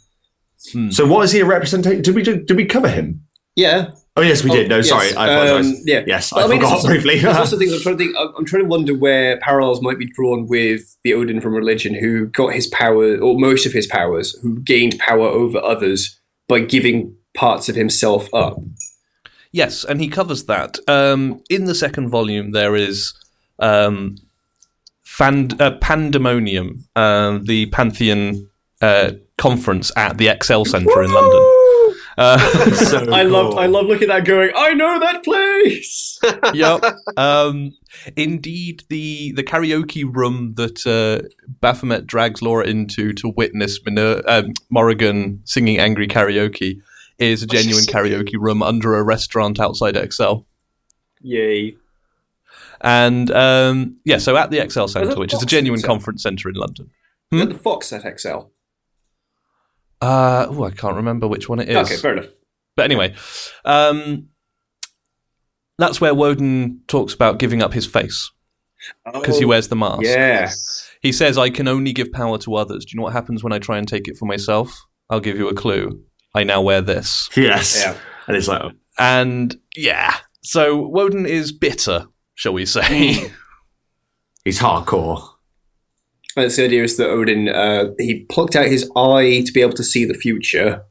Speaker 2: Hmm.
Speaker 1: So what is he a representation? Did we do, did we cover him?
Speaker 3: Yeah.
Speaker 1: Oh yes, we
Speaker 3: Oh,
Speaker 1: did. No,
Speaker 3: yes.
Speaker 1: sorry, I apologise.
Speaker 3: Um, yeah.
Speaker 1: Yes,
Speaker 3: Well,
Speaker 1: I,
Speaker 3: I mean, it's
Speaker 1: forgot [LAUGHS]
Speaker 3: also-
Speaker 1: briefly.
Speaker 3: There's also things I'm trying to think. I'm I'm trying to wonder where parallels might be drawn with the Odin from religion, who got his power or most of his powers, who gained power over others by giving parts of himself up.
Speaker 2: Yes, and he covers that. Um, in the second volume, there is um, fan- uh, Pandemonium, um, the Pantheon uh, conference at the XL Centre in London.
Speaker 1: [LAUGHS]
Speaker 2: Uh,
Speaker 1: So
Speaker 3: I love
Speaker 1: cool.
Speaker 3: I love looking at that going. I know that place.
Speaker 2: yep. Um, indeed, the the karaoke room that uh, Baphomet drags Laura into to witness Miner- um, Morrigan singing angry karaoke is a
Speaker 4: she's
Speaker 2: genuine karaoke room under a restaurant outside Excel.
Speaker 3: Yay.
Speaker 2: And um, yeah, so at the Excel Centre,
Speaker 3: that
Speaker 2: which is a
Speaker 3: Fox
Speaker 2: genuine
Speaker 3: Centre?
Speaker 2: conference centre in London.
Speaker 3: Is
Speaker 2: Hmm?
Speaker 3: that the Fox at XL.
Speaker 2: Uh, oh, I can't remember which one it is.
Speaker 3: Okay, fair enough.
Speaker 2: But anyway, um, that's where Woden talks about giving up his face because he wears the mask.
Speaker 3: Yeah.
Speaker 2: He says, I can only give power to others. Do you know what happens when I try and take it for myself? I'll give you a clue. I now wear this.
Speaker 1: Yes,
Speaker 3: Yeah.
Speaker 1: and it's like
Speaker 2: And yeah, so Woden is bitter, shall we say.
Speaker 1: he's hardcore.
Speaker 3: That's the idea is that Odin uh, he plucked out his eye to be able to see the future,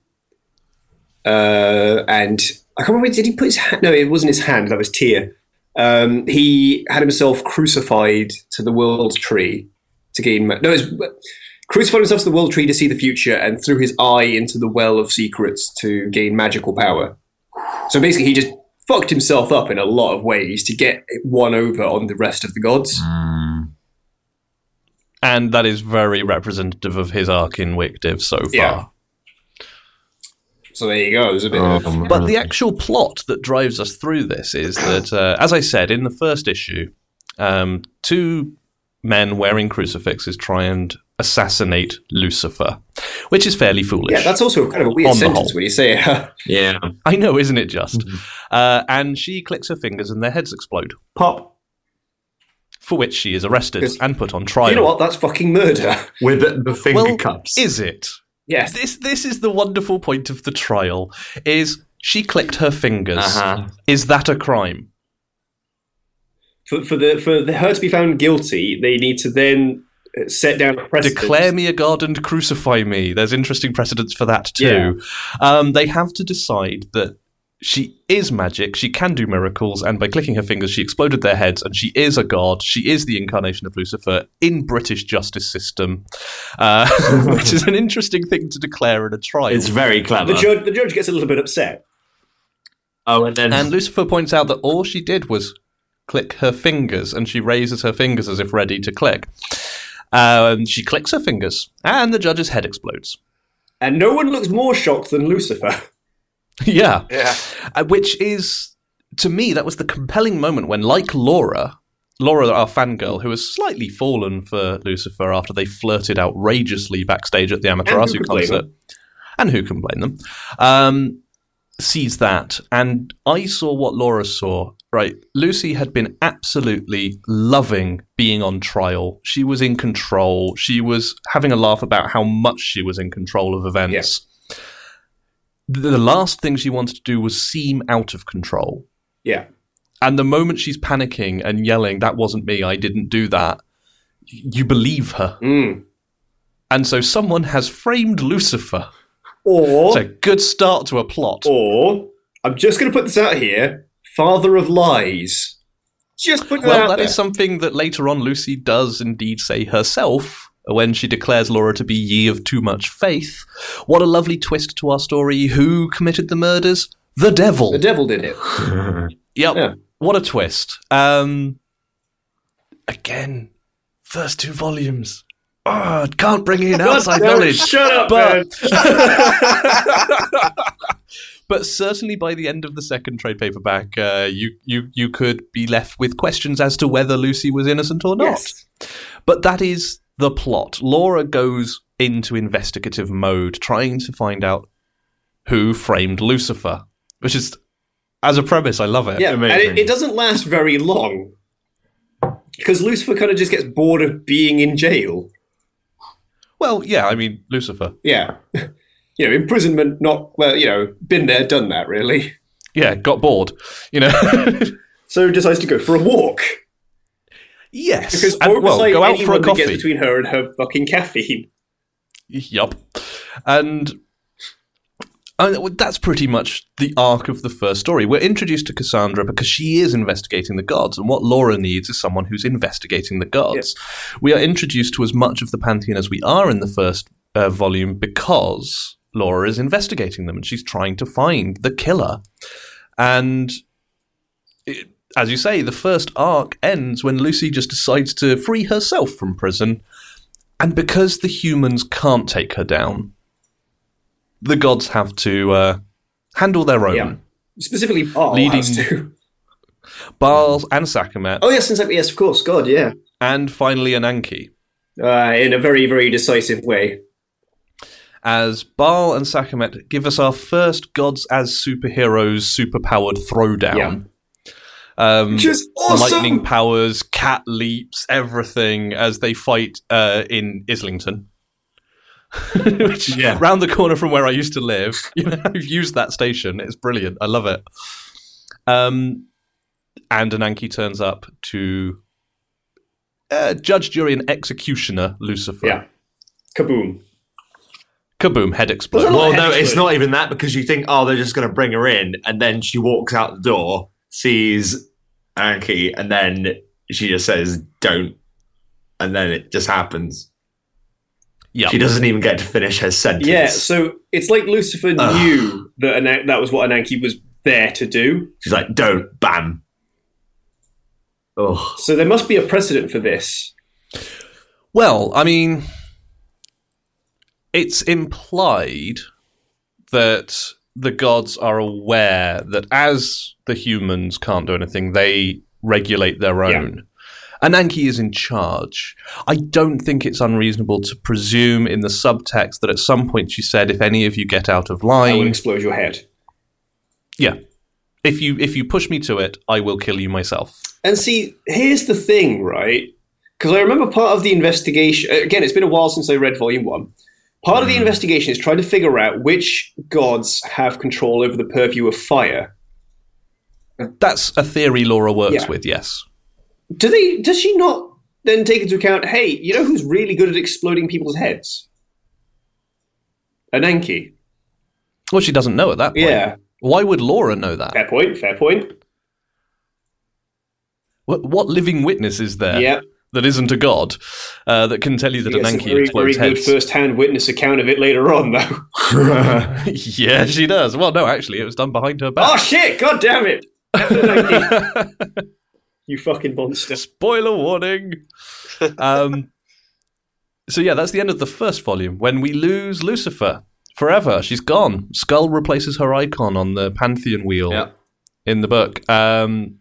Speaker 3: uh, and I can't remember did he put his hand? No, it wasn't his hand. That was tear. Um, he had himself crucified to the world tree to gain. No, it was, crucified himself to the world tree to see the future, and threw his eye into the well of secrets to gain magical power. So basically, he just fucked himself up in a lot of ways to get one over on the rest of the gods.
Speaker 2: [LAUGHS] and that is very representative of his arc in Wick Div so far.
Speaker 3: Yeah. So there you go. There's a bit of
Speaker 2: But the actual plot that drives us through this is that, uh, as I said in the first issue, um, two men wearing crucifixes try and assassinate Lucifer, which is fairly foolish.
Speaker 3: Yeah, that's also kind of a weird
Speaker 2: On the
Speaker 3: sentence
Speaker 2: whole.
Speaker 3: when you say [LAUGHS] it.
Speaker 6: Yeah.
Speaker 2: [LAUGHS] I know, isn't it just? Uh, and she clicks her fingers and their heads explode,
Speaker 1: Pop
Speaker 2: for which she is arrested
Speaker 3: Yes.
Speaker 2: and put on trial.
Speaker 3: you know what? That's fucking murder. [LAUGHS]
Speaker 1: with the, the finger
Speaker 2: Well,
Speaker 1: cups.
Speaker 2: Is it?
Speaker 3: Yes.
Speaker 2: This this is the wonderful point of the trial is she clicked her fingers.
Speaker 6: Uh-huh.
Speaker 2: Is that a crime?
Speaker 3: For, for the for the, her to be found guilty, they need to then uh, set down a precedent.
Speaker 2: Declare me a god and crucify me. There's interesting precedents for that too. Um, they have to decide that she is magic, she can do miracles, and by clicking her fingers, she exploded their heads, and she is a god. She is the incarnation of Lucifer in British justice system, uh, [LAUGHS] which is an interesting thing to declare in a trial.
Speaker 6: It's very clever.
Speaker 3: The judge the judge gets a little bit upset.
Speaker 6: oh, and then
Speaker 2: and Lucifer points out that all she did was click her fingers, and she raises her fingers as if ready to click. Um, she clicks her fingers, and the judge's head explodes. [LAUGHS]
Speaker 3: And no one looks more shocked than Lucifer. [LAUGHS]
Speaker 2: yeah.
Speaker 4: Yeah.
Speaker 2: Uh, which is to me that was the compelling moment when like laura laura our fangirl who has slightly fallen for lucifer after they flirted outrageously backstage at the amaterasu
Speaker 3: could blame
Speaker 2: concert and who can blame them um, sees that and i saw what laura saw right lucy had been absolutely loving being on trial she was in control she was having a laugh about how much she was in control of events
Speaker 3: Yes.
Speaker 2: the the last thing she wanted to do was seem out of control.
Speaker 3: Yeah.
Speaker 2: And the moment she's panicking and yelling, that wasn't me, I didn't do that, you believe her.
Speaker 3: Mm.
Speaker 2: And so someone has framed Lucifer.
Speaker 3: Or
Speaker 2: It's a good start to a plot.
Speaker 3: or I'm just going to put this out here: father of lies. Just put that
Speaker 2: well,
Speaker 3: out
Speaker 2: that
Speaker 3: there.
Speaker 2: is something that later on Lucy does indeed say herself when she declares Laura to be ye of too much faith. What a lovely twist to our story. Who committed the murders? The devil.
Speaker 3: the devil did it.
Speaker 2: Yep.
Speaker 3: Yeah.
Speaker 2: What a twist. Um, again, first two volumes. Oh, can't bring
Speaker 3: [LAUGHS]
Speaker 2: in outside knowledge.
Speaker 3: Shut up, man.
Speaker 2: But, [LAUGHS] but certainly by the end of the second trade paperback, uh, you, you, you could be left with questions as to whether Lucy was innocent or not.
Speaker 3: Yes.
Speaker 2: But that is the plot. Laura goes into investigative mode, trying to find out who framed Lucifer, which is, as a premise, I love it.
Speaker 3: Yeah, and
Speaker 6: Amazing.
Speaker 3: it, it doesn't last very long because Lucifer kind of just gets bored of being in jail.
Speaker 2: Well, yeah, I mean, Lucifer.
Speaker 3: Yeah, [LAUGHS] you know, imprisonment, not, well, you know, been there, done that, really.
Speaker 2: Yeah, got bored. You know.
Speaker 3: So decides to go for a walk.
Speaker 2: yes.
Speaker 3: Because
Speaker 2: and,
Speaker 3: Oprah's
Speaker 2: well,
Speaker 3: like
Speaker 2: go out for
Speaker 3: anyone
Speaker 2: a
Speaker 3: that gets
Speaker 2: coffee.
Speaker 3: between her and her fucking caffeine.
Speaker 2: Yup. And, and well, that's pretty much the arc of the first story. We're introduced to Cassandra because she is investigating the gods, and what Laura needs is someone who's investigating the gods. We are introduced to as much of the pantheon as we are in the first uh, volume because Laura is investigating them and she's trying to find the killer. And it, as you say, the first arc ends when Lucy just decides to free herself from prison and because the humans can't take her down, the gods have to uh, handle their own.
Speaker 3: Yeah. Specifically, Baal
Speaker 2: Leading-
Speaker 3: has to. [LAUGHS]
Speaker 2: Baal and Sakamet,
Speaker 3: Oh, yes, exactly. Yes, of course. God, yeah.
Speaker 2: and finally Ananki.
Speaker 3: Uh, in a very, very decisive way.
Speaker 2: As Baal and Sakamet give us our first gods as superheroes superpowered throwdown. Um,
Speaker 3: Which is awesome!
Speaker 2: Lightning powers, cat leaps, everything as they fight uh, in Islington. [LAUGHS] Which
Speaker 1: Yeah.
Speaker 2: round the corner from where I used to live. [LAUGHS] You know, I've used that station. It's brilliant. I love it. Um, and Ananki turns up to uh, judge, jury, and executioner Lucifer.
Speaker 3: Yeah. Kaboom.
Speaker 2: Kaboom! Head explodes.
Speaker 3: There's a lot
Speaker 6: Well,
Speaker 3: of
Speaker 6: no, it's
Speaker 3: extra-
Speaker 6: not even that because you think, oh, they're just going to bring her in, and then she walks out the door, sees Anki, and then she just says, "Don't," and then it just happens.
Speaker 2: Yeah.
Speaker 6: She doesn't even get to finish her sentence.
Speaker 3: Yeah, so it's like Lucifer knew that Anan- that was what Ananki was there to do.
Speaker 6: she's like, "Don't," bam. Oh,
Speaker 3: So there must be a precedent for this.
Speaker 2: Well, I mean, it's implied that the gods are aware that as the humans can't do anything, they regulate their
Speaker 3: Yeah.
Speaker 2: own. Ananki is in charge. I don't think it's unreasonable to presume in the subtext that at some point she said, "If any of you get out of
Speaker 3: I will
Speaker 2: line,
Speaker 3: explode your head.
Speaker 2: yeah, if you if you push me to it, I will kill you myself."
Speaker 3: And see, here's the thing, right? Because I remember part of the investigation. uh, Again, it's been a while since I read Volume One. Part
Speaker 2: Mm.
Speaker 3: of the investigation is trying to figure out which gods have control over the purview of fire.
Speaker 2: That's a theory Laura works
Speaker 3: Yeah.
Speaker 2: with. Yes.
Speaker 3: Do they? Does she not then take into account? Hey, you know who's really good at exploding people's heads? Ananki.
Speaker 2: Well, she doesn't know at that point.
Speaker 3: Yeah.
Speaker 2: Why would Laura know that?
Speaker 3: Fair point. Fair point.
Speaker 2: What, what living witness is there
Speaker 3: Yeah.
Speaker 2: that isn't a god uh, that can tell you that
Speaker 3: Yes,
Speaker 2: an
Speaker 3: a
Speaker 2: Anki
Speaker 3: very, very
Speaker 2: explodes
Speaker 3: good
Speaker 2: [LAUGHS] heads?
Speaker 3: first-hand witness account of it later on, though.
Speaker 2: [LAUGHS] yeah, she does. Well, no, actually, it was done behind her
Speaker 3: oh
Speaker 2: back.
Speaker 3: shit! God
Speaker 2: [LAUGHS]
Speaker 3: damn it! Ananki. you fucking monster.
Speaker 2: [LAUGHS] Spoiler warning. Um, so yeah, that's the end of the first volume when we lose Lucifer forever. She's gone. Skull replaces her icon on the pantheon wheel
Speaker 6: Yeah.
Speaker 2: in the book. Um,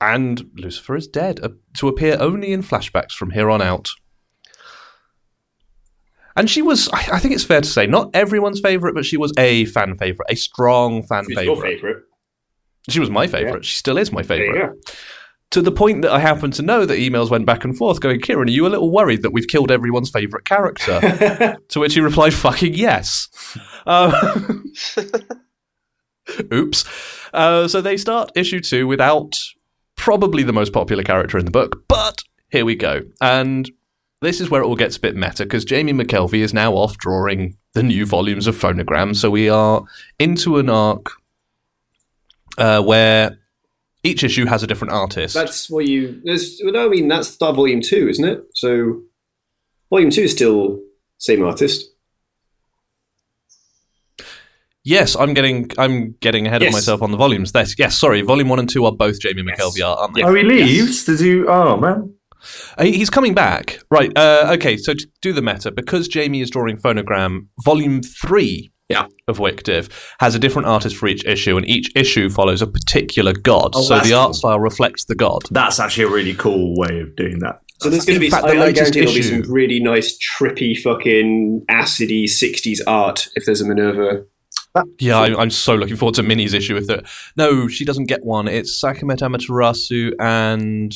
Speaker 2: and Lucifer is dead uh, to appear only in flashbacks from here on out. And she was, I I think it's fair to say, not everyone's favorite, but she was a fan favorite, a strong fan
Speaker 3: Who's
Speaker 2: favorite.
Speaker 3: your favorite?
Speaker 2: She was my favorite. She still is my
Speaker 3: There
Speaker 2: favorite
Speaker 3: you go.
Speaker 2: to the point that I happen to know that emails went back and forth going, Kieran, are you a little worried that we've killed everyone's favourite
Speaker 3: [LAUGHS]
Speaker 2: character? to which he replied, fucking yes. Uh, [LAUGHS] oops. Uh, so they start issue two without probably the most popular character in the book, but here we go. And this is where it all gets a bit meta because Jamie McKelvey is now off drawing the new volumes of Phonogram. So we are into an arc uh, where each issue has a different artist.
Speaker 3: That's what you. There's, well, no, I mean that's Star Volume Two, isn't it? So, Volume Two is still same artist.
Speaker 2: Yes, I'm getting I'm getting ahead
Speaker 3: Yes.
Speaker 2: of myself on the volumes. That's, yes, sorry, volume one and two are both Jamie
Speaker 3: Yes.
Speaker 2: McKelvey art, aren't they?
Speaker 6: oh, he leaves to do. Oh man,
Speaker 2: Uh, he- He's coming back, right? Uh, okay, so to do the meta because Jamie is drawing phonogram. Volume three
Speaker 6: Yeah.
Speaker 2: of Wick Div has a different artist for each issue, and each issue follows a particular god.
Speaker 6: Oh,
Speaker 2: so
Speaker 6: that's
Speaker 2: the art
Speaker 6: cool.
Speaker 2: style reflects the god.
Speaker 6: that's actually a really cool way of doing that.
Speaker 3: So there's going to
Speaker 2: In
Speaker 3: be.
Speaker 2: fact,
Speaker 3: I,
Speaker 2: the
Speaker 3: I
Speaker 2: latest
Speaker 3: guarantee there'll be
Speaker 2: issue-
Speaker 3: some really nice, trippy, fucking acidy '60s art if there's a Minerva.
Speaker 2: Yeah, I'm, I'm so looking forward to Minnie's issue with the. No, she doesn't get one. It's Sakamoto Amaterasu and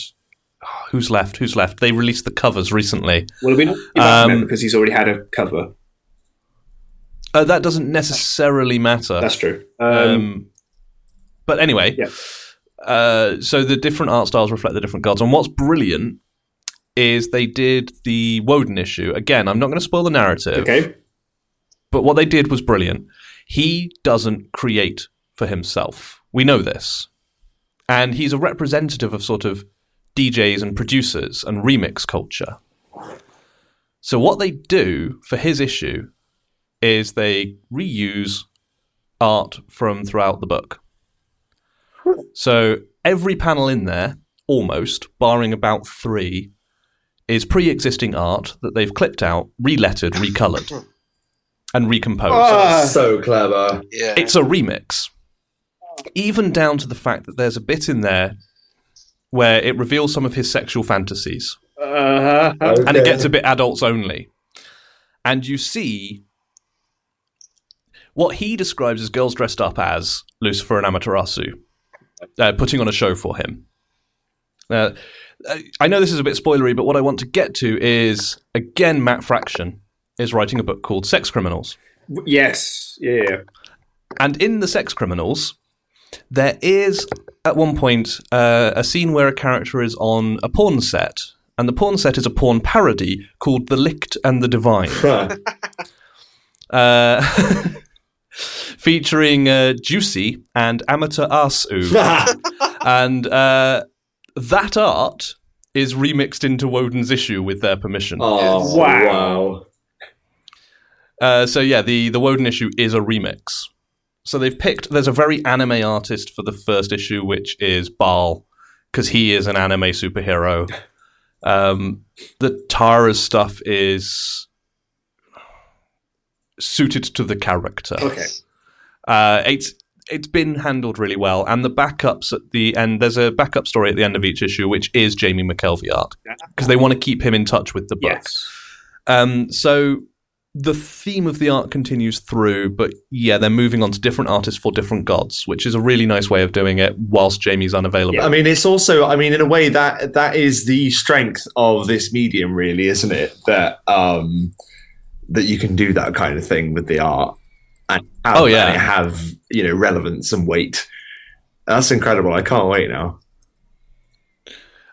Speaker 2: oh, who's left? Who's left? They released the covers recently.
Speaker 3: Well, we not about
Speaker 2: Um,
Speaker 3: Minerva because he's already had a cover.
Speaker 2: Uh, that doesn't necessarily matter.
Speaker 3: That's true.
Speaker 2: um,
Speaker 3: Um,
Speaker 2: but anyway,
Speaker 3: yeah.
Speaker 2: uh, so the different art styles reflect the different gods. And what's brilliant is they did the Woden issue. Again, I'm not going to spoil the narrative,
Speaker 3: okay.
Speaker 2: but what they did was brilliant. He doesn't create for himself. We know this. And he's a representative of sort of DJs and producers and remix culture. So, what they do for his issue is they reuse art from throughout the book. So, every panel in there, almost, barring about three, is pre existing art that they've clipped out, relettered, recoloured, and recomposed.
Speaker 6: so clever.
Speaker 4: Yeah.
Speaker 2: It's a remix. Even down to the fact that there's a bit in there where it reveals some of his sexual fantasies
Speaker 3: Uh,
Speaker 2: and it gets a bit adults only. And you see what he describes as girls dressed up as Lucifer and Amaterasu, uh, putting on a show for him. Uh, I- I know this is a bit spoilery, but what I want to get to is again, Matt Fraction is writing a book called Sex Criminals.
Speaker 3: yes. Yeah.
Speaker 2: And in the sex criminals, there is at one point uh, a scene where a character is on a porn set, and the porn set is a porn parody called "The Licked and the Divine," [LAUGHS] uh, [LAUGHS] featuring uh, Juicy and Amateur Asu, and uh, that art is remixed into Woden's issue with their permission.
Speaker 6: oh,
Speaker 3: Wow.
Speaker 6: wow.
Speaker 2: Uh, so yeah, the the Woden issue is a remix. So they've picked. There's a very anime artist for the first issue, which is Baal, because he is an anime superhero. Um, the Tara's stuff is suited to the character.
Speaker 3: Okay.
Speaker 2: Uh, it's it's been handled really well, and the backups at the end. There's a backup story at the end of each issue, which is Jamie McKelvey art, because they want to keep him in touch with the book.
Speaker 3: Yes.
Speaker 2: Um, so the theme of the art continues through, but yeah, they're moving on to different artists for different gods, which is a really nice way of doing it whilst Jamie's unavailable.
Speaker 6: I mean, it's also, I mean, in a way that that is the strength of this medium, really, isn't it? That um, that you can do that kind of thing with the art and have,
Speaker 2: Oh, yeah.
Speaker 6: and have you know relevance and weight. That's incredible. I can't wait now.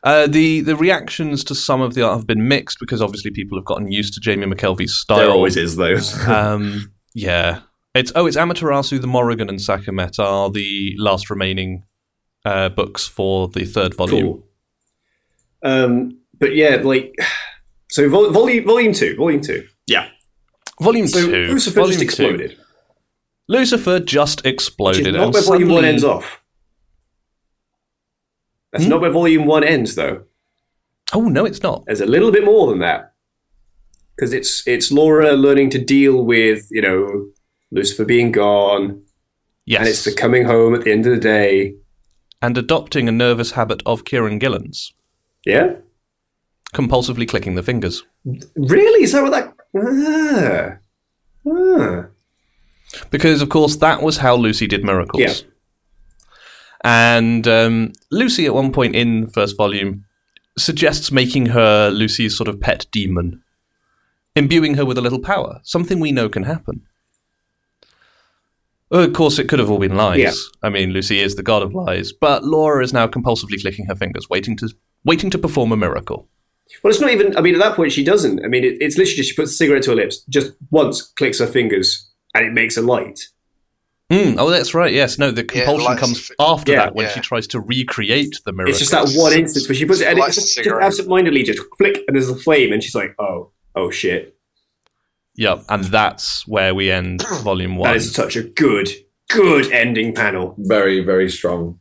Speaker 2: Uh, the the reactions to some of the art have been mixed because obviously people have gotten used to Jamie McKelvey's style.
Speaker 6: There
Speaker 3: [LAUGHS]
Speaker 6: always is though.
Speaker 2: [LAUGHS] um, yeah. It's oh, it's Amaterasu, the Morrigan, and Sakamet are the last remaining uh, books for the third volume.
Speaker 3: Cool. Um, but yeah, like, so vol- volume volume two, volume two.
Speaker 2: Volume
Speaker 3: So
Speaker 2: two.
Speaker 3: Lucifer
Speaker 2: volume
Speaker 3: just
Speaker 2: two.
Speaker 3: exploded.
Speaker 2: Lucifer just
Speaker 3: Which
Speaker 2: exploded.
Speaker 3: is
Speaker 2: and
Speaker 3: not where volume one
Speaker 2: suddenly-
Speaker 3: ends off. That's
Speaker 2: Hmm?
Speaker 3: not where volume one ends, though.
Speaker 2: Oh no, it's not.
Speaker 3: There's a little bit more than that, because it's it's Laura learning to deal with you know Lucifer being gone,
Speaker 2: Yes,
Speaker 3: and it's the coming home at the end of the day.
Speaker 2: and adopting a nervous habit of Kieran Gillen's,
Speaker 3: Yeah,
Speaker 2: compulsively clicking the fingers.
Speaker 3: really? Is that what that? Ah. Ah.
Speaker 2: Because, of course, that was how Lucy did miracles.
Speaker 3: Yeah.
Speaker 2: And um, Lucy, at one point in the first volume, suggests making her Lucy's sort of pet demon, imbuing her with a little power, something we know can happen. Uh, Of course, it could have all been lies.
Speaker 3: Yeah.
Speaker 2: I mean, Lucy is the god of lies, but Laura is now compulsively clicking her fingers, waiting to waiting to perform a miracle.
Speaker 3: Well, it's not even. I mean, at that point, she doesn't. I mean, it, it's literally just she puts a cigarette to her lips, just once, clicks her fingers, and it makes a light.
Speaker 2: Mm, oh, that's right. Yes, no, the
Speaker 4: Yeah,
Speaker 2: compulsion
Speaker 4: lights-
Speaker 2: comes after
Speaker 3: Hmm. Yeah.
Speaker 2: that when
Speaker 4: Yeah.
Speaker 2: she tries to recreate the miracle.
Speaker 3: It's just that one instance where she puts it, and it's
Speaker 4: Lights a
Speaker 3: just, just
Speaker 4: cigarette.
Speaker 3: absentmindedly just flick, and there's a flame, and she's like, "Oh, oh shit,
Speaker 2: Yep, and that's where we
Speaker 4: [COUGHS]
Speaker 2: end volume one.
Speaker 3: that is such a good, good ending panel."
Speaker 6: very, very strong.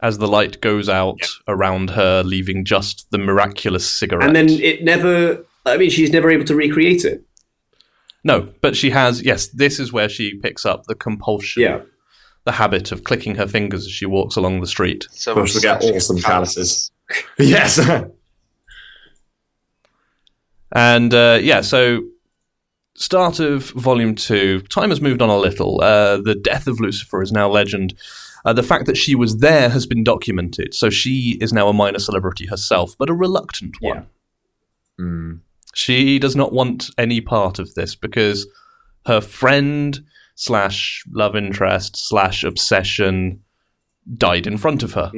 Speaker 2: As the light goes out around her, leaving just the miraculous cigarette.
Speaker 3: And then it never. I mean, she's never able to recreate it.
Speaker 2: no, but she has yes. This is where she picks up the compulsion,
Speaker 3: Yeah.
Speaker 2: the habit of clicking her fingers as she walks along the street.
Speaker 4: So
Speaker 6: Don't forget awesome chalices. [LAUGHS] yes.
Speaker 2: And uh, yeah, so start of volume two. Time has moved on a little. Uh, the death of Lucifer is now legend. Uh, the fact that she was there has been documented, so she is now a minor celebrity herself, but a reluctant one.
Speaker 3: Yeah.
Speaker 2: She does not want any part of this because her friend slash love interest slash obsession died in front of her,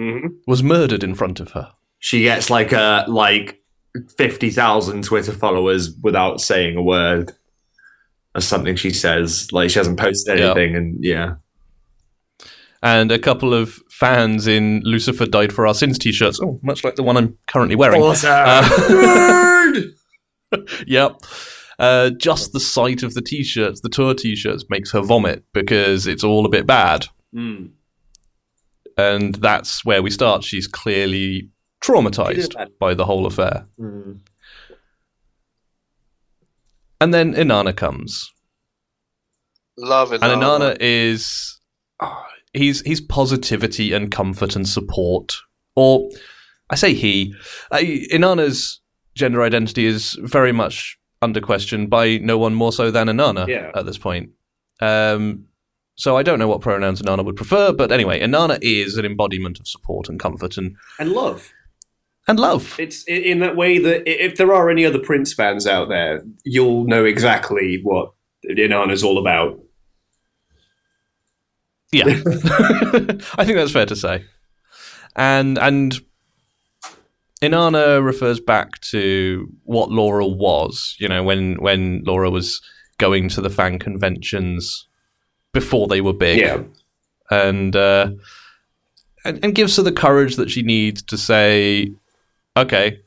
Speaker 2: was murdered in front of her.
Speaker 6: She gets like a like fifty thousand Twitter followers without saying a word. That's something she says. Like she hasn't posted
Speaker 2: Yeah.
Speaker 6: anything, and yeah,
Speaker 2: And a couple of fans in Lucifer Died for Our Sins t shirts, oh, much like the one I'm currently wearing. Uh, [LAUGHS] yep. Uh, just the sight of the t-shirts, the tour t-shirts, makes her vomit because it's all a bit bad,
Speaker 3: Mm.
Speaker 2: and that's where we start. She's clearly
Speaker 3: She did
Speaker 2: traumatized
Speaker 3: bad.
Speaker 2: by the whole affair. And then Inanna comes,
Speaker 4: Love it.
Speaker 2: and Inanna is ah, he's he's positivity and comfort and support, or I say he. I, Inanna's gender identity is very much under question by no one more so than Inanna
Speaker 3: Yeah.
Speaker 2: at this point. Um, so I don't know what pronouns Inanna would prefer, but anyway, Inanna is an embodiment of support and comfort and
Speaker 3: And love.
Speaker 2: and love.
Speaker 3: It's i- in that way that i- if there are any other Prince fans out there, you'll know exactly what Inanna's all about.
Speaker 2: Yeah, [LAUGHS] I think that's fair to say. And and Inanna refers back to what Laura was. You know, when when Laura was going to the fan conventions before they were big,
Speaker 3: Yeah.
Speaker 2: and uh, and, and gives her the courage that she needs to say, okay,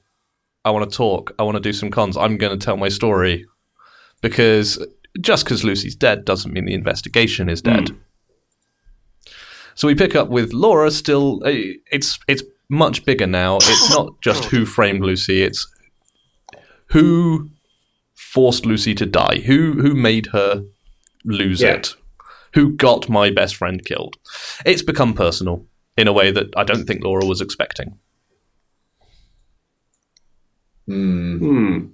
Speaker 2: I want to talk. I want to do some cons. I'm going to tell my story because just because Lucy's dead doesn't mean the investigation is dead. So we pick up with Laura. Still, uh, it's it's much bigger now. It's not just who framed Lucy. It's who forced Lucy to die. Who who made her lose
Speaker 3: Yeah.
Speaker 2: it? Who got my best friend killed? It's become personal in a way that I don't think Laura was expecting.
Speaker 3: Hmm.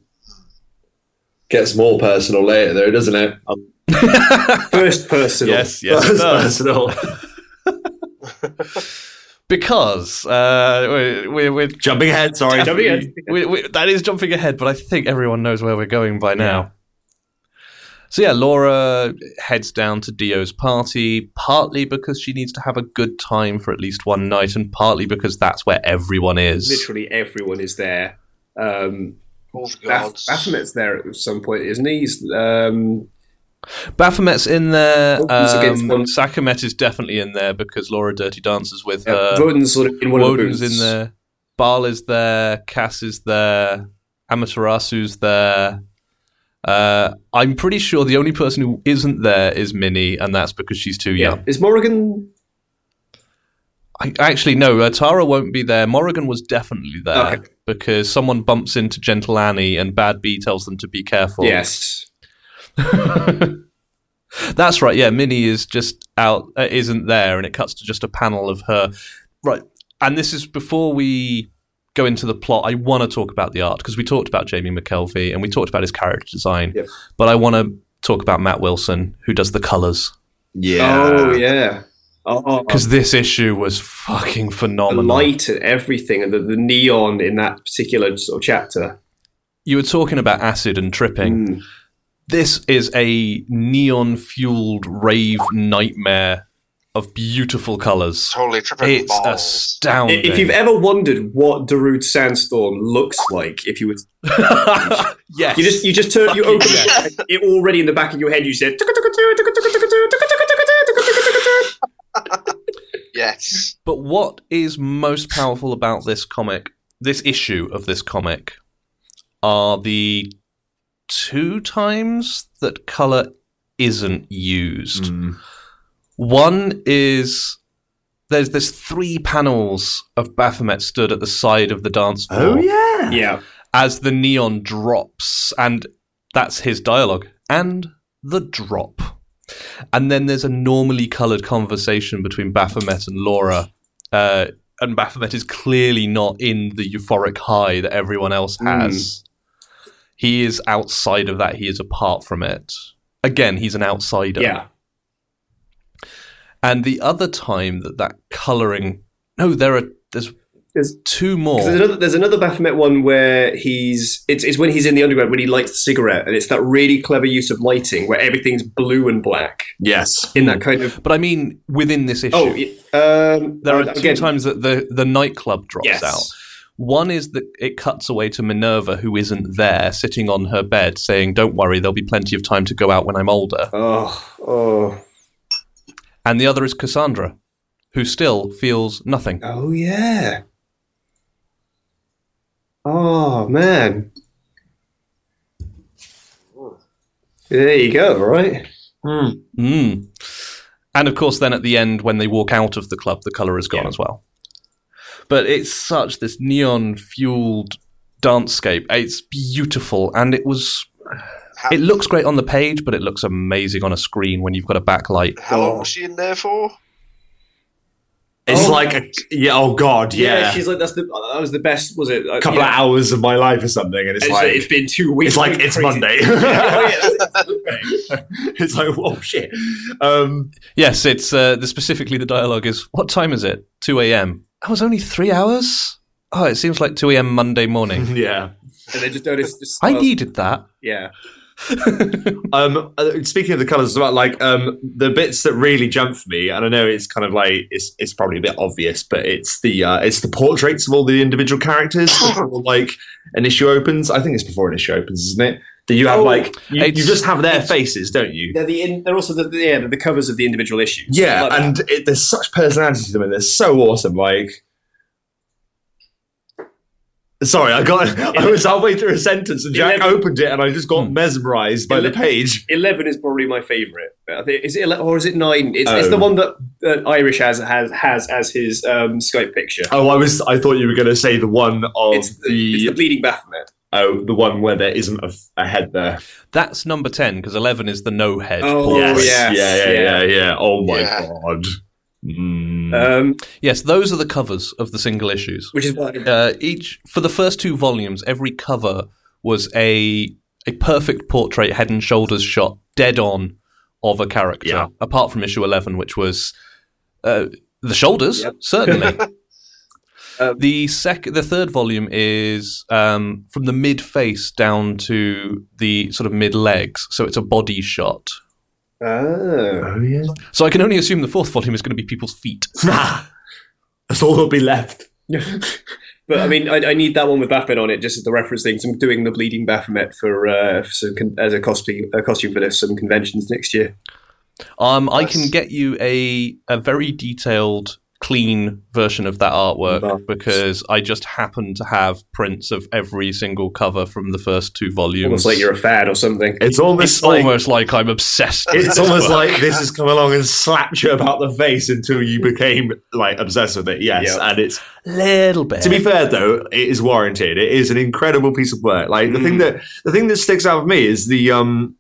Speaker 6: gets more personal later though, doesn't it?
Speaker 3: First person.
Speaker 2: yes, it
Speaker 6: [LAUGHS]
Speaker 2: does.
Speaker 6: personal.
Speaker 2: [LAUGHS] because uh, we're, we're, we're
Speaker 6: Jumping ahead, sorry.
Speaker 3: Jumping ahead.
Speaker 2: we, we, that is jumping ahead, but I think everyone knows where we're going by now. So yeah, Laura heads down to Dio's party, partly because she needs to have a good time for at least one night, and partly because that's where everyone is.
Speaker 3: Literally everyone is there. Um,
Speaker 4: All the
Speaker 3: Baff-
Speaker 4: gods.
Speaker 3: Baphomet's there at some point, isn't he? He's, um,
Speaker 2: Baphomet's in there.
Speaker 3: Oh, he's against
Speaker 2: Um,
Speaker 3: one.
Speaker 2: Sakamet is definitely in there because Laura dirty dances with
Speaker 3: yeah,
Speaker 2: her.
Speaker 3: Woden's uh, sort of in one
Speaker 2: Woden's
Speaker 3: of the booths.
Speaker 2: Uh, in there. Bal is there. Cass is there. Amaterasu's there. Uh, I'm pretty sure the only person who isn't there is Minnie, and that's because she's too
Speaker 3: Yeah.
Speaker 2: young.
Speaker 3: Is Morrigan?
Speaker 2: I, actually, no, uh, Tara won't be there. Morrigan was definitely there
Speaker 3: Okay.
Speaker 2: because someone bumps into Gentle Annie, and Bad B tells them to be careful.
Speaker 3: Yes.
Speaker 2: That's right. Yeah, Minnie is just out, uh, isn't there, and it cuts to just a panel of her. Right, and this is before we go into the plot. I want to talk about the art because we talked about Jamie McKelvey and we talked about his character design,
Speaker 3: Yep.
Speaker 2: but I want to talk about Matt Wilson who does the colors
Speaker 6: Yeah.
Speaker 3: Oh, yeah. Oh,
Speaker 2: because this issue was fucking
Speaker 3: the
Speaker 2: phenomenal.
Speaker 3: light and everything, and the, the neon in that particular sort of chapter.
Speaker 2: You were talking about acid and tripping.
Speaker 3: Mm.
Speaker 2: this is a neon fueled rave nightmare of beautiful colors.
Speaker 4: Totally tripping
Speaker 2: It's
Speaker 4: balls.
Speaker 2: astounding.
Speaker 3: If you've ever wondered what Darude Sandstorm looks like, if you would,
Speaker 2: [LAUGHS] yes,
Speaker 3: you just you just turn you
Speaker 2: Fucking
Speaker 3: open it, and it already in the back of your head. You said
Speaker 4: Yes.
Speaker 2: But what is most powerful about this comic, this issue of this comic, are the two times that color isn't used.
Speaker 3: Mm.
Speaker 6: Hmm.
Speaker 2: One is there's there's three panels of Baphomet stood at the side of the dance
Speaker 6: Oh
Speaker 2: floor
Speaker 6: yeah.
Speaker 3: yeah,
Speaker 2: as the neon drops, and that's his dialogue. And the drop. And then there's a normally coloured conversation between Baphomet and Laura. Uh, and Baphomet is clearly not in the euphoric high that everyone else
Speaker 3: Hmm.
Speaker 2: has. He is outside of that, he is apart from it. Again, he's an outsider.
Speaker 3: yeah.
Speaker 2: And the other time that that colouring, no, there are there's
Speaker 3: There's,
Speaker 2: Two
Speaker 3: 'cause
Speaker 2: more.
Speaker 3: there's another there's another Baphomet one where he's it's, it's when he's in the underground when he lights the cigarette and it's that really clever use of lighting where everything's blue and black
Speaker 1: Yes.
Speaker 2: Hmm.
Speaker 3: in that kind of
Speaker 2: But I mean, within this issue,
Speaker 3: oh y- um
Speaker 2: there are two
Speaker 3: again,
Speaker 2: times that the, the nightclub drops
Speaker 3: Yes.
Speaker 2: out. One is that it cuts away to Minerva, who isn't there, sitting on her bed, saying, Don't worry, there'll be plenty of time to go out when I'm older.
Speaker 3: oh oh
Speaker 2: And the other is Cassandra, who still feels nothing.
Speaker 3: Oh yeah. Oh man. There you go, right?
Speaker 2: Mm. And of course, then at the end, when they walk out of the club, the colour is gone as well. But it's such this neon fueled dancescape. It's beautiful, and it was.
Speaker 4: How,
Speaker 2: It looks great on the page, but it looks amazing on a screen when you've got a backlight.
Speaker 4: how long was she in there for?
Speaker 1: It's
Speaker 3: Oh.
Speaker 1: like a yeah. Oh god, yeah.
Speaker 3: she's like that's the that was the best, was it? Uh,
Speaker 1: a couple of hours of my life or something, and it's, like
Speaker 3: it's
Speaker 1: it's,
Speaker 3: been two weeks.
Speaker 1: like it's
Speaker 3: Crazy.
Speaker 1: Monday. [LAUGHS] it's like oh shit. Um,
Speaker 2: Yes, it's uh, the, specifically the dialogue is what time is it? 2 a.m. That was only three hours? Oh, it seems like 2 a.m. Monday morning.
Speaker 1: yeah.
Speaker 3: And they just noticed just
Speaker 2: I
Speaker 3: [LAUGHS] well,
Speaker 2: needed that.
Speaker 3: yeah.
Speaker 1: Um, uh, speaking of the colours, as well, like um, the bits that really jump for me, and I know it's kind of like it's it's probably a bit obvious, but it's the uh, it's the portraits of all the individual characters. before, like an issue opens, I think it's before an issue opens, isn't it? That you have
Speaker 3: Oh,
Speaker 1: like you, you
Speaker 2: it's-
Speaker 1: just have their faces, don't you?
Speaker 3: They're the in, they're also the the- yeah, they're the covers of the individual issues.
Speaker 1: Yeah,
Speaker 3: Like that.
Speaker 1: and it, there's such personality to them, and they're so awesome. Like, sorry, I got [LAUGHS] I was halfway through a sentence, and Jack
Speaker 3: Eleven-
Speaker 1: opened it, and I just got
Speaker 3: Hmm.
Speaker 1: mesmerised by the
Speaker 3: Ele-
Speaker 1: page.
Speaker 3: Eleven is probably my favourite. I think is it ele- or is it nine? It's, it's
Speaker 1: Oh.
Speaker 3: the one that, that Irish has has has as his um, Skype picture.
Speaker 1: Oh, I was I thought you were going to say the one of
Speaker 3: it's, the,
Speaker 1: the,
Speaker 3: it's the bleeding Baphomet.
Speaker 1: oh the one where there isn't a, f- a head there.
Speaker 2: That's number 10, because 11 is the no head.
Speaker 3: Oh,
Speaker 1: Yes.
Speaker 3: yes,
Speaker 1: yeah, yeah,
Speaker 3: yeah.
Speaker 1: yeah, yeah. Oh my
Speaker 4: Yeah.
Speaker 1: god. Mm. [LAUGHS]
Speaker 3: Um,
Speaker 2: Yes, those are the covers of the single issues.
Speaker 3: which is why [LAUGHS]
Speaker 2: Uh, each for the first two volumes, every cover was a a perfect portrait, head and shoulders shot, dead on of a character.
Speaker 1: Yeah.
Speaker 2: Apart from issue eleven, which was uh, the shoulders,
Speaker 3: Yep. [LAUGHS]
Speaker 2: certainly.
Speaker 3: Um,
Speaker 2: the sec- the third volume is um, from the mid face down to the sort of mid legs, so it's a body shot.
Speaker 3: Oh.
Speaker 1: oh yeah.
Speaker 2: So I can only assume the fourth volume is going to be people's feet.
Speaker 1: That's all that'll be left.
Speaker 3: [LAUGHS] But I mean, I, I need that one with Baphomet on it just as the reference thing. So I'm doing the bleeding Baphomet for, uh, for some con- as a costume, a costume for this, some conventions next year.
Speaker 2: Um, I
Speaker 4: Nice.
Speaker 2: can get you a a very detailed, clean version of that artwork
Speaker 3: Nice.
Speaker 2: because I just happen to have prints of every single cover from the first two volumes.
Speaker 3: Almost like you're a fan or something.
Speaker 1: It's almost
Speaker 2: it's
Speaker 1: like
Speaker 2: almost like I'm obsessed.
Speaker 3: [LAUGHS]
Speaker 2: with
Speaker 1: it's
Speaker 2: this
Speaker 1: almost
Speaker 2: work.
Speaker 1: like this has come along and slapped you about the face until you became like obsessed with it. Yes,
Speaker 3: Yeah.
Speaker 1: and it's
Speaker 2: little bit.
Speaker 1: to be fair though, it is warranted. It is an incredible piece of work. Like the thing that the thing that sticks out for me is the um.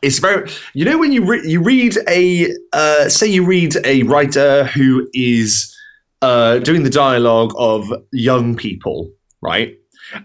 Speaker 1: It's very you know when you re- you read a uh, say you read a writer who is uh, doing the dialogue of young people, right?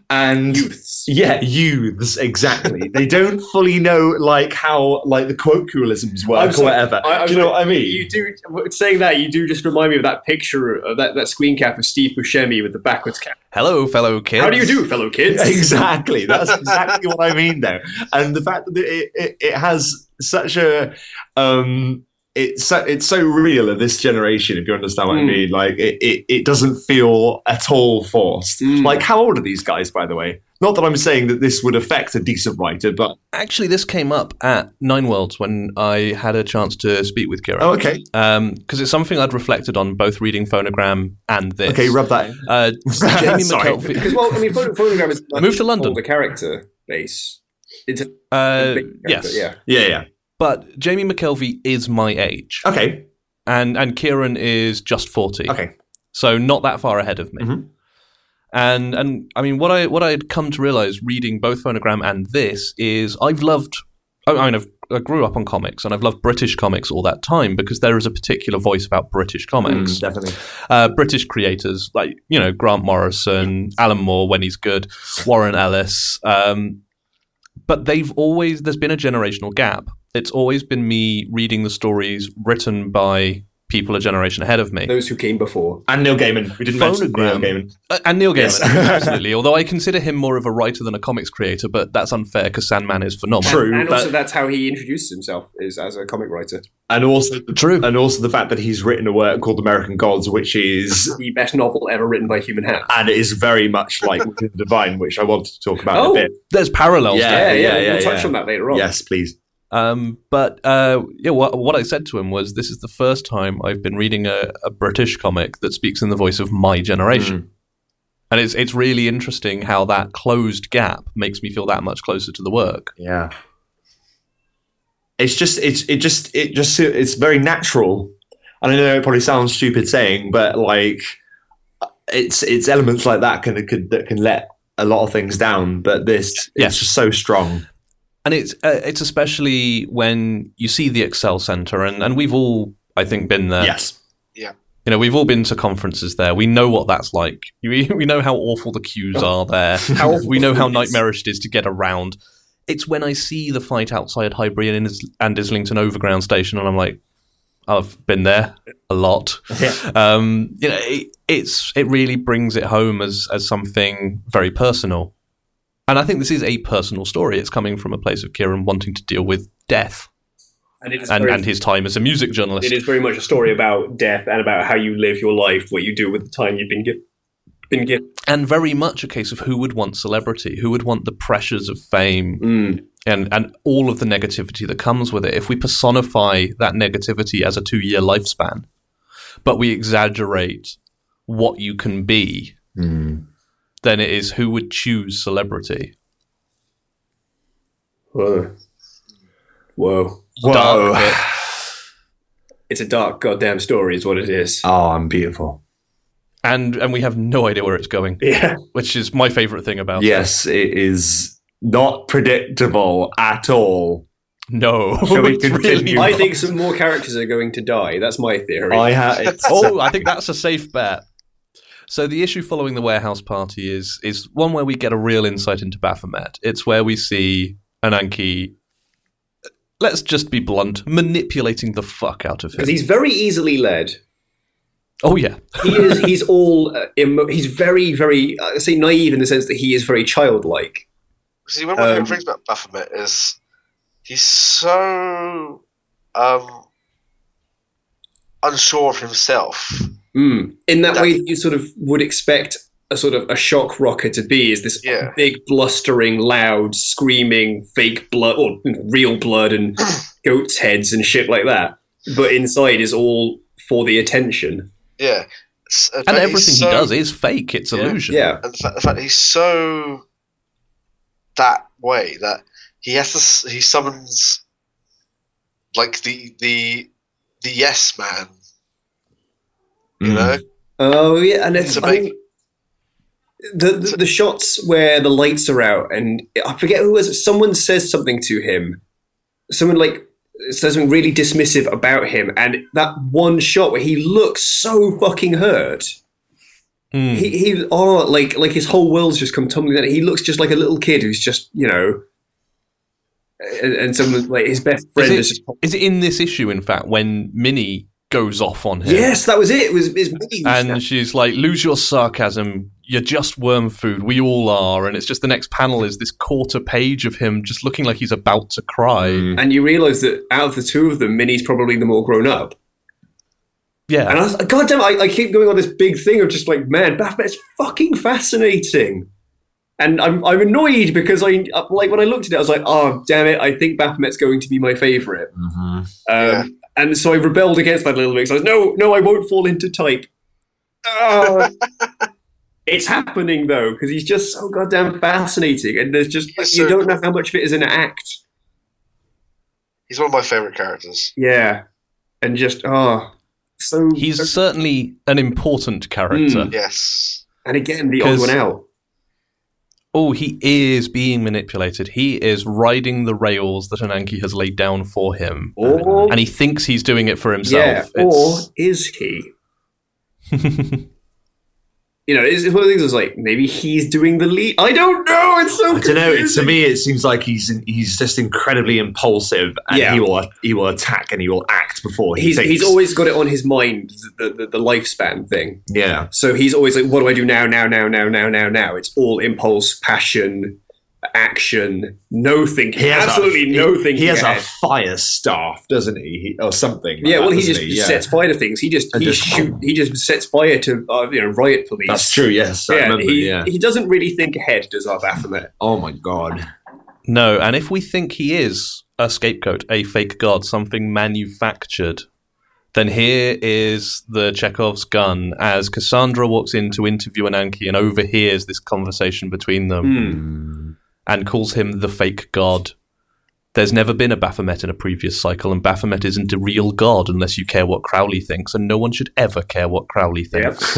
Speaker 1: And
Speaker 3: Youths.
Speaker 1: yeah, youths exactly. they don't fully know like how like the colloquialisms work
Speaker 3: I'm
Speaker 1: or
Speaker 3: sorry,
Speaker 1: whatever.
Speaker 3: I- I'm
Speaker 1: Do you know
Speaker 3: sorry,
Speaker 1: what I mean?
Speaker 3: You do saying that you do just remind me of that picture of that, that screen cap of Steve Buscemi with the backwards cap.
Speaker 2: Hello, fellow kids.
Speaker 3: How do you do, fellow
Speaker 1: [LAUGHS]
Speaker 3: kids?
Speaker 1: exactly. That's exactly what I mean, though. And the fact that it, it, it has such a um, it's so, it's so real of this generation. If you understand what I
Speaker 3: Mm.
Speaker 1: mean, like it, it, it doesn't feel at all forced.
Speaker 3: Mm.
Speaker 1: Like how old are these guys, by the way? Not that I'm saying that this would affect a decent writer, but
Speaker 2: Actually, this came up at Nine Worlds when I had a chance to speak with Kira
Speaker 1: oh, okay,
Speaker 2: because it's something I'd reflected on both reading Phonogram and this.
Speaker 1: okay, rub that. In.
Speaker 3: [LAUGHS]
Speaker 2: uh, Jamie
Speaker 1: Sorry.
Speaker 2: McKelvey.
Speaker 3: Because well, I mean, photo- photogram is like
Speaker 2: Move to London.
Speaker 3: all the character base. It's a
Speaker 2: Uh,
Speaker 3: big character,
Speaker 2: yes.
Speaker 3: yeah.
Speaker 1: Yeah, yeah.
Speaker 2: But Jamie McKelvey is my age,
Speaker 1: Okay,
Speaker 2: and and Kieran is just forty.
Speaker 1: okay.
Speaker 2: so not that far ahead of me.
Speaker 1: Mhm.
Speaker 2: And and I mean, what I what I had come to realize reading both Phonogram and this is I've loved. I I mean, I've, I grew up on comics, and I've loved British comics all that time because there is a particular voice about British
Speaker 3: Hmm.
Speaker 2: comics
Speaker 1: Definitely.
Speaker 2: uh, British creators like you know Grant Morrison, Alan Moore when he's good, Warren Ellis. Um, but they've always there's been a generational gap. It's always been me reading the stories written by people a generation ahead of me.
Speaker 3: Those who came before.
Speaker 6: And Neil Gaiman. We didn't mention Neil
Speaker 2: Phonogram.
Speaker 6: Gaiman.
Speaker 2: Uh, and Neil Gaiman,
Speaker 6: Yes. [LAUGHS]
Speaker 2: absolutely. Although I consider him more of a writer than a comics creator, but that's unfair because Sandman is phenomenal.
Speaker 6: True,
Speaker 3: And, and
Speaker 6: but-
Speaker 3: also, that's how he introduced himself is as a comic writer.
Speaker 6: And also,
Speaker 2: True.
Speaker 6: and also the fact that he's written a work called American Gods, which is
Speaker 3: The best novel ever written by human hand.
Speaker 1: Ah,
Speaker 6: and it is very much like Within the Divine, which I wanted to talk about
Speaker 3: Oh.
Speaker 6: a bit.
Speaker 2: There's parallels.
Speaker 6: Yeah.
Speaker 2: there.
Speaker 3: yeah, yeah, We'll touch
Speaker 6: yeah.
Speaker 3: on that later on.
Speaker 6: Yes, please.
Speaker 2: Um, but uh, yeah, what, what I said to him was, "This is the first time I've been reading a, a British comic that speaks in the voice of my generation." And it's it's really interesting how that closed gap makes me feel that much closer to the work.
Speaker 6: Yeah. It's just it's it just it just it's very natural. And I know it probably sounds stupid saying, but like it's it's elements like that can could that can let a lot of things down, but this
Speaker 2: Yes.
Speaker 6: it's just so strong.
Speaker 2: And it's uh, it's especially when you see the Excel Center, and, and we've all I think been there.
Speaker 6: yes.
Speaker 2: You know, we've all been to conferences there. We know what that's like. [LAUGHS] We, we know how awful the queues
Speaker 3: [LAUGHS]
Speaker 2: are there.
Speaker 3: How
Speaker 2: we know how
Speaker 3: awful it is.
Speaker 2: nightmarish it is to get around. It's when I see the fight outside Highbury and, Is- and Islington Overground Station, and I'm like, I've been there a lot.
Speaker 6: Yeah.
Speaker 2: [LAUGHS] Um, you know, it, it's it really brings it home as as something very personal. And I think this is a personal story. It's coming from a place of Kieran wanting to deal with death
Speaker 3: And it is,
Speaker 2: and,
Speaker 3: very,
Speaker 2: and his time as a music journalist.
Speaker 3: it is very much a story about death and about how you live your life, what you do with the time you've been, gi- been given.
Speaker 2: and very much a case of who would want celebrity, who would want the pressures of fame, and and all of the negativity that comes with it. If we personify that negativity as a two-year lifespan, but we exaggerate what you can be, then it is who would choose celebrity.
Speaker 3: Whoa. Whoa.
Speaker 6: Whoa.
Speaker 2: Dark
Speaker 3: It's a dark goddamn story, is what it is.
Speaker 6: Oh, I'm beautiful.
Speaker 2: and and we have no idea where it's going,
Speaker 3: yeah.
Speaker 2: which is my favorite thing about. it.
Speaker 6: Yes, it is not predictable at all.
Speaker 2: No,
Speaker 6: Shall
Speaker 2: [LAUGHS]
Speaker 6: we
Speaker 2: it's really
Speaker 6: continue?
Speaker 2: not.
Speaker 3: I think some more characters are going to die. That's my theory.
Speaker 6: I have
Speaker 1: [LAUGHS]
Speaker 2: oh, I think that's a safe bet. So the issue following the warehouse party is is one where we get a real insight into Baphomet. It's where we see Ananki. Let's just be blunt, manipulating the fuck out of
Speaker 3: Because
Speaker 2: him.
Speaker 3: he's very easily led.
Speaker 2: Oh yeah,
Speaker 3: He is. He's all. Uh, emo- he's very, very. uh, I say naive in the sense that he is very childlike.
Speaker 4: See, one of my
Speaker 3: Um,
Speaker 4: favorite things about Baphomet is he's so um, unsure of himself.
Speaker 3: Mm. In that way, that you sort of would expect a sort of a shock rocker to be is this
Speaker 4: Yeah.
Speaker 3: big, blustering, loud, screaming, fake blood or real blood and goats' heads and shit like that. But inside is all for the attention.
Speaker 4: Yeah, S- uh, but
Speaker 2: and
Speaker 4: he's
Speaker 2: everything
Speaker 4: so-
Speaker 2: he does is fake. It's
Speaker 4: Yeah.
Speaker 2: illusion.
Speaker 3: Yeah.
Speaker 4: and the fact, the fact that he's so that way that he has to s- he summons like the the the yes man you
Speaker 2: Mm.
Speaker 4: know
Speaker 3: Oh yeah, and it's
Speaker 4: To
Speaker 3: I
Speaker 4: make-
Speaker 3: think the, the the shots where the lights are out, and I forget who was. it, Someone says something to him. Someone like says something really dismissive about him, and that one shot where he looks so fucking hurt.
Speaker 2: Hmm.
Speaker 3: He he oh like like his whole world's just come tumbling down. He looks just like a little kid who's just you know. And, and someone like his best friend
Speaker 2: it-
Speaker 3: is just
Speaker 2: Is it in this issue, in fact, when Minnie goes off on him?
Speaker 3: yes, that was it. It was, it was me.
Speaker 2: and she's like, "Lose your sarcasm. You're just worm food. We all are." And it's just the next panel is this quarter page of him just looking like he's about to cry.
Speaker 3: and you realise that out of the two of them, Minnie's probably the more grown up. And
Speaker 2: Yeah,
Speaker 3: I was, God damn, I, I keep going on this big thing of just like, man, Baphomet's fucking fascinating. And I'm, I'm annoyed because I, like, when I looked at it, I was like, oh, damn it, I think Baphomet's going to be my favorite.
Speaker 6: Mhm.
Speaker 3: Um,
Speaker 4: Yeah.
Speaker 3: And so I rebelled against that a little bit. So I was, no, no, I won't fall into
Speaker 4: [LAUGHS]
Speaker 3: type. Ah. it's happening though, because he's just so goddamn fascinating. And there's just,
Speaker 4: Yes,
Speaker 3: you
Speaker 4: sir.
Speaker 3: don't know how much of it is an act.
Speaker 4: he's one of my favorite characters
Speaker 3: Yeah. And just, oh, so.
Speaker 2: he's certainly an important
Speaker 4: Hmm.
Speaker 2: character.
Speaker 3: Mm.
Speaker 4: yes
Speaker 3: and again, the odd
Speaker 2: 'cause-
Speaker 3: one out.
Speaker 2: Oh, he is being manipulated. He is riding the rails that Ananki has laid down for him,
Speaker 3: Or
Speaker 2: and he thinks he's doing it for himself.
Speaker 3: Yeah, or
Speaker 2: It's- [LAUGHS]
Speaker 3: is he? you know, it's, it's one of the things. It's like maybe he's doing the lead. I don't know. It's so.
Speaker 1: I don't know. It, to me, it seems like he's he's just incredibly impulsive, and
Speaker 3: Yeah.
Speaker 1: he will he will attack and he will act before he
Speaker 3: he's
Speaker 1: thinks.
Speaker 3: he's always got it on his mind the, the, the lifespan thing.
Speaker 1: yeah.
Speaker 3: So he's always like, what do I do now, now, now, now, now, now, now? It's all impulse, passion, action, no thinking.
Speaker 1: He has
Speaker 3: absolutely
Speaker 1: a, he-
Speaker 3: no thinking.
Speaker 1: He has
Speaker 3: ahead.
Speaker 1: a fire staff, doesn't he, He- or something? like
Speaker 3: yeah,
Speaker 1: that,
Speaker 3: well, he
Speaker 1: doesn't
Speaker 3: just
Speaker 1: Yeah.
Speaker 3: sets fire to things. He just
Speaker 1: And
Speaker 3: he
Speaker 1: just-
Speaker 3: shoot. He just sets fire to uh, you know riot police.
Speaker 1: That's true. Yes, I
Speaker 3: yeah,
Speaker 1: remember.
Speaker 3: he,
Speaker 1: yeah.
Speaker 3: he doesn't really think ahead, does our Baphomet?
Speaker 1: Oh my god.
Speaker 2: No, and if we think he is a scapegoat, a fake god, something manufactured, then here is the Chekhov's gun as Cassandra walks in to interview Ananke and overhears this conversation between
Speaker 1: Um,
Speaker 2: them
Speaker 3: Hmm.
Speaker 2: and calls him the fake god. There's never been a Baphomet in a previous cycle, and Baphomet isn't a real god unless you care what Crowley thinks, and no one should ever care what Crowley thinks.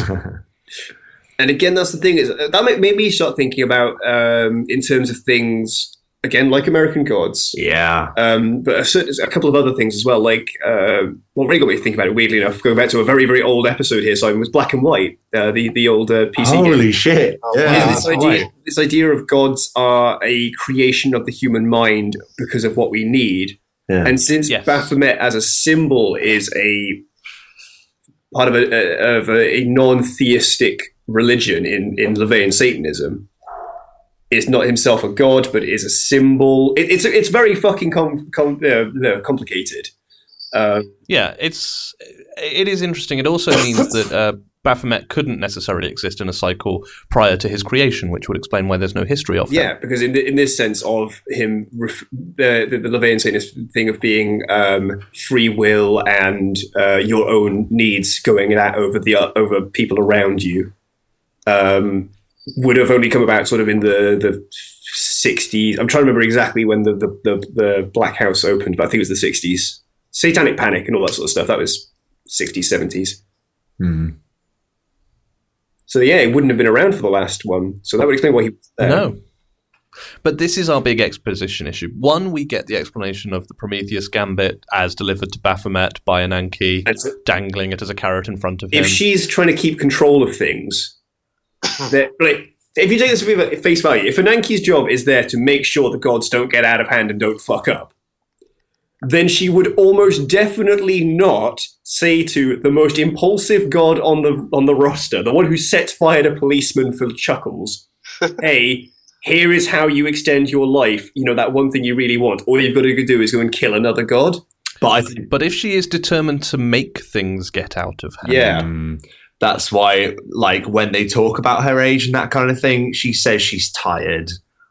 Speaker 3: [LAUGHS] and again, that's the thing is uh, that made, made me start thinking about um, in terms of things again like American Gods.
Speaker 1: Yeah.
Speaker 3: Um, but a, certain, a couple of other things as well, like uh, what really got me to think about it. Weirdly enough, going back to a very, very old episode here, Simon was black and white. Uh, the the old uh, PC game.
Speaker 1: Holy shit.
Speaker 4: Oh,
Speaker 1: yeah.
Speaker 4: wow.
Speaker 3: Yeah, this, idea, this idea of gods are a creation of the human mind because of what we need.
Speaker 1: Yeah.
Speaker 3: And since
Speaker 2: Yes.
Speaker 3: Baphomet as a symbol is a part of a, a- of a, a non theistic religion in, in Levian Satanism, is not himself a god, but is a symbol. It, it's, it's very fucking com, com, uh, no, complicated. Uh,
Speaker 2: Yeah, it's it is interesting. It also means that uh, Baphomet couldn't necessarily exist in a cycle prior to his creation, which would explain why there's no history of
Speaker 3: Yeah, because in the, in this sense of him, ref- the the, the Levian Satanist thing of being um, free will and uh, your own needs going that over the uh, over people around you, um, would have only come about sort of in the the. 60s. I'm trying to remember exactly when the, the, the, the Black House opened, but I think it was the 60s. Satanic Panic and all that sort of stuff. That was 60s, 70s. So, yeah, it wouldn't have been around for the last one. So that would explain why he was there.
Speaker 2: No. But this is our big exposition issue. One, we get the explanation of the Prometheus gambit as delivered to Baphomet by Ananke,
Speaker 3: And so-
Speaker 2: dangling it Um, as a carrot in front of him.
Speaker 3: if she's trying to keep control of things, that like if you take this at face value, if Ananki's job is there to make sure the gods don't get out of hand and don't fuck up, then she would almost definitely not say to the most impulsive god on the on the roster, the one who sets fire to policemen for chuckles, hey. Here is how you extend your life. You know that one thing you really want. All you've got to do is go and kill another god.
Speaker 1: But I think
Speaker 2: but if she is determined to make things get out of hand,
Speaker 3: Yeah.
Speaker 1: um, that's why, like, when they talk about her age and that kind of thing, she says she's tired.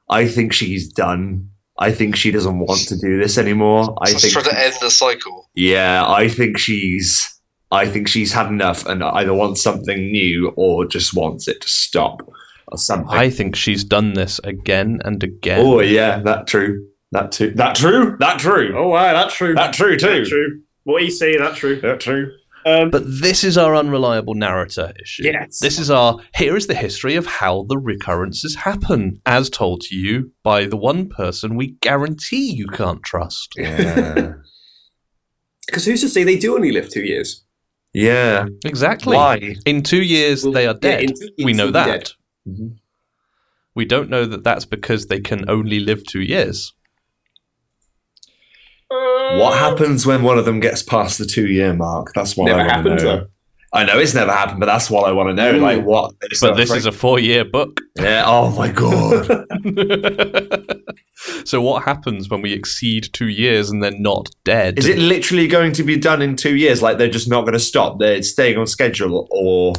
Speaker 1: I think she's done. I think she doesn't want to do this anymore. I
Speaker 4: I
Speaker 1: think,
Speaker 4: trying to end the cycle.
Speaker 1: yeah, I think she's, I think she's had enough and either wants something new or just wants it to stop or something.
Speaker 2: I think she's done this again and again.
Speaker 1: oh yeah, that true. That too. That true. That true.
Speaker 3: Oh wow, that's true.
Speaker 1: That true too.
Speaker 3: true. What you say, that's true.
Speaker 1: That true.
Speaker 3: [LAUGHS]
Speaker 2: But this is our unreliable narrator issue.
Speaker 3: Yes.
Speaker 2: This is our here is the history of how the recurrences happen, as told to you by the one person we guarantee you can't trust.
Speaker 1: Yeah.
Speaker 3: Because who's to say they do only live two years?
Speaker 1: yeah.
Speaker 2: Exactly.
Speaker 1: Why?
Speaker 2: In two years,
Speaker 3: Well,
Speaker 2: they are
Speaker 3: yeah,
Speaker 2: dead.
Speaker 3: in two years
Speaker 2: we know
Speaker 3: they'll be
Speaker 2: that. Mm-hmm.
Speaker 3: dead.
Speaker 2: We don't know that that's because they can only live two years.
Speaker 1: What happens when one of them gets past the two year mark? That's what
Speaker 3: Never
Speaker 1: I want
Speaker 3: happened,
Speaker 1: to know.
Speaker 3: though.
Speaker 1: I know it's never happened, but that's what I want to know.
Speaker 3: Mm.
Speaker 1: Like what? It's
Speaker 2: But
Speaker 1: not
Speaker 2: this
Speaker 1: like-
Speaker 2: is a four year book.
Speaker 1: yeah. Oh my [LAUGHS] god.
Speaker 2: [LAUGHS] so, what happens when we exceed two years and they're not dead?
Speaker 1: is it literally going to be done in two years? Like they're just not going to stop? They're staying on schedule, or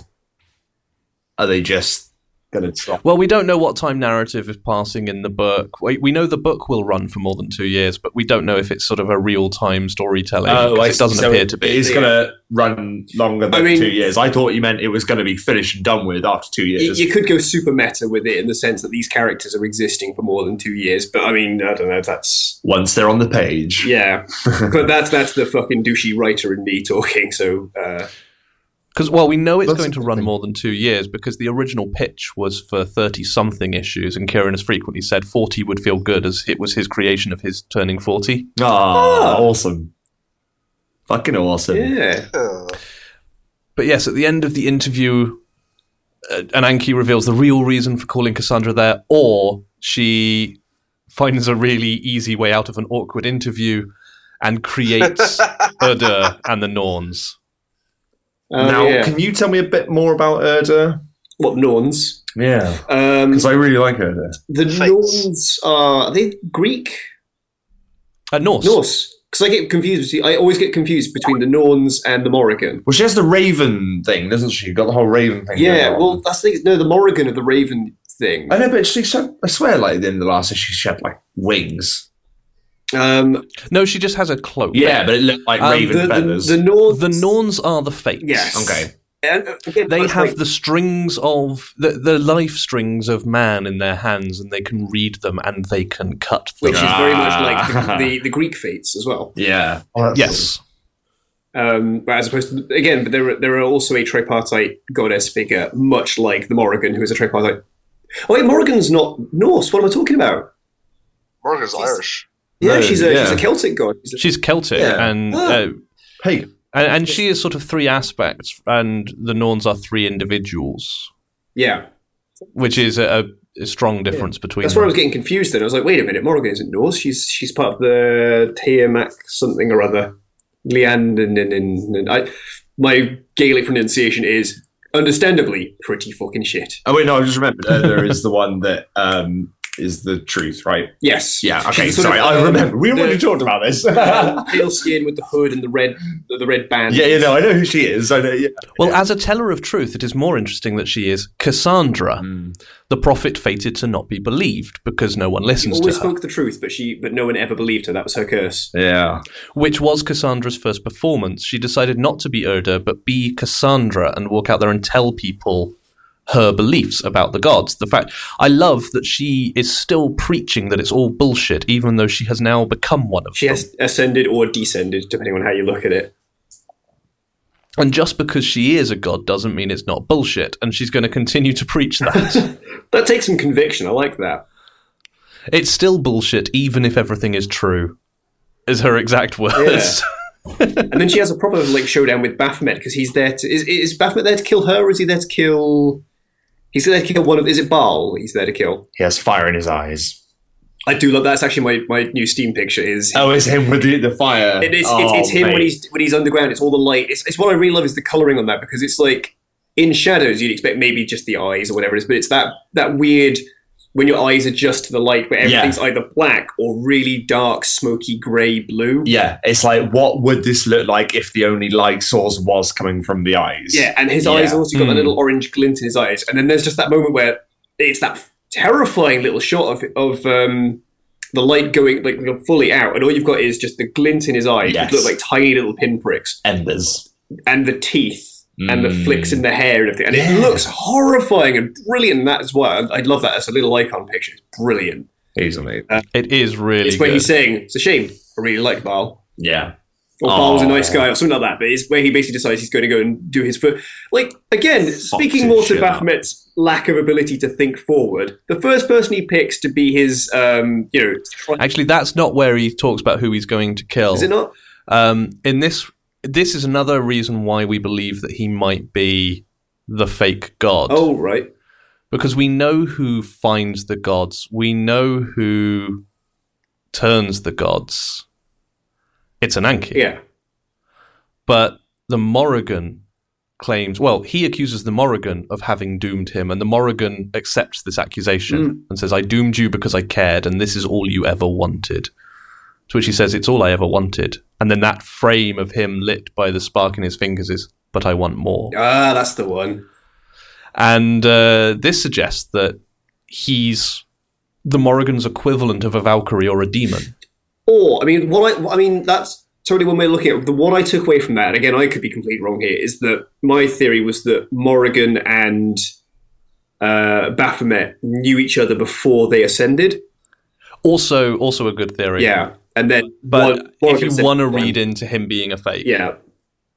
Speaker 1: are they just going to stop?
Speaker 2: Well, we don't know what time narrative is passing in the book. We, we know the book will run for more than two years, but we don't know if it's sort of a real time storytelling. 'cause Oh, it doesn't
Speaker 1: Oh, so
Speaker 2: appear to be.
Speaker 1: It's going to run longer than
Speaker 3: I mean-
Speaker 1: two years. I thought you meant it was going to be finished and done with after two
Speaker 3: You,
Speaker 1: years.
Speaker 3: you could go super meta with it in the sense that these characters are existing for more than two years, but I mean, I don't know if that's
Speaker 1: once they're on the page. [LAUGHS]
Speaker 3: yeah. but that's that's the fucking douchey writer in me talking. So uh,
Speaker 2: Because, well, we know it's
Speaker 1: That's
Speaker 2: going to run
Speaker 1: interesting.
Speaker 2: more than two years because the original pitch was for 30 something issues, and Kieran has frequently said 40 would feel good as it was his creation of his turning 40.
Speaker 1: Ah, awesome. Fucking awesome.
Speaker 3: yeah,
Speaker 4: Uh,
Speaker 2: But yes, at the end of the interview, uh, and Anki reveals the real reason for calling Cassandra there, or she finds a really easy way out of an awkward interview and creates Urda and the Norns.
Speaker 3: Oh,
Speaker 1: now,
Speaker 3: yeah.
Speaker 1: can you tell me a bit more about Erda?
Speaker 3: what Norns?
Speaker 1: Yeah,
Speaker 3: Um,
Speaker 1: because I really like Erda.
Speaker 3: the
Speaker 4: Fates.
Speaker 3: Norns are, are they Greek?
Speaker 2: Uh, Norse.
Speaker 3: Norse. Because I get confused. between- I always get confused between the Norns and the Morrigan.
Speaker 1: Well, she has the Raven thing, doesn't she? You've got the whole Raven thing.
Speaker 3: Yeah,
Speaker 1: going on.
Speaker 3: well, that's the no, the Morrigan of the Raven thing.
Speaker 1: I know, but she. said- I swear, like in the last issue, she had like wings. Oh,
Speaker 3: Um,
Speaker 2: No, she just has a cloak.
Speaker 1: Yeah, but it looked like
Speaker 2: Um,
Speaker 1: Raven
Speaker 3: the, the,
Speaker 1: feathers.
Speaker 3: the Norns.
Speaker 2: The Norns are the fates.
Speaker 3: Yes.
Speaker 1: okay,
Speaker 3: and, uh, again,
Speaker 2: They
Speaker 3: that's
Speaker 2: have
Speaker 3: like-
Speaker 2: the strings of the, the life strings of man in their hands, and they can read them and they can cut them.
Speaker 3: which is very much like
Speaker 1: Ah. [LAUGHS]
Speaker 3: the, the, the Greek fates as well.
Speaker 1: yeah,
Speaker 2: yes,
Speaker 3: Um, but as opposed to again, but there are- there are also a tripartite goddess figure, much like the Morrigan, who is a tripartite. Oh wait, Morrigan's not Norse. What am I talking about?
Speaker 4: Morgan's
Speaker 3: Jesus.
Speaker 4: Irish.
Speaker 3: Yeah,
Speaker 1: No,
Speaker 3: she's a she's
Speaker 1: yeah.
Speaker 3: a Celtic god. She's a-
Speaker 2: she's Celtic,
Speaker 1: Yeah.
Speaker 2: and,
Speaker 3: Ah.
Speaker 2: uh,
Speaker 1: Hey,
Speaker 2: and and she is sort of three aspects, and the Norns are three individuals,
Speaker 3: yeah,
Speaker 2: which is a, a strong difference between.
Speaker 3: that's
Speaker 2: them.
Speaker 3: where I was getting confused. Then I was like, wait a minute, Morrigan isn't Norse. She's she's part of the Tiamat something or other. Leanne and, and, and, and I, my Gaelic pronunciation is understandably pretty fucking shit.
Speaker 1: oh wait, no, I just remembered. [LAUGHS] Erda is the one that um is the truth, right?
Speaker 3: Yes.
Speaker 1: Yeah. Okay,
Speaker 3: She's sort
Speaker 1: sorry,
Speaker 3: of,
Speaker 1: I
Speaker 3: um,
Speaker 1: remember. We already
Speaker 3: the-
Speaker 1: talked about this. [LAUGHS]
Speaker 3: pale skin with the hood and the red the, the red band.
Speaker 1: Yeah, yeah, no, I know who she is. I know. Yeah.
Speaker 2: well, as a teller of truth, it is more interesting that she is Cassandra,
Speaker 3: Mm.
Speaker 1: Mm.
Speaker 2: the prophet fated to not be believed because no one
Speaker 3: She
Speaker 2: listens to her.
Speaker 3: always spoke the truth, but she but no one ever believed her. That was her curse.
Speaker 1: Yeah.
Speaker 2: which was Cassandra's first performance. She decided not to be Erda, but be Cassandra and walk out there and tell people her beliefs about the gods. The fact I love that she is still preaching that it's all bullshit, even though she has now become one of
Speaker 3: She
Speaker 2: them.
Speaker 3: has ascended or descended, depending on how you look at it.
Speaker 2: And just because she is a god doesn't mean it's not bullshit, and she's going to continue to preach that.
Speaker 3: [LAUGHS] That takes some conviction. I like that.
Speaker 2: it's still bullshit, even if everything is true, is her exact words.
Speaker 3: And then she has a proper like showdown with Baphomet because he's there to is, is Baphomet there to kill her or is he there to kill? He's there to kill one of. Is it Baal? He's there to kill.
Speaker 1: He has fire in his eyes.
Speaker 3: I do love that. That's actually my, my new Steam picture. Is
Speaker 1: Oh, it's him with the, the fire.
Speaker 3: It is,
Speaker 1: Oh,
Speaker 3: it's, it's him when
Speaker 1: mate.
Speaker 3: he's when he's underground. It's all the light. It's, it's what I really love is the coloring on that because it's like in shadows you'd expect maybe just the eyes or whatever it is, but it's that that weird when your eyes adjust to the light where
Speaker 1: Yeah.
Speaker 3: everything's either black or really dark, smoky grey blue.
Speaker 1: Yeah, it's like, what would this look like if the only light source was coming from the eyes?
Speaker 3: Yeah, and his eyes
Speaker 1: Yeah.
Speaker 3: also got a
Speaker 2: Hmm.
Speaker 3: little orange glint in his eyes, and then there's just that moment where it's that terrifying little shot of of um, the light going like fully out, and all you've got is just the glint in his eyes,
Speaker 1: Yes.
Speaker 3: which look like tiny little pinpricks,
Speaker 1: Embers.
Speaker 3: and the teeth. and the
Speaker 2: [LAUGHS]
Speaker 1: Mm.
Speaker 3: flicks in the hair and everything. And it
Speaker 1: Yeah.
Speaker 3: looks horrifying and brilliant. That is why I, I love that as a little icon picture. It's brilliant.
Speaker 1: He's amazing.
Speaker 3: Uh,
Speaker 2: It is really
Speaker 3: it's where
Speaker 2: good.
Speaker 3: he's saying, It's a shame. I really like Baal.
Speaker 1: Yeah.
Speaker 3: Or Baal was a
Speaker 1: Aw.
Speaker 3: nice guy or something like that. But it's where he basically decides he's going to go and do his foot. Like, again, speaking
Speaker 1: his
Speaker 3: more to
Speaker 1: shit up.
Speaker 3: Baphomet's lack of ability to think forward, the first person he picks to be his, um, you know, tri-
Speaker 2: Actually, that's not where he talks about who he's going to kill.
Speaker 3: is it not?
Speaker 2: Um, in this, this is another reason why we believe that he might be the fake god.
Speaker 3: Oh, right.
Speaker 2: Because we know who finds the gods, we know who turns the gods. It's an Anki.
Speaker 3: Yeah.
Speaker 2: But the Morrigan claims, well, he accuses the Morrigan of having doomed him, and the Morrigan accepts this accusation
Speaker 3: Hmm.
Speaker 2: and says, I doomed you because I cared, and this is all you ever wanted. To which he says, It's all I ever wanted. And then that frame of him lit by the spark in his fingers is, But I want more.
Speaker 3: Ah, that's the one.
Speaker 2: And uh, this suggests that he's the Morrigan's equivalent of a Valkyrie or a demon.
Speaker 3: Or, I mean, what I, I mean, that's totally one way of looking at it. The what I took away from that, and again, I could be completely wrong here, is that my theory was that Morrigan and uh, Baphomet knew each other before they ascended.
Speaker 2: Also, also a good theory.
Speaker 3: Yeah, and then
Speaker 2: But
Speaker 3: Mor-
Speaker 2: if
Speaker 3: Morrigan
Speaker 2: you
Speaker 3: said- um,
Speaker 2: want to read into him being a fake,
Speaker 3: yeah,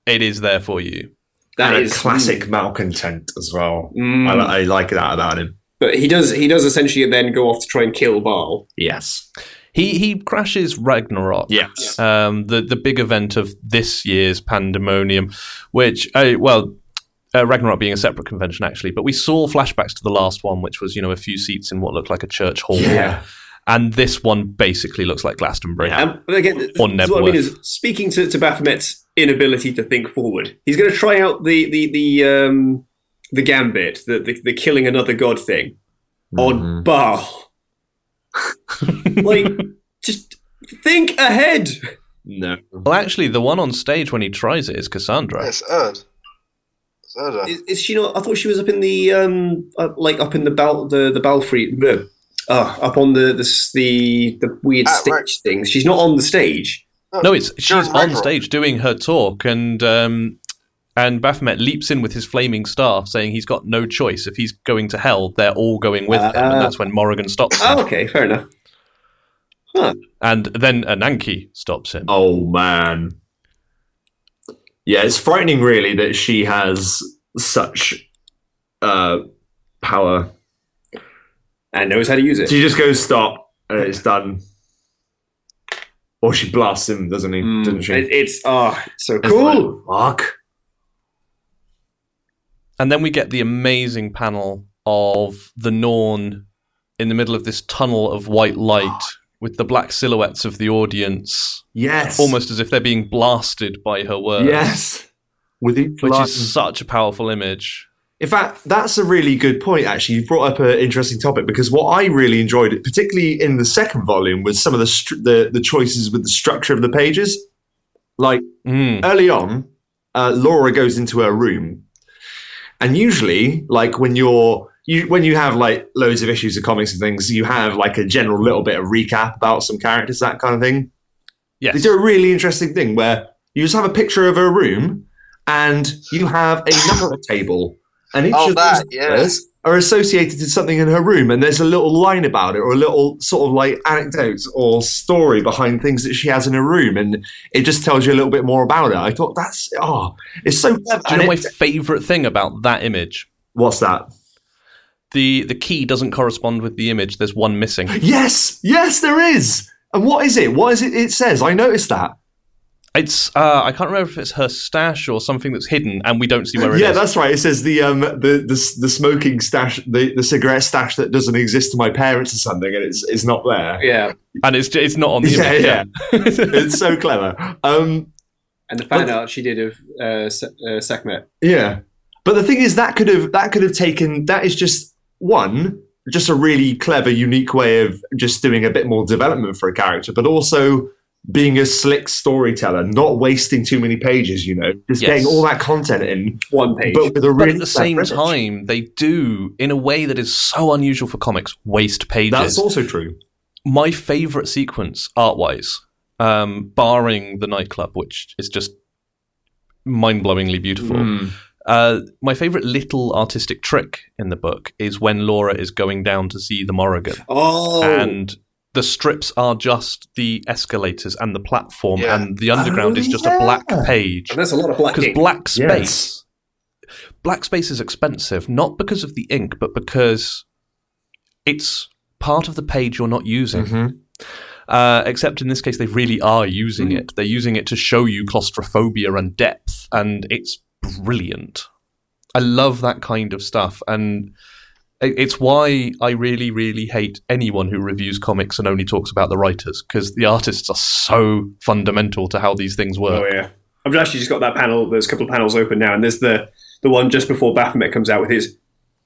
Speaker 2: it is there for you.
Speaker 3: that
Speaker 1: and a
Speaker 3: is-
Speaker 1: classic malcontent as well.
Speaker 3: Mm.
Speaker 1: I, li- I like that about him.
Speaker 3: but he does he does essentially then go off to try and kill Baal.
Speaker 1: Yes.
Speaker 2: He he crashes Ragnarok.
Speaker 1: Yes.
Speaker 2: Um, the the big event of this year's pandemonium, which uh, well, uh, Ragnarok being a separate convention actually, but we saw flashbacks to the last one, which was you know a few seats in what looked like a church hall,
Speaker 1: Yeah.
Speaker 2: and this one basically looks like Glastonbury.
Speaker 3: Um, but again, th-
Speaker 2: Or
Speaker 3: that's what I mean
Speaker 2: Nebworth.
Speaker 3: is speaking to, to Baphomet's inability to think forward. He's going to try out the the the um, the gambit, the, the the killing another god thing
Speaker 1: Mm-hmm.
Speaker 3: on
Speaker 1: [LAUGHS]
Speaker 3: Baal. like, just think ahead.
Speaker 6: No.
Speaker 2: Well, actually, the one on stage when he tries it is Cassandra.
Speaker 4: It's Erd. It's Erda.
Speaker 3: Is, is she not? I thought she was up in the um, uh, like up in the bal the the belfry. The, uh, up on the the s- the, the weird
Speaker 4: Ah,
Speaker 3: stitch
Speaker 4: right.
Speaker 3: thing. She's not on the stage.
Speaker 2: No, it's she's
Speaker 4: During
Speaker 2: on
Speaker 4: Ragnarok.
Speaker 2: stage doing her talk, and um, and Baphomet leaps in with his flaming staff, saying he's got no choice. If he's going to hell, they're all going with him,
Speaker 3: Uh,
Speaker 2: and that's when Morrigan stops him,
Speaker 3: Oh, okay, fair enough.
Speaker 2: and then Ananki stops him.
Speaker 1: Oh man. Yeah, it's frightening really that she has such uh power.
Speaker 3: And knows how to use it.
Speaker 1: She just goes stop and it's done. Or she blasts him, doesn't he?
Speaker 2: Hmm.
Speaker 6: Mm.
Speaker 1: Doesn't she?
Speaker 3: It- it's ah, so
Speaker 1: It's
Speaker 3: cool.
Speaker 1: like, fuck.
Speaker 2: And then we get the amazing panel of the Norn in the middle of this tunnel of white light with the black silhouettes of the audience,
Speaker 1: Yes.
Speaker 2: almost as if they're being blasted by her words.
Speaker 1: Yes. With each
Speaker 2: Which
Speaker 1: line.
Speaker 2: is such a powerful image.
Speaker 1: In fact, that's a really good point, actually. You brought up an interesting topic because what I really enjoyed, particularly in the second volume, was some of the, stru- the, the choices with the structure of the pages. Like
Speaker 2: Mm.
Speaker 1: early on, uh, Laura goes into her room, and usually, like when you're you, when you have like loads of issues of comics and things, you have like a general little bit of recap about some characters, that kind of thing.
Speaker 2: Yes.
Speaker 1: They do a really interesting thing where you just have a picture of her room, and you have another table, and each
Speaker 4: Oh,
Speaker 1: of those
Speaker 4: that, yeah.
Speaker 1: numbers are associated to something in her room, and there's a little line about it, or a little sort of like anecdote or story behind things that she has in her room, and it just tells you a little bit more about it. I thought that's oh, it's so clever.
Speaker 2: Do you know
Speaker 1: and
Speaker 2: my
Speaker 1: it-
Speaker 2: favourite thing about that image?
Speaker 1: What's that?
Speaker 2: The the key doesn't correspond with the image. There's one missing.
Speaker 1: Yes, yes, there is. And what is it? What is it? It says. I noticed that.
Speaker 2: It's uh, I can't remember if it's her stash or something that's hidden, and we don't see where it is.
Speaker 1: yeah, that's right. It says the um the the, the smoking stash, the, the cigarette stash that doesn't exist to my parents or something, and it's it's not there.
Speaker 3: Yeah,
Speaker 2: and it's it's not on
Speaker 1: [LAUGHS]
Speaker 2: the
Speaker 1: Yeah,
Speaker 2: image.
Speaker 1: yeah.
Speaker 2: [LAUGHS]
Speaker 1: It's so clever. Um,
Speaker 3: and the fan art she did of uh, Se- uh, Sekhmet.
Speaker 1: Yeah, but the thing is, that could have that could have taken that is just one, just a really clever, unique way of just doing a bit more development for a character, but also being a slick storyteller, not wasting too many pages. You know, just
Speaker 2: Yes.
Speaker 1: getting all that content in,
Speaker 3: One page.
Speaker 1: but with a
Speaker 2: But
Speaker 1: really
Speaker 2: at the same
Speaker 1: clever-
Speaker 2: time, they do, in a way that is so unusual for comics, waste pages.
Speaker 1: That's also true.
Speaker 2: My favourite sequence, art wise, um, barring the nightclub, which is just mind blowingly beautiful.
Speaker 1: Mm.
Speaker 2: Uh, my favourite little artistic trick in the book is when Laura is going down to see the Morrigan.
Speaker 3: oh,
Speaker 2: And the strips are just the escalators and the platform,
Speaker 4: Yeah.
Speaker 2: and the underground
Speaker 1: Oh,
Speaker 2: is just
Speaker 1: yeah.
Speaker 2: a black page.
Speaker 3: and that's a lot of black
Speaker 2: because
Speaker 3: ink.
Speaker 2: black space
Speaker 1: Yes.
Speaker 2: black space is expensive not because of the ink but because it's part of the page you're not using
Speaker 1: Mm-hmm.
Speaker 2: uh, except in this case they really are using it they're using it to show you claustrophobia and depth and it's brilliant i love that kind of stuff and it- it's why I really, really hate anyone who reviews comics and only talks about the writers because the artists are so fundamental to how these things work.
Speaker 3: Oh yeah, I've actually just got that panel. There's a couple of panels open now, and there's the the one just before Baphomet comes out with his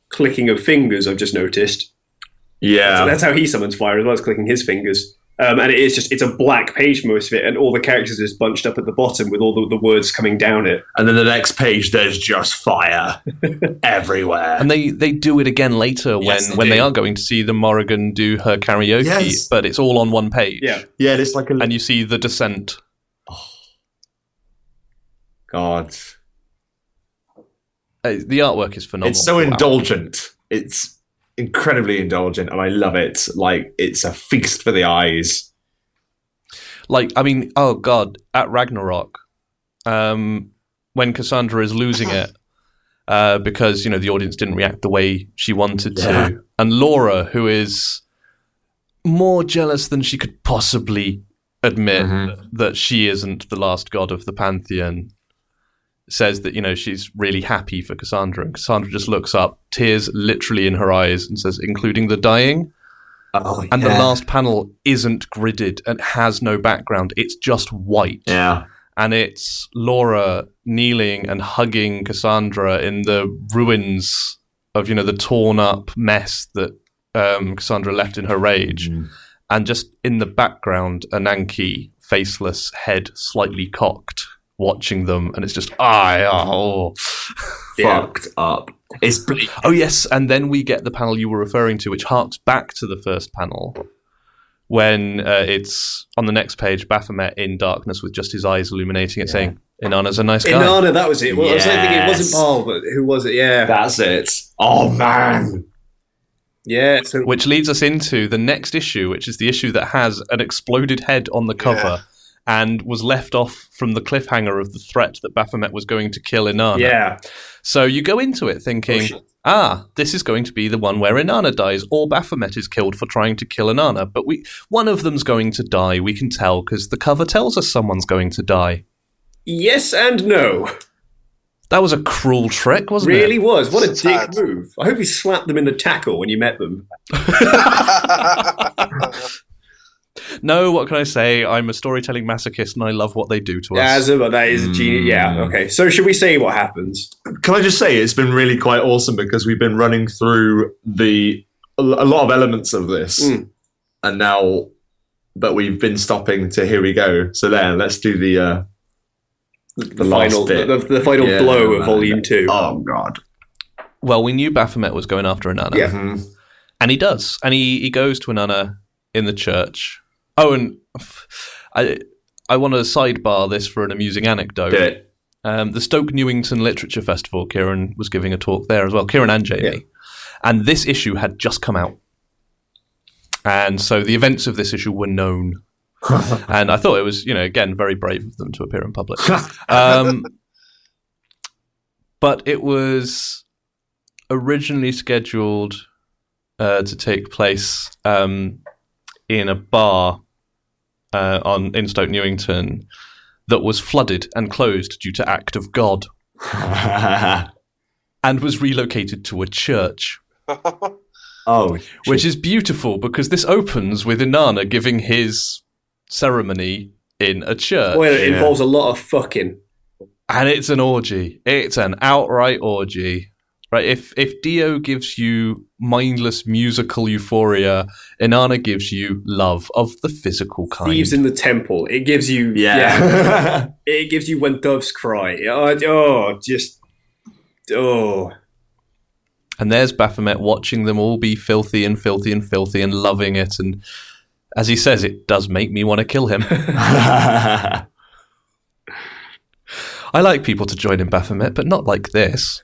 Speaker 3: clicking of fingers. I've just noticed. So
Speaker 1: Yeah.
Speaker 3: that's how he summons fire as well as clicking his fingers. Um, and it is just it's a black page most of it, and all the characters is bunched up at the bottom with all the, the words coming down it.
Speaker 1: And then the next page, there's just fire [LAUGHS] everywhere.
Speaker 2: And they, they do it again later when,
Speaker 1: Yes, they
Speaker 2: when they
Speaker 1: do.
Speaker 2: are going to see the Morrigan do her karaoke,
Speaker 1: Yes.
Speaker 2: but it's all on one page.
Speaker 3: Yeah.
Speaker 1: yeah, it's like a
Speaker 2: And you see the descent.
Speaker 1: god.
Speaker 2: Uh, the artwork is phenomenal.
Speaker 1: It's so
Speaker 2: Wow.
Speaker 1: indulgent. It's incredibly indulgent, and I love it. Like it's a feast for the eyes.
Speaker 2: Like, I mean, oh god, at Ragnarok, um, when Cassandra
Speaker 1: [LAUGHS]
Speaker 2: is losing it uh, because you know the audience didn't react the way she wanted
Speaker 1: Yeah.
Speaker 2: to, and Laura, who is more jealous than she could possibly admit that she isn't the last god of the pantheon, says that, you know, she's really happy for Cassandra. And Cassandra just looks up, tears literally in her eyes, and says, including the dying.
Speaker 6: Oh,
Speaker 2: And the last panel isn't gridded and has no background. It's just white.
Speaker 6: Yeah.
Speaker 2: And it's Laura kneeling and hugging Cassandra in the ruins of, you know, the torn up mess that um, Cassandra left in her rage. And just in the background, Ananki, faceless, head slightly cocked, watching them. And it's just, I, oh. [LAUGHS]
Speaker 6: Fucked up. It's bleak.
Speaker 2: Oh yes, and then we get the panel you were referring to, which harks back to the first panel, when uh, it's on the next page, Baphomet in darkness with just his eyes illuminating it, saying, "Inanna's a nice guy."
Speaker 3: Inanna, that was it. Well, I was thinking it
Speaker 6: Yes.
Speaker 3: wasn't Paul, but who was it? Yeah,
Speaker 6: That's it. Oh man.
Speaker 3: yeah. So
Speaker 2: Which leads us into the next issue, which is the issue that has an exploded head on the cover. And was left off from the cliffhanger of the threat that Baphomet was going to kill Inanna.
Speaker 3: yeah,
Speaker 2: So you go into it
Speaker 3: Oh,
Speaker 2: thinking, ah, this is going to be the one where Inanna dies, or Baphomet is killed for trying to kill Inanna. But we, one of them's going to die. We can tell because the cover tells us someone's going to die.
Speaker 3: yes and no.
Speaker 2: That was a cruel trick, wasn't
Speaker 3: Really
Speaker 2: it?
Speaker 3: was. What a
Speaker 4: Sad.
Speaker 3: dick move. I hope you slapped them in the tackle when you met them.
Speaker 2: No, what can I say? I'm a storytelling masochist, and I love what they do to us.
Speaker 3: As a, that is a genius. Yeah. Okay. So should we say what happens?
Speaker 1: Can I just say it's been really quite awesome because we've been running through the a lot of elements of this,
Speaker 3: Mm.
Speaker 1: and now that we've been stopping to here we go. So there, let's do the. Uh,
Speaker 3: The
Speaker 1: Last
Speaker 3: final,
Speaker 1: bit.
Speaker 3: the, the final
Speaker 1: Yeah,
Speaker 3: blow of
Speaker 1: man.
Speaker 3: volume two.
Speaker 1: oh God!
Speaker 2: well, we knew Baphomet was going after Inanna,
Speaker 3: Yeah.
Speaker 1: Mhm.
Speaker 2: and he does, and he he goes to Inanna in the church. Oh, and [SIGHS] I I want to sidebar this for an amusing anecdote.
Speaker 1: Do it.
Speaker 2: Um, the Stoke Newington Literature Festival, Kieran was giving a talk there as well, Kieran and Jamie. And this issue had just come out. And so the events of this issue were known. and I thought it was, you know, again, very brave of them to appear
Speaker 1: [LAUGHS]
Speaker 2: in public. um, but it was originally scheduled uh, to take place um, in a bar uh, on in Stoke Newington that was flooded and closed due to act of God Mm-hmm.
Speaker 1: [LAUGHS]
Speaker 2: [LAUGHS] and was relocated to a church,
Speaker 1: oh,
Speaker 2: which is beautiful because this opens with Inanna giving his ceremony in a church.
Speaker 3: Well, it
Speaker 1: yeah.
Speaker 3: involves a lot of fucking.
Speaker 2: and it's an orgy. It's an outright orgy. Right, if if Dio gives you mindless musical euphoria, Inanna gives you love of the physical kind.
Speaker 3: Thieves in the temple. It gives you, yeah.
Speaker 1: [LAUGHS] yeah.
Speaker 3: It gives you when doves cry. Oh, oh, just, oh,
Speaker 2: And there's Baphomet watching them all be filthy and filthy and filthy and loving it. And as he says, it does make me want to kill him. I like people to join in Baphomet, but not like
Speaker 6: [LAUGHS]
Speaker 2: this.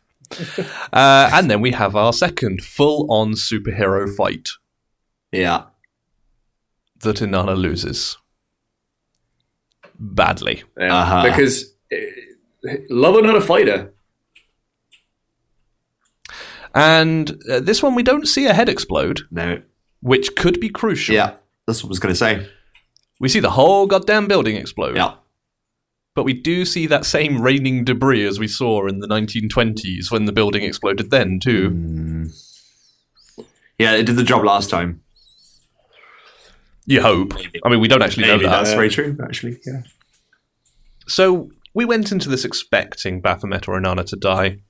Speaker 2: Uh, and then we have our second full on superhero fight
Speaker 6: [LAUGHS] Yeah.
Speaker 2: that Inanna loses. Badly.
Speaker 3: Yeah,
Speaker 6: Uh-huh.
Speaker 3: because uh, love or not a fighter.
Speaker 2: And uh, this one, we don't see a head explode,
Speaker 6: No.
Speaker 2: which could be crucial.
Speaker 6: Yeah. That's what I was gonna say.
Speaker 2: We see the whole goddamn building explode.
Speaker 6: Yeah.
Speaker 2: But we do see that same raining debris as we saw in the 1920s when the building exploded then, too.
Speaker 6: Mm. Yeah, it did the job last time.
Speaker 2: You hope. I mean, we don't actually
Speaker 6: Maybe
Speaker 2: know that.
Speaker 6: that's very true, actually. Yeah.
Speaker 2: So we went into this expecting Baphomet or Inanna to die.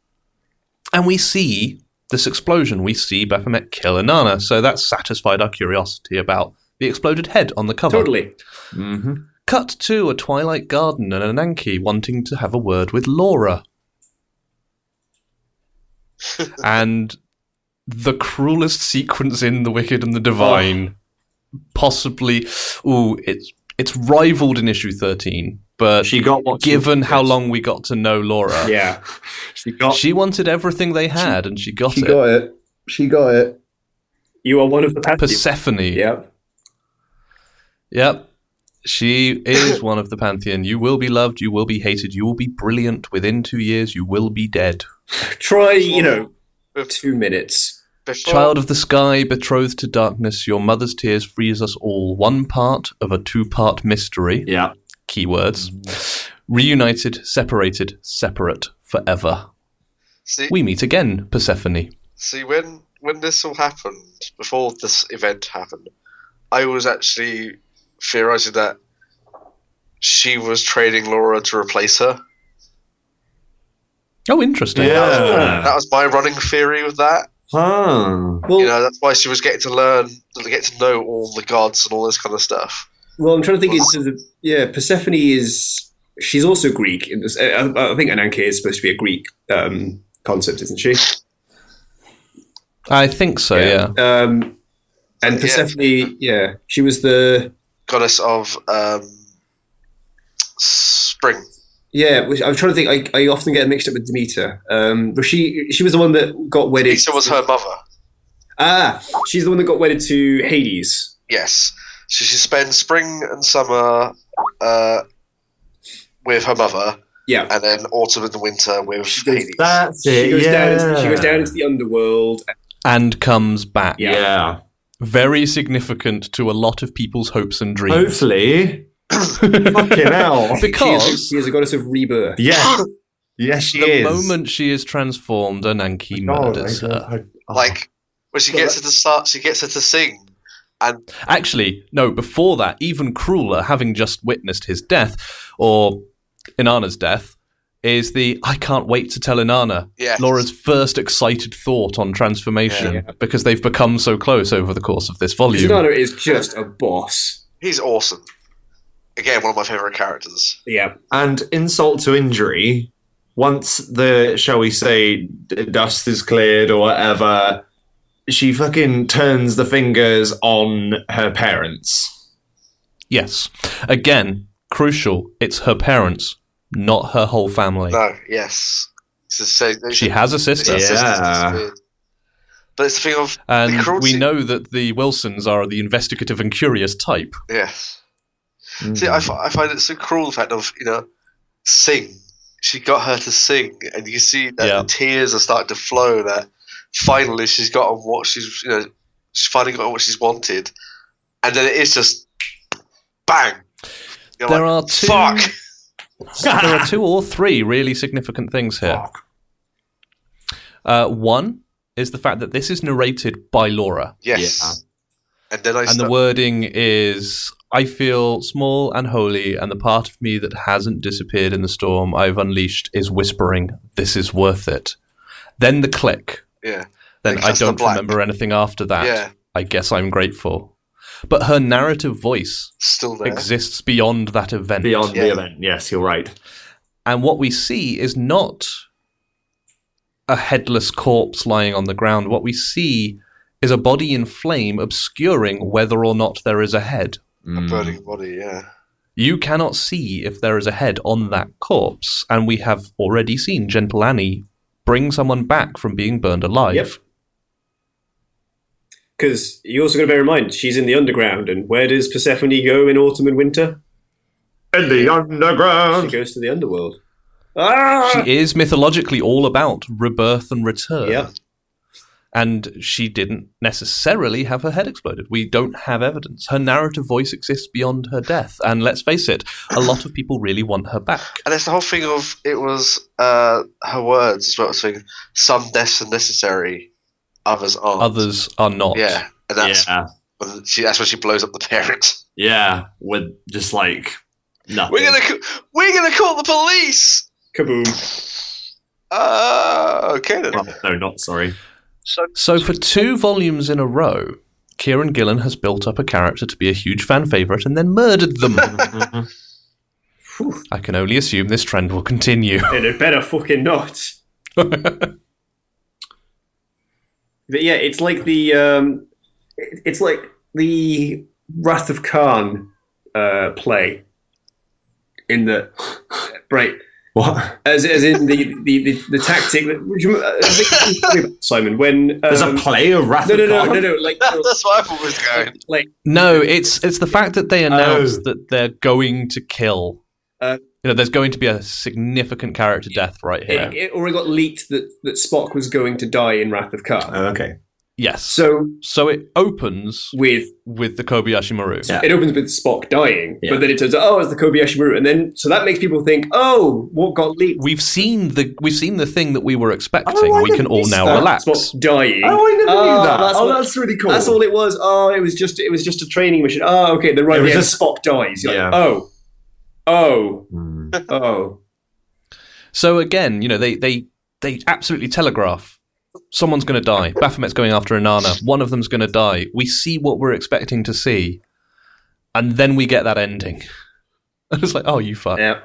Speaker 2: And we see this explosion. We see Baphomet kill Inanna. So that satisfied our curiosity about the exploded head on the cover.
Speaker 3: Totally.
Speaker 6: Mm-hmm.
Speaker 2: Cut to a twilight garden and Ananki wanting to have a word
Speaker 6: [LAUGHS]
Speaker 2: with Laura. and the cruelest sequence in The Wicked and the Divine,
Speaker 6: Oh.
Speaker 2: possibly, ooh, it's it's rivaled in issue thirteen, but
Speaker 6: She got what she-
Speaker 2: given how long we got to know Laura,
Speaker 3: Yeah.
Speaker 6: she got
Speaker 2: she wanted everything they had, and she got it.
Speaker 1: it. She got it.
Speaker 3: You are one of the pantheon.
Speaker 2: Persephone.
Speaker 3: Yep.
Speaker 2: Yep. She is one of the pantheon. You will be loved. You will be hated. You will be brilliant. Within two years, you will be dead.
Speaker 3: Try, you know, two minutes.
Speaker 4: [LAUGHS] Before,
Speaker 2: Child of the sky, betrothed to darkness, your mother's tears freeze us all. One part of a two part mystery.
Speaker 6: Yeah.
Speaker 2: Keywords. Reunited, separated, separate, forever.
Speaker 4: See,
Speaker 2: We meet again, Persephone.
Speaker 4: see, when when this all happened, before this event happened, I was actually theorizing that she was trading Laura to replace her.
Speaker 2: Oh, interesting.
Speaker 4: That was-
Speaker 1: Yeah.
Speaker 4: that was my running theory with that.
Speaker 1: Huh.
Speaker 3: Well,
Speaker 4: you know that's why she was getting to learn to get to know all the gods and all this kind of stuff
Speaker 3: well, I'm trying to think. In terms of, yeah, Persephone is she's also Greek. In this, I, I I think Ananke is supposed to be a Greek um, concept, isn't she?
Speaker 2: I think so, yeah.
Speaker 3: Um, and
Speaker 4: Yeah.
Speaker 3: Persephone, yeah. she was the
Speaker 4: goddess of um, spring
Speaker 3: yeah. Which I'm trying to think. I, I often get mixed up with Demeter. Um, but she she was the one that got wedded.
Speaker 4: Lisa was her mother
Speaker 3: Ah, she's the one that got wedded to Hades.
Speaker 4: yes so she spends spring and summer uh, with her mother
Speaker 3: Yeah.
Speaker 4: and then autumn and winter with
Speaker 3: goes
Speaker 4: Hades.
Speaker 1: That's it.
Speaker 3: She goes
Speaker 1: yeah.
Speaker 3: down. Into, she goes down into the underworld.
Speaker 2: And comes back.
Speaker 3: Yeah.
Speaker 1: Yeah.
Speaker 2: Very significant to a lot of people's hopes and dreams.
Speaker 1: Hopefully.
Speaker 6: [COUGHS]
Speaker 1: Fucking hell.
Speaker 3: She is,
Speaker 2: because
Speaker 3: she is a goddess of rebirth.
Speaker 1: Yes. Yes, she
Speaker 2: the
Speaker 1: is.
Speaker 2: moment Oh, she is transformed, Ananki
Speaker 1: Oh, God, I-
Speaker 2: murders her.
Speaker 1: I- oh.
Speaker 4: like when she
Speaker 3: Well,
Speaker 4: gets her to start she gets her to sing
Speaker 2: Actually, no, before that, even crueler, having just witnessed his death, or Inanna's death, is the I can't wait to tell Inanna.
Speaker 4: yeah
Speaker 2: Laura's first excited thought on transformation because they've become so close over the course of this volume.
Speaker 3: Sonata is just a boss.
Speaker 4: he's awesome again one of my favorite characters
Speaker 3: Yeah.
Speaker 1: and insult to injury once the shall we say d- dust is cleared or whatever she fucking turns the fingers on her parents
Speaker 2: Yes. Again, crucial, it's her parents, not her whole family.
Speaker 4: no yes so, so,
Speaker 2: She has a
Speaker 4: It's
Speaker 2: sister,
Speaker 4: just- it's just-
Speaker 1: Yeah.
Speaker 4: it's weird. But it's the thing of
Speaker 2: and
Speaker 4: cruelty-
Speaker 2: we know that the Wilsons are the investigative and curious type.
Speaker 4: yes.
Speaker 1: Mm.
Speaker 4: See,
Speaker 2: Hmm.
Speaker 4: I, fi- I find it so cruel the fact of you know, sing. She got her to sing, and you see that
Speaker 2: Yeah.
Speaker 4: the tears are starting to flow. That finally she's got on what she's you know, she's finally got what she's wanted, and then it is just bang. You're
Speaker 2: There
Speaker 4: like,
Speaker 2: are two
Speaker 4: fuck.
Speaker 2: there
Speaker 4: [LAUGHS]
Speaker 2: are two or three really significant things here. Uh, one is the fact that this is narrated by Laura,
Speaker 4: Yes. And then I
Speaker 2: and the
Speaker 4: start-
Speaker 2: wording is I feel small and holy, and the part of me that hasn't disappeared in the storm I've unleashed is whispering, This is worth it. Then the click.
Speaker 4: yeah
Speaker 2: Then
Speaker 4: Like
Speaker 2: I
Speaker 4: Shasta
Speaker 2: don't
Speaker 4: Black.
Speaker 2: remember anything after that.
Speaker 4: yeah
Speaker 2: I guess I'm grateful. But her narrative voice
Speaker 4: still there.
Speaker 2: exists beyond that event.
Speaker 1: beyond the
Speaker 4: Yeah.
Speaker 1: event yes you're right
Speaker 2: And what we see is not a headless corpse lying on the ground. What we see is a body in flame obscuring whether or not there is a head.
Speaker 4: A
Speaker 1: Mm.
Speaker 4: burning body. Yeah.
Speaker 2: You cannot see if there is a head on that corpse. And we have already seen Gentle Annie bring someone back from being burned alive.
Speaker 3: Yep. Because you also got to bear in mind, she's in the underground, and where does Persephone go in autumn and winter?
Speaker 1: in the
Speaker 3: She
Speaker 1: underground
Speaker 3: goes to the underworld. Ah!
Speaker 2: She is mythologically all about rebirth and return.
Speaker 3: Yep.
Speaker 2: And she didn't necessarily have her head exploded. We don't have evidence. Her narrative voice exists beyond her death. And let's face it, a lot of people really want her back.
Speaker 4: And it's the whole thing of it was uh, her words as well as saying some deaths are necessary, others aren't.
Speaker 2: Others are not.
Speaker 4: Yeah, and that's
Speaker 1: yeah
Speaker 4: when she, that's when she blows up
Speaker 2: [LAUGHS]
Speaker 4: the parents.
Speaker 1: yeah with just like nothing
Speaker 4: We're gonna ca- we're gonna call the police.
Speaker 3: Kaboom.
Speaker 4: Uh, okay then.
Speaker 1: Oh, no not [LAUGHS] sorry
Speaker 2: So, for two volumes in a row, Kieran Gillen has built up a character to be a huge fan favourite and then murdered them. I can only assume this trend will continue.
Speaker 3: And it better fucking not. [LAUGHS] But yeah, it's like the um, it- it's like the Wrath of Khan uh, play. In the [LAUGHS] right,
Speaker 1: what
Speaker 3: as, as in the the, the, the tactic that would you- uh, the- Simon when um,
Speaker 1: there's a play of Wrath
Speaker 3: no
Speaker 1: of
Speaker 3: no no
Speaker 1: God?
Speaker 3: no no like
Speaker 4: [LAUGHS] that's where I was going.
Speaker 3: like
Speaker 2: No, it's it's the fact that they announced
Speaker 1: Oh.
Speaker 2: that they're going to kill.
Speaker 3: Uh,
Speaker 2: you know, there's going to be a significant character death right here.
Speaker 3: It, it already got leaked that, that Spock was going to die in Wrath of Khan.
Speaker 1: Oh, okay
Speaker 2: Yes. So,
Speaker 3: So
Speaker 2: it opens
Speaker 3: with
Speaker 2: with the Kobayashi Maru.
Speaker 6: Yeah.
Speaker 3: it opens with Spock dying,
Speaker 6: Yeah.
Speaker 3: but then it turns out oh it's the Kobayashi Maru, and then so that makes people think oh what got leaked?
Speaker 2: We've seen the we've seen the thing that we were expecting.
Speaker 6: Oh, I
Speaker 2: we can
Speaker 6: didn't
Speaker 2: all
Speaker 6: miss
Speaker 2: now
Speaker 6: that.
Speaker 2: relax.
Speaker 3: Spock dying.
Speaker 6: Oh, I never
Speaker 3: Ah,
Speaker 6: knew that.
Speaker 3: that's
Speaker 6: oh,
Speaker 3: what-
Speaker 6: that's really cool.
Speaker 3: That's all it was. Oh, it was just it was just a training mission. Oh, okay. Then
Speaker 6: It
Speaker 3: right at
Speaker 6: was
Speaker 3: the end,
Speaker 6: just-
Speaker 3: Spock dies. You're
Speaker 6: Yeah.
Speaker 3: like, oh, oh,
Speaker 6: Hmm.
Speaker 3: oh.
Speaker 2: So again, you know, they they they absolutely telegraph someone's going to die. Baphomet's going after Inanna. One of them's going to die. We see what we're expecting to see, and then we get that ending. [LAUGHS] And it's like, oh, you fuck.
Speaker 3: Yeah.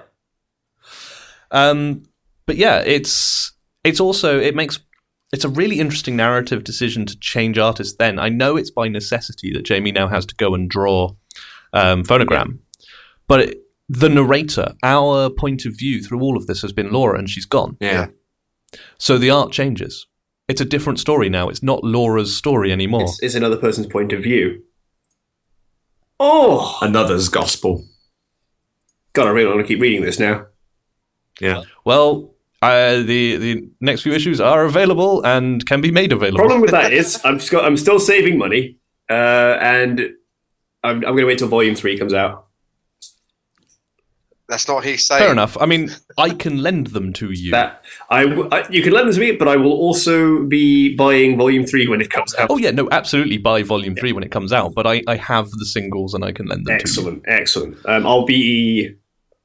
Speaker 2: Um, but yeah, it's it's also it makes it's a really interesting narrative decision to change artists. Then I know it's by necessity that Jamie now has to go and draw um, phonogram, but it, the narrator, our point of view through all of this has been Laura, and she's gone.
Speaker 6: Yeah.
Speaker 2: So the art changes. It's a different story now. It's not Laura's story
Speaker 6: Oh.
Speaker 2: anymore.
Speaker 3: It's, it's another person's point of view. Oh,
Speaker 6: Another's gospel.
Speaker 3: God, I really want to keep reading this now.
Speaker 2: well, uh, the the next few issues are available and can be made available.
Speaker 3: Problem with that is I'm sc- I'm still saving money, uh, and I'm, I'm going to wait till Volume Three comes out.
Speaker 4: That's not what he's saying.
Speaker 2: Fair enough. I mean, I can lend them to you.
Speaker 3: That I, w- I- you can lend them to me, but I will also be buying Volume Three when it comes out.
Speaker 2: Oh yeah, no, absolutely buy volume three when it comes out. But I, I have the singles and I can lend them
Speaker 3: excellent, excellent. Um, I'll be.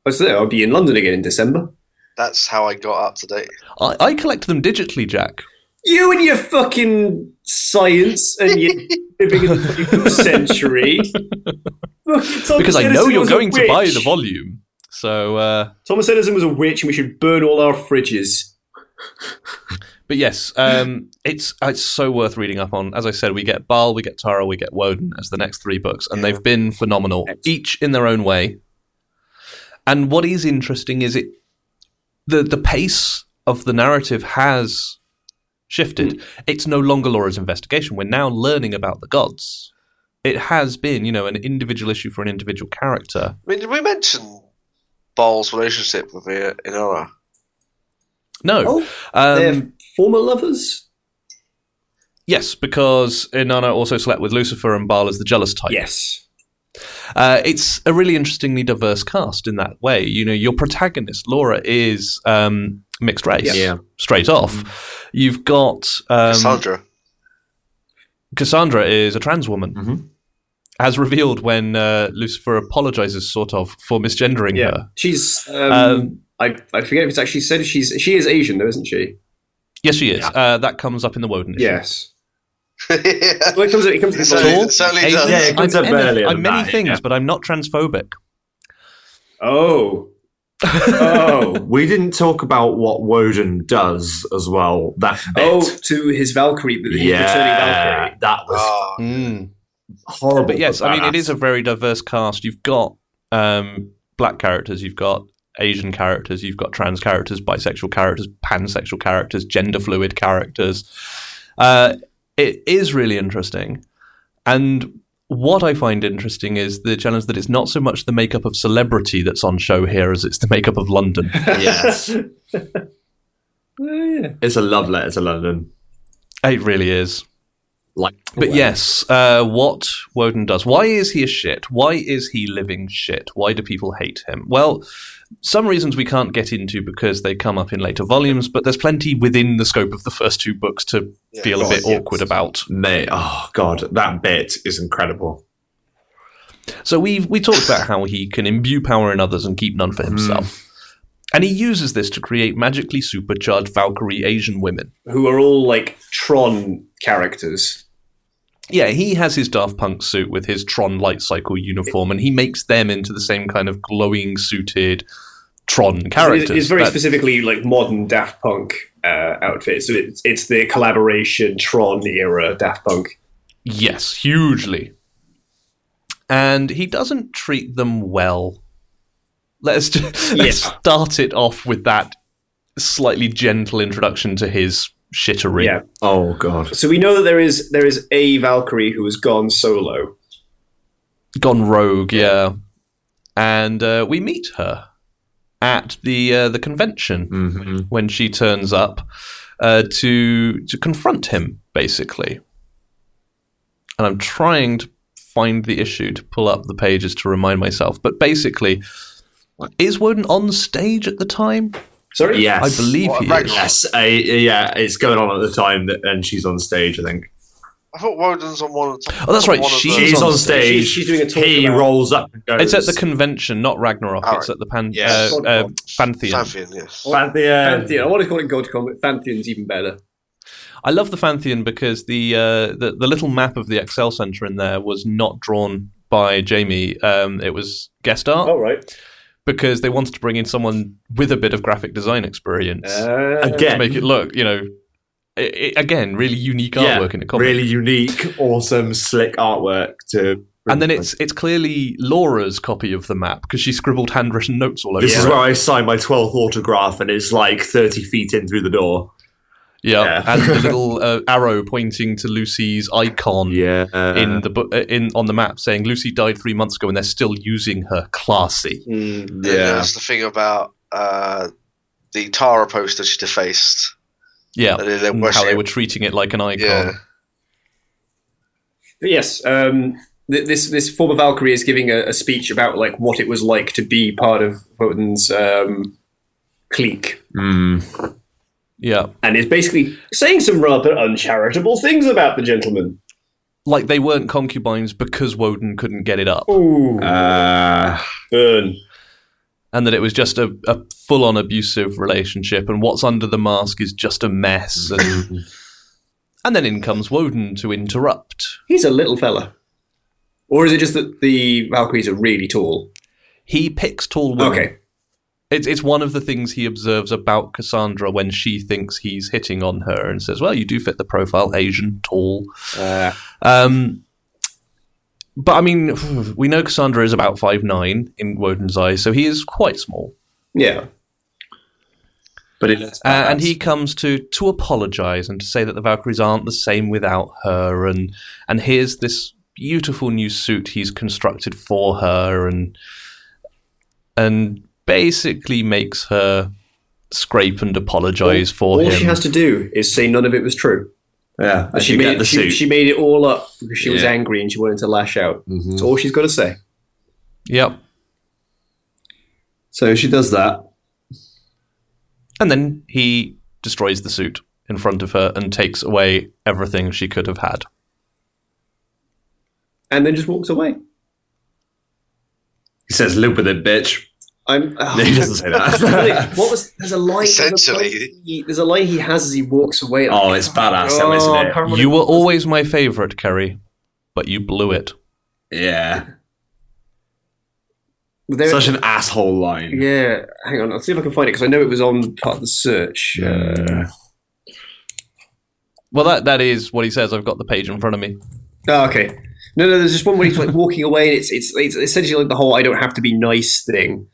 Speaker 3: What's there? I'll be in London again in December.
Speaker 4: That's how I got up to date.
Speaker 2: to you. I, I collect them digitally, Jack.
Speaker 3: You and your fucking science
Speaker 2: [LAUGHS]
Speaker 3: and your living in the 21st century. Fucking Thomas
Speaker 2: Because I
Speaker 3: Edison
Speaker 2: know you're
Speaker 3: was a
Speaker 2: going to buy the
Speaker 3: witch.
Speaker 2: volume. So uh,
Speaker 3: Thomas Edison was a witch and we should burn all our fridges.
Speaker 2: but yes, um, it's it's so worth reading up on. As I said, we get Baal, we get Tara, we get Woden as the next three books, and they've been phenomenal, each in their own way. And what is interesting is it the the pace of the narrative has shifted. It's no longer Laura's investigation. We're now learning about the gods. It has been, you know, an individual issue for an individual character.
Speaker 4: I mean, did we mention Ball's relationship with I- Inara?
Speaker 2: No,
Speaker 3: Oh,
Speaker 2: um,
Speaker 3: they're former lovers?
Speaker 2: yes, because Inanna also slept with Lucifer and Baal is the jealous type.
Speaker 3: Yes.
Speaker 2: Uh, it's a really interestingly diverse cast in that way. You know, your protagonist Laura is um, mixed race,
Speaker 6: Yeah. Mm-hmm.
Speaker 2: straight off. You've got um, [LAUGHS]
Speaker 4: Cassandra.
Speaker 2: Cassandra is a trans woman,
Speaker 6: Mhm.
Speaker 2: as revealed when uh, Lucifer apologizes, sort of, for misgendering
Speaker 3: Yeah.
Speaker 2: her.
Speaker 3: She's. Um,
Speaker 2: Um,
Speaker 3: I, I forget if it's actually said she's she is Asian though, isn't she?
Speaker 2: Yes, she is. Uh, that comes up in the Woden. issue.
Speaker 3: Yes.
Speaker 4: yeah.
Speaker 3: Well, it comes. It comes.
Speaker 4: It
Speaker 2: Tall,
Speaker 4: certainly, it certainly
Speaker 2: Asian,
Speaker 4: does.
Speaker 6: Yeah, it comes
Speaker 2: I'm
Speaker 6: up earlier
Speaker 2: I'm
Speaker 6: than
Speaker 2: many
Speaker 6: that,
Speaker 2: things,
Speaker 6: yeah.
Speaker 2: but I'm not transphobic.
Speaker 3: Oh. Oh.
Speaker 6: We didn't talk about what Woden does as well. That bit.
Speaker 3: Oh, to his Valkyrie, his returning
Speaker 6: yeah,
Speaker 3: Valkyrie.
Speaker 6: that was
Speaker 3: Ah.
Speaker 4: Oh,
Speaker 6: horrible.
Speaker 2: But yes, I mean, it
Speaker 6: badass.
Speaker 2: is a very diverse cast. You've got um, black characters, you've got Asian characters, you've got trans characters, bisexual characters, pansexual characters, gender fluid characters. Uh, it is really interesting. And what I find interesting is the challenge that it's not so much the makeup of celebrity that's on show here as it's the makeup of London. [LAUGHS]
Speaker 6: Yes.
Speaker 3: [LAUGHS] Yeah.
Speaker 6: It's a love letter to London.
Speaker 2: it really is.
Speaker 6: Like,
Speaker 2: But yes, uh, what Woden does. Why is he a shit? Why is he living shit? Why do people hate him? Well, some reasons we can't get into because they come up in later volumes, but there's plenty within the scope of the first two books to
Speaker 4: yeah,
Speaker 2: feel a
Speaker 4: God,
Speaker 2: bit
Speaker 4: yeah.
Speaker 2: awkward about.
Speaker 6: mate, oh god, that bit is incredible.
Speaker 2: So we we talked about how he can imbue power in others and keep none for
Speaker 4: Hmm.
Speaker 2: himself. And he uses this to create magically supercharged Valkyrie Asian women.
Speaker 3: Who are all like Tron characters.
Speaker 2: Yeah, he has his Daft Punk suit with his Tron light cycle uniform, and he makes them into the same kind of glowing suited Tron characters.
Speaker 3: It's, it's very
Speaker 2: that-
Speaker 3: specifically like modern Daft Punk uh, outfit. So it's, it's the collaboration Tron era Daft Punk.
Speaker 2: Yes, hugely. And he doesn't treat them well. [LAUGHS] Let's just let's
Speaker 3: Yeah.
Speaker 2: start it off with that slightly gentle introduction to his shittery.
Speaker 3: Yeah.
Speaker 6: Oh god.
Speaker 3: So we know that there is there is a Valkyrie who has gone solo.
Speaker 2: Gone rogue, yeah. And uh, we meet her at the uh, the convention.
Speaker 6: hmm
Speaker 2: Mm-hmm. when she turns up uh, to to confront him, basically. and I'm trying to find the issue to pull up the pages to remind myself. But basically, is Woden on stage at the time?
Speaker 3: Sorry?
Speaker 2: I
Speaker 6: Yes.
Speaker 2: believe
Speaker 4: What,
Speaker 2: he
Speaker 4: Ragnarok?
Speaker 2: is.
Speaker 6: Yes, I, yeah, it's going on at the time, that, and she's on stage. I think
Speaker 4: I thought Woden's on one of the
Speaker 2: Oh, that's right,
Speaker 4: one of
Speaker 2: she's
Speaker 4: the-
Speaker 6: she's on
Speaker 2: on
Speaker 6: stage.
Speaker 3: She's- she's doing a talk
Speaker 6: He
Speaker 3: about-
Speaker 6: rolls up and goes.
Speaker 2: It's at the convention, not Ragnarok.
Speaker 4: All
Speaker 2: It's at the pan-
Speaker 4: Yes.
Speaker 2: uh, uh, Pantheon.
Speaker 4: Pantheon, yes.
Speaker 6: Pantheon.
Speaker 3: Pantheon. I want to call it Godcom, but Pantheon's even better.
Speaker 2: I love the Pantheon because the, uh, the the little map of the Excel Center in there was not drawn by Jamie. Um, it was guest art
Speaker 3: All right.
Speaker 2: because they wanted to bring in someone with a bit of graphic design experience
Speaker 3: Uh,
Speaker 2: to
Speaker 6: Again,
Speaker 2: make it look, you know, i i again, really unique
Speaker 6: Yeah,
Speaker 2: artwork in a comic.
Speaker 6: really unique, awesome, slick artwork to.
Speaker 2: And then it's it's clearly Laura's copy of the map because she scribbled handwritten notes all over
Speaker 6: This is
Speaker 2: it.
Speaker 6: where I sign my 12th autograph, and it's like 30 feet in through the door.
Speaker 2: Yeah,
Speaker 6: Yeah.
Speaker 2: and
Speaker 6: [LAUGHS]
Speaker 2: the little uh, arrow pointing to Lucy's icon
Speaker 6: Yeah.
Speaker 2: in the bu- uh, in on the map saying Lucy died three months ago, and they're still using her classy.
Speaker 3: Mm,
Speaker 4: Yeah. There's the thing about uh, the Tara poster she defaced.
Speaker 2: Yeah,
Speaker 4: That is, they're
Speaker 2: and how
Speaker 4: worship-
Speaker 2: they were treating it like oh. an icon.
Speaker 4: Yeah.
Speaker 3: But yes, um, th- this this former Valkyrie is giving a, a speech about like what it was like to be part of Woden's um, clique,
Speaker 2: Mm. Yeah.
Speaker 3: and is basically saying some rather uncharitable things about the gentleman.
Speaker 2: like they weren't concubines because Woden couldn't get it up,
Speaker 3: Ooh,
Speaker 6: Uh,
Speaker 3: burn!
Speaker 2: and that it was just a, a full-on abusive relationship, and what's under the mask is just a mess. And, and then in comes Woden to interrupt.
Speaker 3: He's a little fella, or is it just that the Valkyries are really tall?
Speaker 2: He picks tall women.
Speaker 3: Okay,
Speaker 2: It's, it's one of the things he observes about Cassandra when she thinks he's hitting on her and says, Well, you do fit the profile, Asian, tall.
Speaker 3: uh,
Speaker 2: Um, but I mean, [SIGHS] we know Cassandra is about 5'9 in Woden's eyes, so he is quite small.
Speaker 3: yeah,
Speaker 6: but it,
Speaker 2: Uh, and he comes to to apologize and to say that the Valkyries aren't the same without her, and and here's this beautiful new suit he's constructed for her, and and basically makes her scrape and apologize for
Speaker 3: all
Speaker 2: him.
Speaker 3: she has to do is say none of it was true.
Speaker 6: yeah,
Speaker 3: And she
Speaker 6: you
Speaker 3: made
Speaker 6: get the
Speaker 3: she,
Speaker 6: suit.
Speaker 3: she made it all up because she was
Speaker 6: Yeah. Mm-hmm.
Speaker 3: angry and she wanted to lash out. That's all she's got to say.
Speaker 2: yep.
Speaker 6: so she does that.
Speaker 2: And then he destroys the suit in front of her and takes away everything she could have had.
Speaker 3: and then just walks away.
Speaker 6: He says, "Live with it, [LAUGHS] bitch."
Speaker 3: I'm. oh,
Speaker 6: No, he doesn't say [LAUGHS] that.
Speaker 3: what was? There's a line. there's a line
Speaker 4: Essentially.
Speaker 3: he- There's a line he has as he walks away.
Speaker 6: oh, it's badass, though,
Speaker 3: Oh,
Speaker 6: isn't it?
Speaker 2: You were always my favorite, Kerry, but you blew it.
Speaker 6: Yeah,
Speaker 3: There-
Speaker 6: such an asshole line.
Speaker 3: yeah, hang on. I'll see if I can find it because I know it was on part of the search.
Speaker 6: Mm.
Speaker 3: Uh,
Speaker 2: Well, that that is what he says. I've got the page in front of me.
Speaker 3: oh, okay. No, no. There's just one where he's like walking away, and it's it's it's essentially like the whole "I don't have to be nice" thing.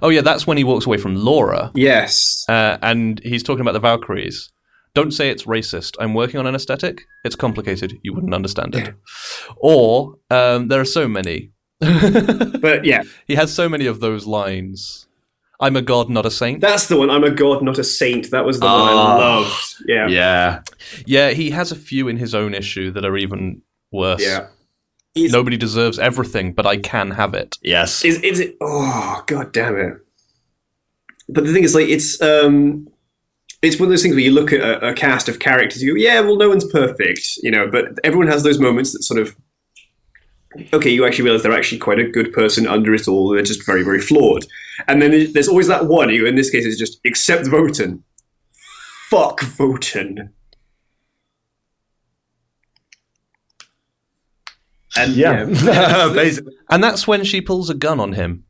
Speaker 2: Oh yeah, that's when he walks away from Laura,
Speaker 3: Yes.
Speaker 2: uh, and he's talking about the Valkyries. Don't say it's racist. I'm working on an aesthetic. It's complicated. You wouldn't understand it. Or um, there are so many. [LAUGHS]
Speaker 3: But yeah,
Speaker 2: He has so many of those lines. I'm a god, not a saint.
Speaker 3: that's the one. I'm a god, not a saint. That was the one I
Speaker 6: Ah.
Speaker 3: loved. Yeah.
Speaker 6: Yeah,
Speaker 2: yeah, he has a few in his own issue that are even worse.
Speaker 3: Yeah.
Speaker 2: Nobody deserves everything, but I can have it.
Speaker 6: yes.
Speaker 3: Is is it? Oh god damn it! But the thing is, like, it's um, it's one of those things where you look at a, a cast of characters, you go, yeah, well, no one's perfect, you know. But everyone has those moments that sort of, okay, you actually realize they're actually quite a good person under it all. They're just very, very flawed. And then there's- there's always that one who, in this case, is just accept Votan. Fuck Votan. And
Speaker 6: Yeah, basically.
Speaker 2: And that's when she pulls a gun on him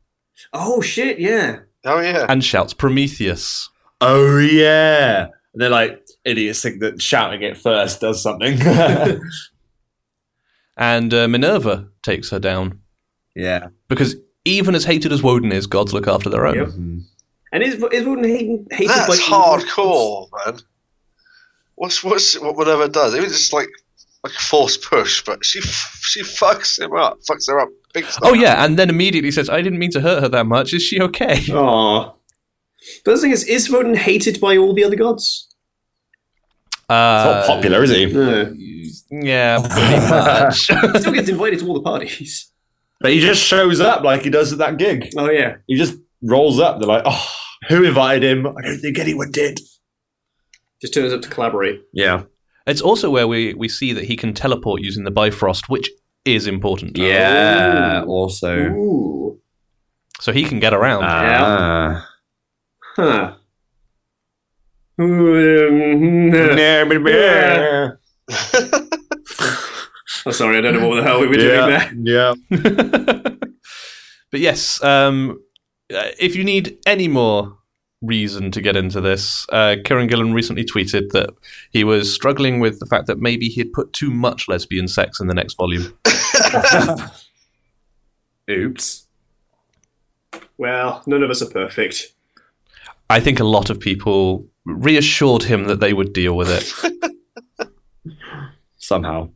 Speaker 3: Oh shit! Yeah.
Speaker 4: Oh, yeah.
Speaker 2: and shouts Prometheus.
Speaker 6: Oh yeah. And they're like idiots think that shouting it first does something. [LAUGHS]
Speaker 2: And uh, Minerva takes her down.
Speaker 6: yeah.
Speaker 2: Because even as hated as Woden is, gods look after their own.
Speaker 3: Yep.
Speaker 6: Mm-hmm.
Speaker 3: And is is Woden Hayden hated by
Speaker 4: That's
Speaker 3: evil?
Speaker 4: hardcore, man. What's what's what whatever it does? It was just like like a forced push, but she f- she fucks him up, fucks her up. Big time.
Speaker 2: Oh yeah, and then immediately says, "I didn't mean to hurt her that much. Is she
Speaker 3: [LAUGHS]
Speaker 2: okay?"
Speaker 3: Aw. But the thing is, is Woden hated by all the other gods?
Speaker 6: It's
Speaker 2: Uh,
Speaker 6: not popular, is he?
Speaker 3: No.
Speaker 2: Yeah, pretty much. [LAUGHS]
Speaker 3: He still gets invited to all the parties. [LAUGHS]
Speaker 6: But he just shows up like he does at that gig.
Speaker 3: Oh yeah.
Speaker 6: He just rolls up. They're like, oh, who invited him? I don't think anyone did.
Speaker 3: Just turns up to collaborate.
Speaker 6: Yeah.
Speaker 2: it's also where we, we see that he can teleport using the Bifrost, which is important.
Speaker 6: Oh.
Speaker 3: Yeah,
Speaker 6: Also.
Speaker 3: Ooh.
Speaker 2: So he can get around.
Speaker 6: Ah.
Speaker 3: Yeah. Huh. Ooh, um, [LAUGHS] oh, sorry, I don't know what the hell we were doing there.
Speaker 6: Yeah.
Speaker 2: [LAUGHS] but yes, um, uh, if you need any more reason to get into this, uh, Kieran Gillen recently tweeted that he was struggling with the fact that maybe he had put too much lesbian sex in the next volume.
Speaker 3: Oops. Well, none of us are perfect.
Speaker 2: I think a lot of people reassured him that they would deal with it.
Speaker 6: Somehow.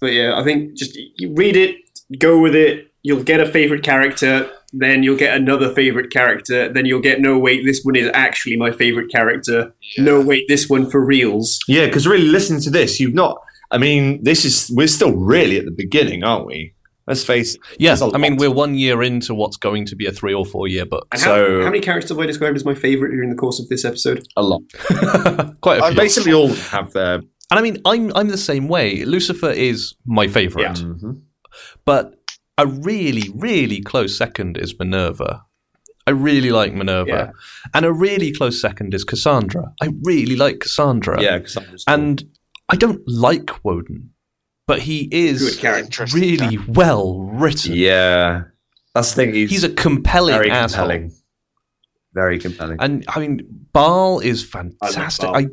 Speaker 3: But yeah, I think just you read it, go with it. You'll get a favorite character, then you'll get another favorite character, then you'll get no wait, this one is actually my favorite character. No wait, this one for reals.
Speaker 6: Yeah, because really, listen to this. You've not. I mean, this is. We're still really at the beginning, aren't we? Let's face it. [LAUGHS]
Speaker 2: Yes,
Speaker 6: There's a
Speaker 2: I mean
Speaker 6: lot.
Speaker 2: we're one year into what's going to be a three or four
Speaker 6: [LAUGHS]
Speaker 2: year book.
Speaker 3: And
Speaker 6: So-
Speaker 3: how, how many characters have I described as my favorite during the course of this episode?
Speaker 6: A lot.
Speaker 2: Quite a
Speaker 4: I'm
Speaker 2: few.
Speaker 6: Basically, all have their.
Speaker 2: And I mean, I'm I'm the same way. Lucifer is my favorite,
Speaker 3: Yeah.
Speaker 6: Mhm.
Speaker 2: but a really really close second is Minerva. I really like Minerva,
Speaker 3: Yeah.
Speaker 2: and a really close second is Cassandra. I really like Cassandra.
Speaker 6: Yeah, because I'm just.
Speaker 2: and I don't like Woden, but he
Speaker 3: Good
Speaker 2: is
Speaker 3: character.
Speaker 4: Interesting
Speaker 2: really well written.
Speaker 6: yeah, that's the thing. He's,
Speaker 2: He's a compelling
Speaker 6: very
Speaker 2: asshole.
Speaker 6: compelling. Very compelling.
Speaker 2: And I mean, Baal is fantastic. I,
Speaker 3: Baal.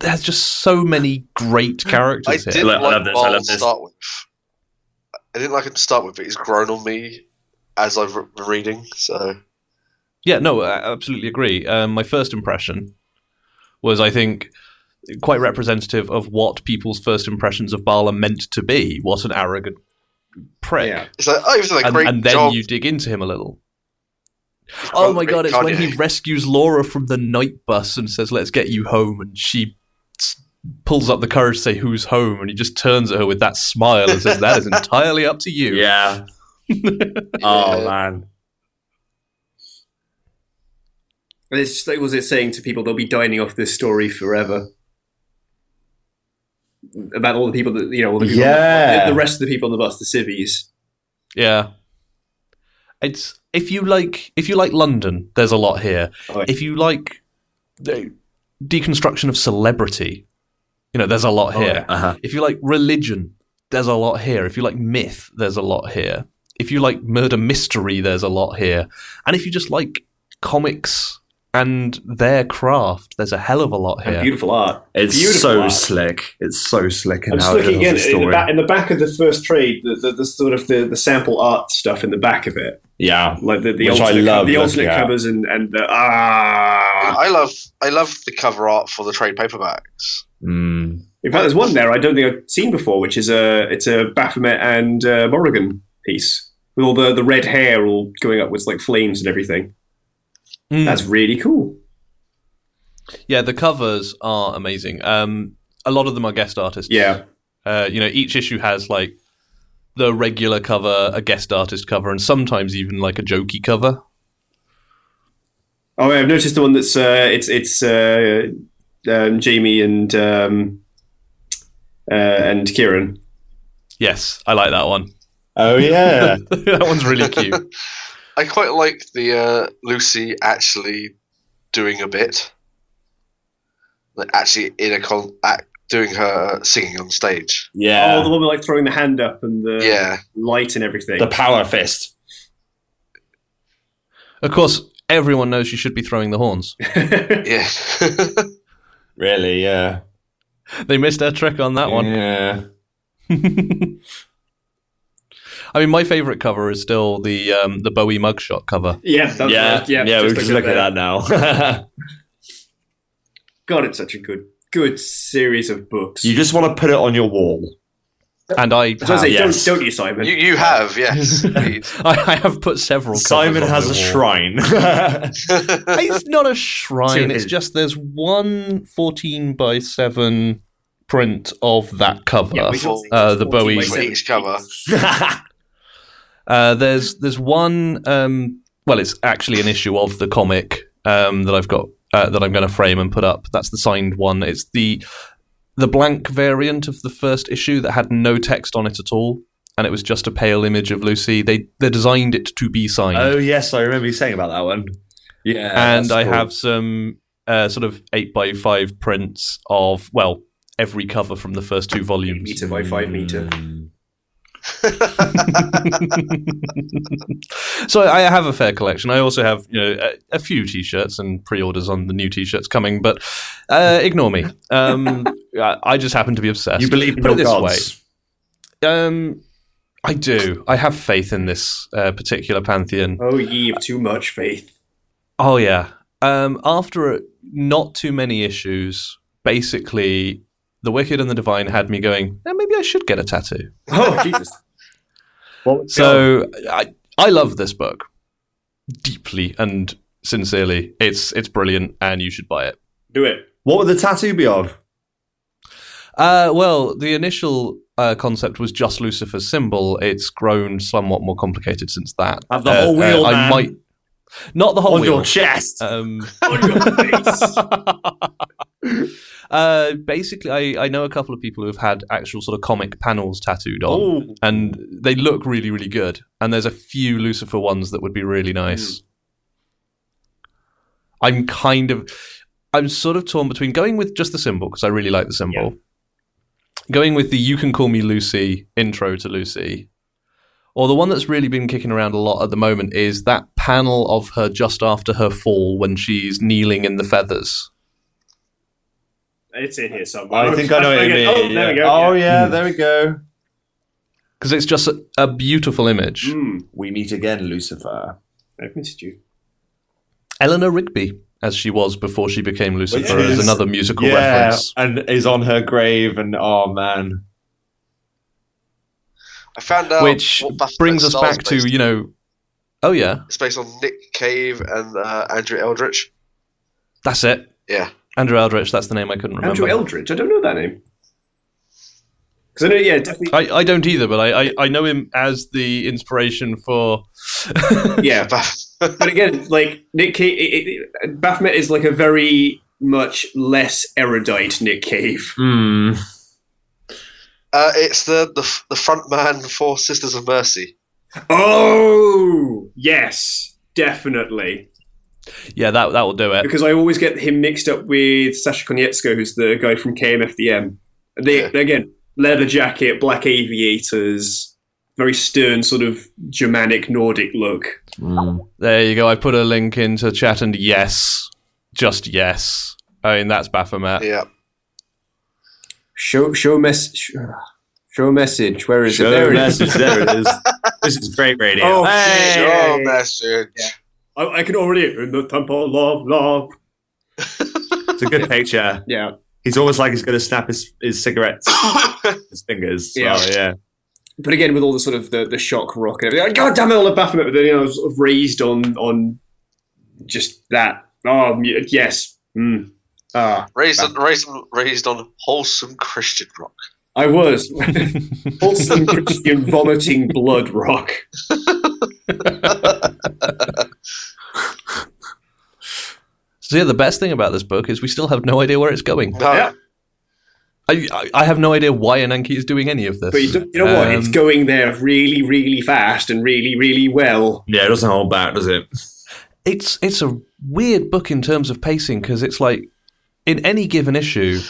Speaker 2: there's just so many great
Speaker 4: I
Speaker 2: characters
Speaker 4: did
Speaker 2: here.
Speaker 6: love-
Speaker 4: like
Speaker 6: I love this, I
Speaker 4: Marl
Speaker 6: love
Speaker 4: to
Speaker 6: this.
Speaker 4: start with. I didn't like him to start with, but he's grown on me as I've re- been reading. So
Speaker 2: Yeah, no, I absolutely agree. Um, my first impression was, I think, quite representative of what people's first impressions of Baal are meant to be. What an arrogant prick!
Speaker 3: Yeah.
Speaker 4: it's like, oh, he's done a
Speaker 2: and,
Speaker 4: great
Speaker 2: and then
Speaker 4: job.
Speaker 2: you dig into him a little.
Speaker 4: He's
Speaker 2: Oh
Speaker 4: got
Speaker 2: my
Speaker 4: great
Speaker 2: god, it's when he
Speaker 4: cardio.
Speaker 2: rescues Laura from the night bus and says, Let's get you home. And she s- pulls up the courage to say, Who's home? And he just turns at her with that smile and says,
Speaker 4: [LAUGHS]
Speaker 2: That is entirely up to you.
Speaker 6: yeah.
Speaker 4: Yeah.
Speaker 6: Oh man.
Speaker 3: And It's just like, was it saying to people they'll be dining off this story forever? About all the people that, you know, all the people
Speaker 6: Yeah.
Speaker 3: the, the rest of the people on the bus, the civvies.
Speaker 2: Yeah. It's if you like if you like London, there's a lot here.
Speaker 4: Oh,
Speaker 3: Alright.
Speaker 2: If you like the deconstruction of celebrity, you know, there's a
Speaker 4: Oh,
Speaker 2: lot here.
Speaker 6: Uh-huh.
Speaker 2: If you like religion, there's a lot here. If you like myth, there's a lot here. If you like murder mystery, there's a lot here. And if you just like comics and their craft, there's a hell of a lot
Speaker 3: And
Speaker 2: here.
Speaker 3: beautiful art.
Speaker 6: It's
Speaker 3: Beautiful
Speaker 6: so
Speaker 3: art.
Speaker 6: slick. It's so slick. in
Speaker 3: I'm just
Speaker 6: how it
Speaker 3: looking
Speaker 6: tells the
Speaker 3: in, in, the
Speaker 6: story.
Speaker 3: back, in the back of the first trade, the, the, the sort of the, the sample art stuff in the back of it,
Speaker 6: Yeah.
Speaker 3: like the, the
Speaker 6: Which I
Speaker 3: alternate,
Speaker 6: love
Speaker 3: the
Speaker 6: looking
Speaker 3: alternate
Speaker 6: at.
Speaker 3: covers and, and the ah.
Speaker 4: I love, I love the cover art for the trade paperbacks.
Speaker 6: Mm.
Speaker 3: In fact, there's one there I don't think I've seen before, which is a it's a Baphomet and uh, Morrigan piece with all the, the red hair all going up with like flames and everything.
Speaker 6: Hmm.
Speaker 2: Mm.
Speaker 3: That's really cool.
Speaker 2: Yeah, the covers are amazing. Um, a lot of them are guest artists.
Speaker 3: Yeah.
Speaker 2: Uh, you know, each issue has like the regular cover, a guest artist cover, and sometimes even like a jokey cover.
Speaker 3: Oh, I've noticed the one that's uh, it's it's uh, um, Jamie and um, uh, and Kieran.
Speaker 2: Yes, I like that one.
Speaker 6: Oh yeah.
Speaker 2: [LAUGHS] that one's really cute.
Speaker 4: I quite like the uh, Lucy actually doing a bit, like actually in a con- act, doing her singing on stage.
Speaker 6: [LAUGHS] yeah.
Speaker 3: Oh, the one with like throwing the hand up and the
Speaker 4: yeah,
Speaker 3: light and everything.
Speaker 6: the power fist.
Speaker 2: Of course, everyone knows you should be throwing the horns.
Speaker 4: yeah. [LAUGHS]
Speaker 6: Really, yeah.
Speaker 2: They missed their trick on that one.
Speaker 6: Yeah.
Speaker 2: I mean, my favourite cover is still the um, the Bowie mugshot cover.
Speaker 3: yeah, that's
Speaker 6: yeah,
Speaker 3: it.
Speaker 6: yeah, yeah. We're just looking
Speaker 3: there.
Speaker 6: at that now.
Speaker 3: God, it's such a good good series of books.
Speaker 6: you just want to put it on your wall.
Speaker 2: And I
Speaker 3: I was
Speaker 2: have,
Speaker 6: Ah,
Speaker 3: gonna say,
Speaker 1: yes.
Speaker 3: don't, don't you, Simon?
Speaker 4: You, you
Speaker 2: [LAUGHS]
Speaker 4: have, yes. indeed.
Speaker 2: I, I have put several. covers
Speaker 1: Simon
Speaker 2: on
Speaker 1: has
Speaker 2: the
Speaker 1: a
Speaker 2: wall.
Speaker 1: shrine.
Speaker 2: It's not a shrine. It's
Speaker 1: Two.
Speaker 2: just there's one 14 by seven print of that cover.
Speaker 3: Yeah, we can-
Speaker 2: Uh, the
Speaker 3: 14 by
Speaker 2: Bowie-
Speaker 4: For
Speaker 3: seven.
Speaker 4: each cover.
Speaker 2: Uh, there's there's one. Um, well, it's actually an issue of the comic um, that I've got uh, that I'm going to frame and put up. That's the signed one. It's the the blank variant of the first issue that had no text on it at all, and it was just a pale image of Lucy. They they designed it to be signed,
Speaker 1: [LAUGHS] oh yes, I remember you saying about that one. Yeah,
Speaker 2: and
Speaker 1: that's
Speaker 2: I
Speaker 1: cool.
Speaker 2: have some uh, sort of eight by five prints of well every cover from the first two volumes.
Speaker 3: Meter by five meter.
Speaker 2: [LAUGHS] so I have a fair collection. I also have you know a, a few t-shirts and pre-orders on the new t-shirts coming, but uh, ignore me. Um, I, I just happen to be obsessed.
Speaker 1: You believe in
Speaker 2: Put it
Speaker 1: your
Speaker 2: this
Speaker 1: gods.
Speaker 2: way. Um, I do. I have faith in this uh, particular pantheon.
Speaker 3: Oh, ye of too much faith.
Speaker 1: [LAUGHS]
Speaker 2: Oh yeah. Um, after not too many issues, basically, the Wicked and the Divine had me going. "Eh, maybe I should get a tattoo.
Speaker 3: Oh, Jesus.
Speaker 2: So I I love this book deeply and sincerely. It's it's brilliant and you should buy it.
Speaker 3: Do it.
Speaker 1: What would the tattoo be of?
Speaker 2: Uh, well, the initial uh, concept was just Lucifer's symbol. It's grown somewhat more complicated since that.
Speaker 1: Have the
Speaker 2: Uh,
Speaker 1: whole
Speaker 2: uh,
Speaker 1: wheel,
Speaker 2: I
Speaker 1: man,
Speaker 2: might not the whole
Speaker 1: on
Speaker 2: wheel.
Speaker 1: your chest.
Speaker 2: um,
Speaker 3: On your face.
Speaker 2: uh, basically, I, I know a couple of people who've had actual sort of comic panels tattooed on, and they look really, really good. And there's a few Lucifer ones that would be really nice. I'm kind of, I'm sort of torn between going with just the symbol because I really like the symbol, going with the "You Can Call Me Lucy" intro to Lucy, or the one that's really been kicking around a lot at the moment is that panel of her just after her fall when she's kneeling in the feathers.
Speaker 3: It's in here somewhere.
Speaker 1: I think I know what you mean.
Speaker 3: Okay. Oh, there we go.
Speaker 1: Oh
Speaker 3: yeah.
Speaker 1: yeah, there we go.
Speaker 2: because it's just a, a beautiful image.
Speaker 3: Mm,
Speaker 1: We meet again, Lucifer.
Speaker 3: I've missed you.
Speaker 2: Eleanor Rigby, as she was before she became Lucifer,
Speaker 1: Which
Speaker 2: is,
Speaker 1: is-
Speaker 2: another musical
Speaker 1: yeah,
Speaker 2: reference.
Speaker 1: and is on her grave, and oh man,
Speaker 4: I found out
Speaker 2: which
Speaker 4: what Buffy
Speaker 2: brings us
Speaker 4: Star is
Speaker 2: back to
Speaker 4: based-
Speaker 2: you know, oh yeah,
Speaker 4: It's based on Nick Cave and uh, Andrew Eldritch.
Speaker 2: that's it.
Speaker 4: Yeah.
Speaker 2: Andrew Eldritch, that's the name I couldn't remember.
Speaker 3: Andrew Eldridge. I don't know that name. Because I know, yeah, definitely.
Speaker 2: I, I don't either, but I, I, I know him as the inspiration for.
Speaker 3: Yeah, but again, like Nick Cave, it, it, it- Baphomet is like a very much less erudite Nick Cave.
Speaker 1: Hmm.
Speaker 4: [LAUGHS] Uh, it's the, the f- the front man for Sisters of Mercy.
Speaker 3: Oh, yes, definitely.
Speaker 2: Yeah, that that will do it.
Speaker 3: Because I always get him mixed up with Sasha Konietzko, who's the guy from KMFDM. They,
Speaker 4: Yeah.
Speaker 3: Again, leather jacket, black aviators, very stern sort of Germanic Nordic look.
Speaker 2: There you go. I put a link into chat and yes, just yes. I mean that's Baphomet.
Speaker 4: Yeah.
Speaker 3: Show show mess sh- [SIGHS] show message. Where is
Speaker 1: Show
Speaker 3: it? There it is.
Speaker 1: message. There it is. This is great radio.
Speaker 3: Oh,
Speaker 4: Your
Speaker 3: hey.
Speaker 4: message.
Speaker 3: I, I can already in the temple love love.
Speaker 1: It's a good picture.
Speaker 3: Yeah.
Speaker 1: He's almost like he's going to snap his, his cigarettes, his fingers.
Speaker 3: Yeah.
Speaker 1: Yeah, yeah.
Speaker 3: but again, with all the sort of the, the shock rock and everything, like, God damn it, all the Baphomet. But then you know, I was sort of raised on on just that. Oh y- yes, mm. ah,
Speaker 4: [LAUGHS] Raised on, raised, on, raised on wholesome Christian rock.
Speaker 3: I [LAUGHS] was [LAUGHS] wholesome Christian vomiting blood rock.
Speaker 2: So yeah, the best thing about this book is we still have no idea where it's going.
Speaker 4: No.
Speaker 3: Yeah.
Speaker 2: I, I I have no idea why Ananke is doing any of this.
Speaker 3: But you, don't- you know what? It's
Speaker 2: Um,
Speaker 3: going there really, really fast and really, really well.
Speaker 1: Yeah, it doesn't hold back, does it?
Speaker 2: it's it's a weird book in terms of pacing because it's like in any given
Speaker 1: [COUGHS]
Speaker 2: issue,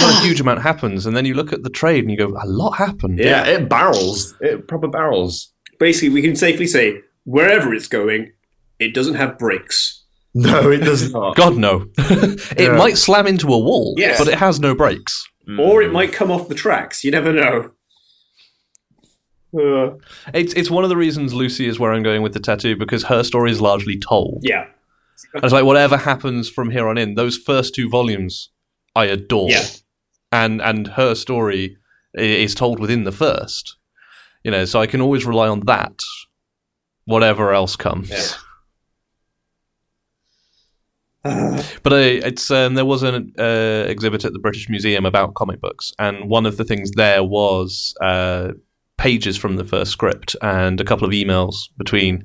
Speaker 2: not a huge amount happens, and then you look at the trade and you go, a lot happened.
Speaker 1: Yeah, it barrels. It proper barrels.
Speaker 3: Basically, we can safely say wherever it's going, it doesn't have brakes.
Speaker 1: [LAUGHS] No, it does [LAUGHS] not.
Speaker 2: God no, [LAUGHS] it
Speaker 1: Yeah.
Speaker 2: might slam into a wall,
Speaker 3: Yes.
Speaker 2: but it has no brakes.
Speaker 1: Mm.
Speaker 3: Or
Speaker 4: Mm.
Speaker 3: it might come off the tracks. You never know. Uh,
Speaker 2: It's it's one of the reasons Lucy is where I'm going with the tattoo because her story is largely told.
Speaker 3: yeah.
Speaker 2: And it's like whatever happens from here on in, those first two volumes I adore.
Speaker 3: Yeah.
Speaker 2: And and her story i- is told within the first. You know, so I can always rely on that. Whatever else comes.
Speaker 3: Yeah.
Speaker 2: But I, it's um, there was an uh, exhibit at the British Museum about comic books, and one of the things there was uh, pages from the first script and a couple of emails between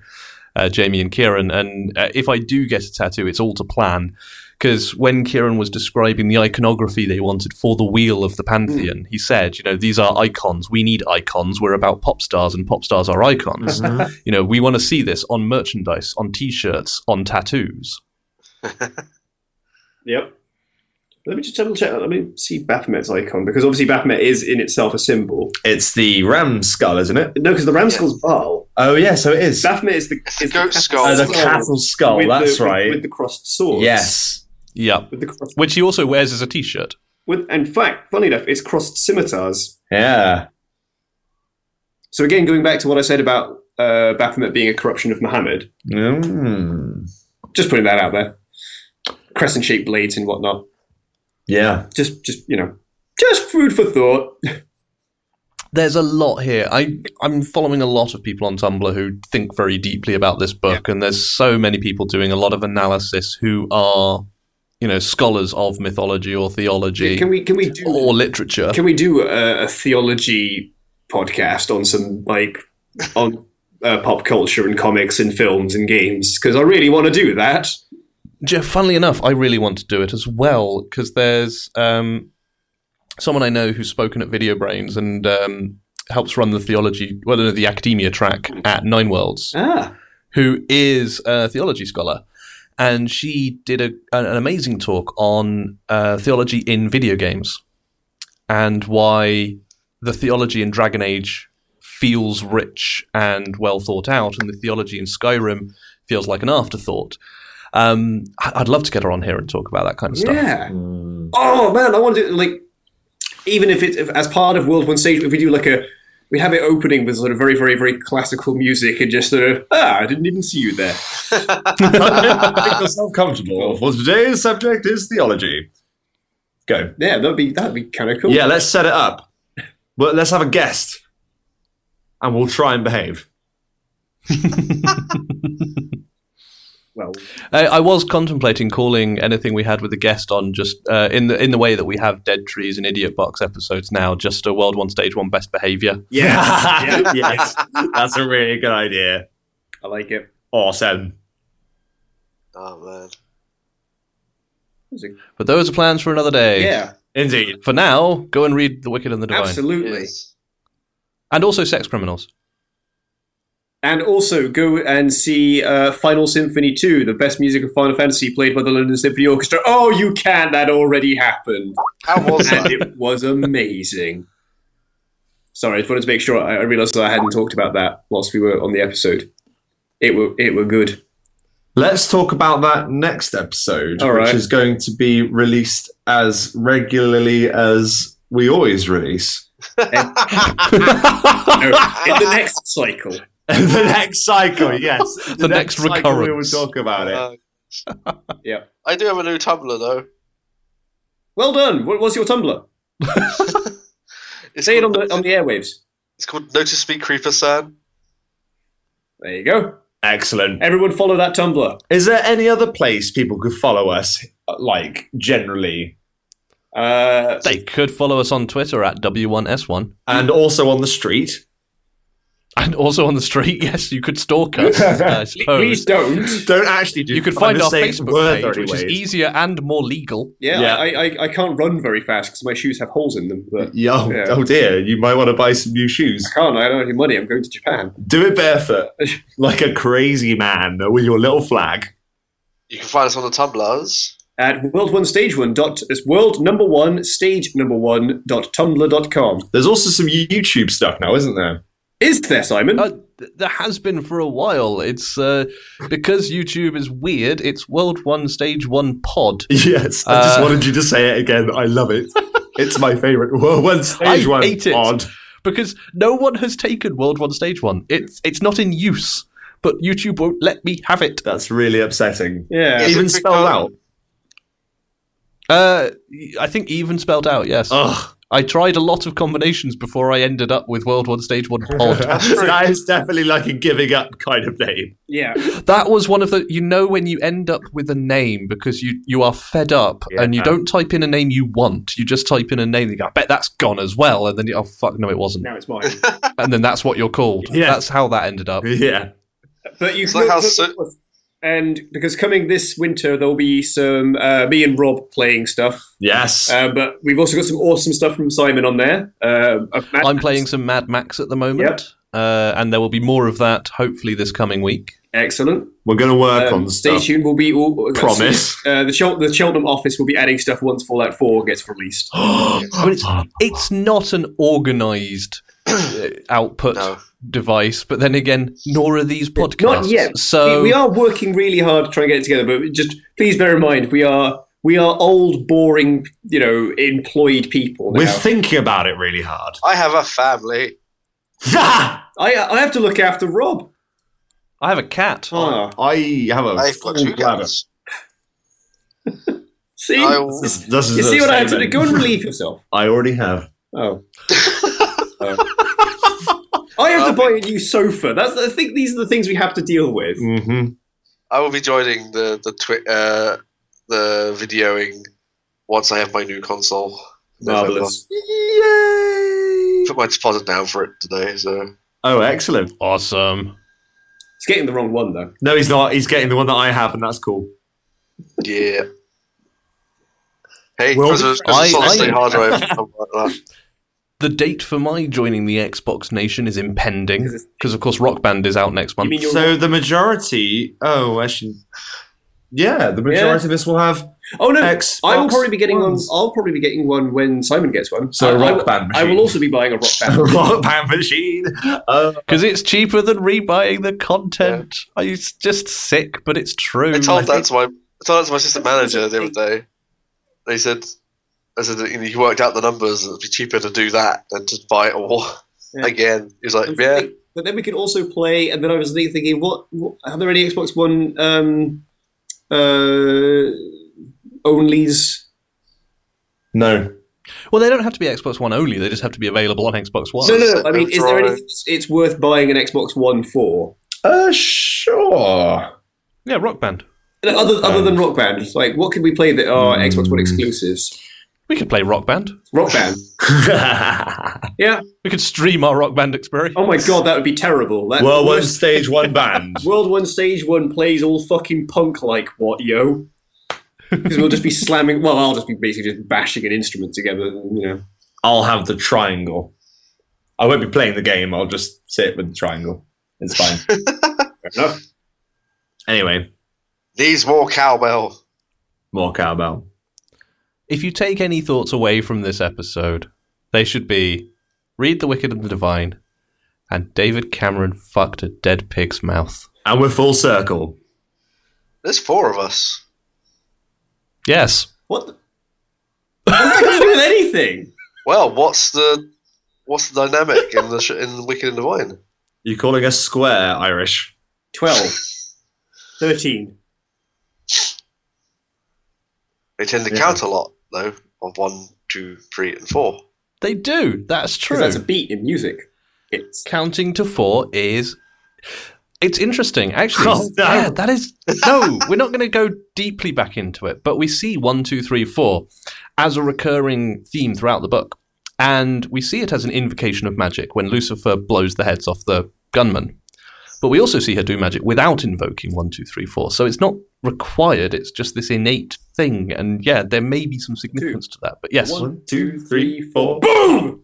Speaker 2: uh, Jamie and Kieran. And uh, if I do get a tattoo, it's all to plan. Because when Kieran was describing the iconography they wanted for the wheel of the Pantheon, he said, you know, these are icons. We need icons. We're about pop stars, and pop stars are icons.
Speaker 1: Mm-hmm.
Speaker 2: You know, we want to see this on merchandise, on t shirts, on tattoos.
Speaker 3: [SIGHS] Yep. Let me just double check. Let me see Baphomet's icon because obviously Baphomet is in itself a symbol.
Speaker 1: [LAUGHS] It's the ram skull, isn't it?
Speaker 3: No, because the ram
Speaker 4: Yeah.
Speaker 3: skull's Baal.
Speaker 1: Oh yeah, so it is.
Speaker 3: Baphomet is the
Speaker 4: It's the
Speaker 3: is
Speaker 4: goat skull.
Speaker 1: Oh,
Speaker 4: Oh,
Speaker 1: the
Speaker 4: so-
Speaker 1: cattle skull.
Speaker 3: with
Speaker 1: That's
Speaker 3: the, with-
Speaker 1: right.
Speaker 3: With, the crossed sword.
Speaker 1: yes.
Speaker 2: Yeah.
Speaker 3: With the cross,
Speaker 2: Which he also wears as a t shirt.
Speaker 3: with, in fact, funny enough, it's crossed scimitars.
Speaker 1: Yeah.
Speaker 3: So again, going back to what I said about uh, Baphomet being a corruption of Muhammad,
Speaker 1: Mm.
Speaker 3: just putting that out there. Crescent shaped blades and whatnot.
Speaker 1: Yeah.
Speaker 3: Just, just you know, just food for thought.
Speaker 2: there's a lot here. I I'm following a lot of people on Tumblr who think very deeply about this book, and there's so many people doing a lot of analysis who are, you know, scholars of mythology or theology
Speaker 3: Can we? Can we do?
Speaker 2: or literature.
Speaker 3: Can we do a, a theology podcast on some like on uh, pop culture and comics and films and games? Because I really want to do that.
Speaker 2: Jeff, funnily enough, I really want to do it as well because there's um, someone I know who's spoken at Video Brains and um, helps run the theology, well, no, the academia track at Nine Worlds.
Speaker 3: Ah,
Speaker 2: who is a theology scholar. And she did a, an an amazing talk on uh, theology in video games and why the theology in Dragon Age feels rich and well thought out, and the theology in Skyrim feels like an afterthought. Um, I- I'd love to get her on here and talk about that kind of stuff.
Speaker 3: yeah. Oh man, I want to do like even if it's if, as part of World One Stage, if we do like a we have it opening with sort of very very very classical music and just sort of ah, I didn't even see
Speaker 1: [LAUGHS]
Speaker 3: you there.
Speaker 1: Make yourself comfortable. For today's subject is theology. Go.
Speaker 3: Yeah, that'd be that'd be kind of cool.
Speaker 1: Yeah, let's set it up. Well, let's have a guest, and we'll try and behave.
Speaker 3: Well,
Speaker 2: I, I was contemplating calling anything we had with a guest on just uh, in the in the way that we have Dead Trees and Idiot Box episodes now, just a World One Stage One Best Behavior.
Speaker 1: [LAUGHS] Yeah. yes. That's a really good idea.
Speaker 3: I like it.
Speaker 1: Awesome.
Speaker 4: Oh, man.
Speaker 2: But those are plans for another day.
Speaker 3: Yeah,
Speaker 1: Indeed.
Speaker 2: For now, go and read The Wicked and the Divine,
Speaker 3: absolutely.
Speaker 4: Yes.
Speaker 2: and also Sex Criminals.
Speaker 3: And also go and see uh, Final Symphony 2, the best music of Final Fantasy played by the London Symphony Orchestra. Oh, you can! That already happened.
Speaker 4: How was
Speaker 3: And
Speaker 4: that?
Speaker 3: it was amazing. Sorry, I just wanted to make sure I, I realised that I hadn't talked about that whilst we were on the episode. It were it were good.
Speaker 1: Let's talk about that next episode,
Speaker 3: All right.
Speaker 1: which is going to be released as regularly as we always release. [LAUGHS]
Speaker 3: No, in the next cycle.
Speaker 1: the next cycle, yes. The,
Speaker 2: next
Speaker 1: cycle We will
Speaker 2: recurrence.
Speaker 1: talk about it.
Speaker 4: Uh,
Speaker 3: Yeah.
Speaker 4: I do have a new Tumblr, though.
Speaker 3: Well done. What was your Tumblr?
Speaker 4: It's
Speaker 3: Say it on
Speaker 4: called,
Speaker 3: the on the airwaves.
Speaker 4: It's called Notice Me Creeper San.
Speaker 3: There you go.
Speaker 1: Excellent.
Speaker 3: Everyone follow that Tumblr.
Speaker 1: Is there any other place people could follow us, like generally,
Speaker 3: Uh,
Speaker 2: They could follow us on Twitter at W1S1,
Speaker 1: and also on the street?
Speaker 2: and also on the street. [LAUGHS] Yes, you could stalk us. I
Speaker 3: please
Speaker 2: suppose.
Speaker 3: don't.
Speaker 1: Don't actually do.
Speaker 2: You could
Speaker 1: I'm
Speaker 2: find
Speaker 1: just
Speaker 2: our
Speaker 1: saying
Speaker 2: Facebook
Speaker 1: were
Speaker 2: page,
Speaker 1: there
Speaker 2: which is e-
Speaker 1: anyways.
Speaker 2: easier and more legal.
Speaker 3: Yeah,
Speaker 1: Yeah.
Speaker 3: I, I I can't run very fast because my shoes have holes in them. But
Speaker 1: Yeah, oh,
Speaker 3: Yeah.
Speaker 1: oh dear, you might want to buy some new
Speaker 3: I
Speaker 1: shoes.
Speaker 3: can't. I don't have any money. I'm going to Japan.
Speaker 1: Do it
Speaker 3: [LAUGHS]
Speaker 1: barefoot, like a crazy man with your little flag.
Speaker 4: You can find us on the Tumblrs.
Speaker 3: At world one stage one dot it's world number one stage number one dot tumblr dot com.
Speaker 1: There's also some YouTube stuff now, isn't
Speaker 6: [LAUGHS]
Speaker 1: there?
Speaker 3: Is there Simon?
Speaker 2: Uh, th- there has been for a while. It's uh, because YouTube is weird. It's World One Stage One Pod.
Speaker 1: Yes, I just
Speaker 2: Uh,
Speaker 1: wanted you to say it again. I love it.
Speaker 6: [LAUGHS]
Speaker 1: it's my favorite. Well, one stage
Speaker 2: I
Speaker 1: one.
Speaker 2: hate it.
Speaker 1: Odd.
Speaker 2: because no one has taken World One Stage One. It's it's not in use, but YouTube won't let me have it.
Speaker 1: That's really upsetting.
Speaker 3: yeah.
Speaker 4: Yes.
Speaker 1: Even
Speaker 4: because-
Speaker 1: spelled out.
Speaker 6: Oh.
Speaker 2: Uh, I think even spelled out. Yes.
Speaker 1: Ugh.
Speaker 2: I tried a lot of combinations before I ended up with World One Stage One
Speaker 6: [LAUGHS]
Speaker 2: Pod.
Speaker 6: that is definitely like a giving up kind of name.
Speaker 3: Yeah.
Speaker 2: that was one of the. You know when you end up with a name because you you are fed up and you
Speaker 6: Yeah.
Speaker 2: don't type in a name you want. You just type in a name. And you go, I bet that's gone as well. And then you, oh fuck, no, it wasn't.
Speaker 3: Now it's
Speaker 4: [LAUGHS]
Speaker 3: mine.
Speaker 2: And then that's what you're called.
Speaker 6: Yeah.
Speaker 2: That's how that ended up.
Speaker 6: Yeah.
Speaker 3: But you
Speaker 4: It's like how
Speaker 3: but-
Speaker 4: so-
Speaker 3: and because coming this winter there'll be some uh, me and Rob playing stuff,
Speaker 6: Yes.
Speaker 3: uh, but we've also got some awesome stuff from Simon on there. Um, uh, Matt-
Speaker 2: I'm playing some Mad Max at the moment,
Speaker 3: Yep.
Speaker 2: uh, and there will be more of that hopefully this coming week.
Speaker 3: excellent.
Speaker 6: We're going to work
Speaker 3: Um,
Speaker 6: on
Speaker 3: stay
Speaker 6: stuff.
Speaker 3: tuned. We'll be all
Speaker 6: Promise.
Speaker 3: Uh, the, Chel- the Cheltenham office will be adding stuff once Fallout Four gets released.
Speaker 2: I mean, it's, it's not an organised uh, output
Speaker 4: No.
Speaker 2: device, but then again, nor are these podcasts.
Speaker 3: Not yet.
Speaker 2: So
Speaker 3: we, we are working really hard to try and get it together, but just please bear in mind we are we are old, boring, you know, employed
Speaker 6: [GASPS]
Speaker 3: people.
Speaker 6: We're
Speaker 3: Now.
Speaker 6: thinking about it really hard.
Speaker 4: I have a family.
Speaker 3: I I have to look after Rob.
Speaker 2: I have a cat.
Speaker 4: Oh.
Speaker 3: Ah,
Speaker 6: I have a
Speaker 4: I've got two
Speaker 6: full bladder.
Speaker 4: cats.
Speaker 3: see,
Speaker 4: I
Speaker 3: you
Speaker 4: will-
Speaker 6: This, this is a
Speaker 3: see what I have to do.
Speaker 6: statement.
Speaker 3: Go and relieve yourself.
Speaker 6: I already have.
Speaker 3: Oh. Oh. [LAUGHS] I have
Speaker 6: Um,
Speaker 3: to buy a new sofa. That's I think these are the things we have to deal with.
Speaker 6: hmm
Speaker 4: I will be joining the the twi- uh, the videoing once I have my new console.
Speaker 3: Marvelous.
Speaker 6: Yay!
Speaker 4: Put my deposit down for it today. So
Speaker 6: Oh, excellent.
Speaker 2: Awesome.
Speaker 3: It's getting the wrong one though.
Speaker 6: No, he's not. He's getting the one that I have, and that's cool.
Speaker 4: yeah. Hey,
Speaker 6: Well,
Speaker 4: because
Speaker 2: I-
Speaker 4: solid state
Speaker 2: I-
Speaker 4: hard drive. I'm like that.
Speaker 2: The date for my joining the Xbox Nation is impending
Speaker 3: Because it's-
Speaker 2: because, of course, Rock Band is out next month.
Speaker 3: mean You're-
Speaker 6: So the majority. Oh, actually, yeah, the majority of us will have
Speaker 3: Oh no,
Speaker 6: Xbox.
Speaker 3: I will probably be getting one.
Speaker 6: ones.
Speaker 3: I'll probably be getting one when Simon gets one.
Speaker 6: So
Speaker 3: I-
Speaker 6: a
Speaker 3: I
Speaker 6: rock
Speaker 3: will-
Speaker 6: band
Speaker 3: I
Speaker 6: machine.
Speaker 3: will also be buying a rock
Speaker 6: [LAUGHS]
Speaker 3: band.
Speaker 6: a rock band machine. Uh,
Speaker 2: Because it's cheaper than rebuying the content. I It's just sick, but it's true.
Speaker 4: I told
Speaker 2: I
Speaker 4: that to my I told that to my assistant manager the other day. They said, I said that, you know, he worked out the numbers. It'd be cheaper to do that than to buy it all
Speaker 3: Yeah.
Speaker 4: again. He's like,
Speaker 3: And
Speaker 4: yeah,
Speaker 3: think- But then we could also play, and then I was thinking, what, what are there any Xbox One um, uh, onlys?
Speaker 6: [LAUGHS] no,
Speaker 2: Well, they don't have to be Xbox One only. They just have to be available on Xbox One.
Speaker 3: No, no, no. I mean,
Speaker 4: That's
Speaker 3: is there
Speaker 4: right.
Speaker 3: anything it's- it's worth buying an Xbox One for?
Speaker 6: uh, sure.
Speaker 2: Yeah, Rock Band.
Speaker 3: And Other, other
Speaker 6: Um,
Speaker 3: than Rock Band, like what could we play that are Xbox
Speaker 6: Mm.
Speaker 3: One exclusives?
Speaker 2: We could play Rock Band.
Speaker 3: Rock Band. Yeah.
Speaker 2: We could stream our Rock Band experience.
Speaker 3: Oh my god, that would be terrible. That's
Speaker 6: well,
Speaker 3: the
Speaker 6: one
Speaker 3: worst.
Speaker 6: stage, one band.
Speaker 3: World One Stage One plays all fucking punk like what yo? Because we'll just be slamming. Well, I'll just be basically just bashing an instrument together. You know.
Speaker 6: I'll have the triangle. I won't be playing the game. I'll just sit with the triangle. It's
Speaker 1: [LAUGHS]
Speaker 6: fine.
Speaker 3: Fair enough.
Speaker 6: anyway,
Speaker 4: needs more cowbell.
Speaker 6: more cowbell.
Speaker 2: If you take any thoughts away from this episode, they should be read The Wicked and the Divine and David Cameron fucked a dead pig's mouth.
Speaker 6: And we're full circle.
Speaker 4: There's four of us.
Speaker 2: Yes.
Speaker 3: What? The- What's that got to do with anything?
Speaker 4: Well, what's the what's the dynamic in the sh- in Wicked and Divine?
Speaker 6: You calling us square, Irish?
Speaker 3: 12. 13.
Speaker 4: They tend to
Speaker 6: Yeah.
Speaker 4: count a lot though, of one, two, three, and four.
Speaker 2: They do. That's true.
Speaker 3: Because that's a beat in music. It's.
Speaker 2: Counting to four is. It's interesting, actually.
Speaker 6: Oh, no.
Speaker 2: Yeah, that is. No, we're not going to go deeply back into it, but we see one, two, three, four as a recurring theme throughout the book. And we see it as an invocation of magic when Lucifer blows the heads off the gunman. But we also see her do magic without invoking one, two, three, four. So it's not required, it's just this innate thing. And yeah, there may be some significance to that. But yes.
Speaker 6: One, two, three, four.
Speaker 3: Boom!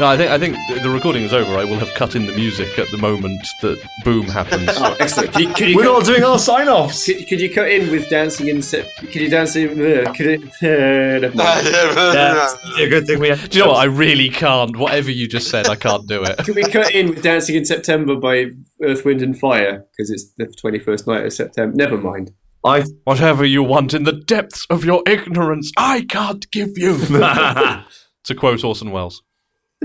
Speaker 2: No, I think I think th- the recording is over. I will have cut in the music at the moment that boom [LAUGHS] happens.
Speaker 3: Oh, excellent. Could you, could you,
Speaker 1: We're
Speaker 3: cut,
Speaker 1: not doing our sign [LAUGHS] offs.
Speaker 3: could, could you cut in with dancing in set? Could you dance in? Uh, could it, [LAUGHS] uh,
Speaker 4: [LAUGHS]
Speaker 3: never mind.
Speaker 1: a good thing we have.
Speaker 2: do you know what? I really can't. Whatever you just said, I can't do it.
Speaker 3: Can we cut in with Dancing in September by Earth, Wind and Fire? Because it's the 21st night of September. Never mind.
Speaker 1: I
Speaker 2: [LAUGHS] Whatever you want in the depths of your ignorance, I can't give you. [LAUGHS] to quote Orson Welles.
Speaker 6: [LAUGHS]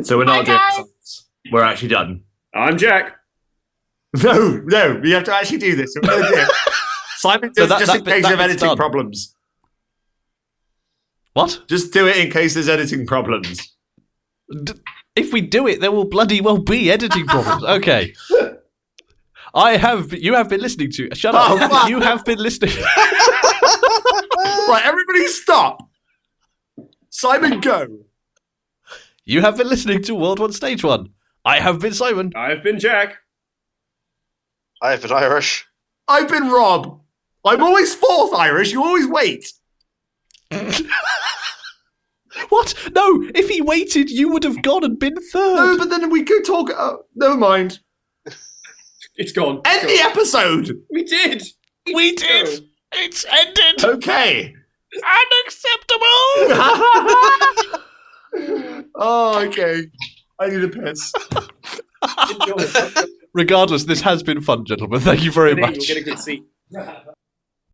Speaker 6: So we're not doing songs. We're actually done.
Speaker 3: I'm Jack.
Speaker 1: [LAUGHS] no, no, we have to actually
Speaker 6: [LAUGHS]
Speaker 1: do this. We're gonna do it. Simon, do
Speaker 2: So
Speaker 1: it
Speaker 2: that-
Speaker 1: just
Speaker 2: that
Speaker 1: in
Speaker 2: bit-
Speaker 1: case
Speaker 2: that
Speaker 1: of
Speaker 2: bit's
Speaker 1: editing
Speaker 2: done.
Speaker 1: problems.
Speaker 2: What?
Speaker 1: Just do it in case there's editing problems.
Speaker 2: D- if we do it, there will bloody well be editing problems. [LAUGHS] Okay. I have. You have been listening to. Shut
Speaker 1: Oh,
Speaker 2: up. you have been listening. [LAUGHS]
Speaker 1: Right, everybody stop. Simon, go.
Speaker 2: You have been listening to World One Stage One. I have been Simon.
Speaker 3: I've been Jack.
Speaker 4: I have been Irish.
Speaker 1: I've been Rob. I'm always fourth, Irish. You always wait.
Speaker 2: What? No. If he waited, you would have gone and been
Speaker 1: No,
Speaker 2: third.
Speaker 1: but then we could talk. Uh, never mind.
Speaker 3: It's gone.
Speaker 1: End the episode.
Speaker 3: We did.
Speaker 2: we did. It's ended.
Speaker 1: Okay. [LAUGHS]
Speaker 2: Unacceptable. [LAUGHS]
Speaker 1: oh, okay. I need a piss.
Speaker 3: Enjoy.
Speaker 2: Regardless, this has been fun, gentlemen. Thank you very
Speaker 3: Today
Speaker 2: much.
Speaker 3: You'll get a good seat.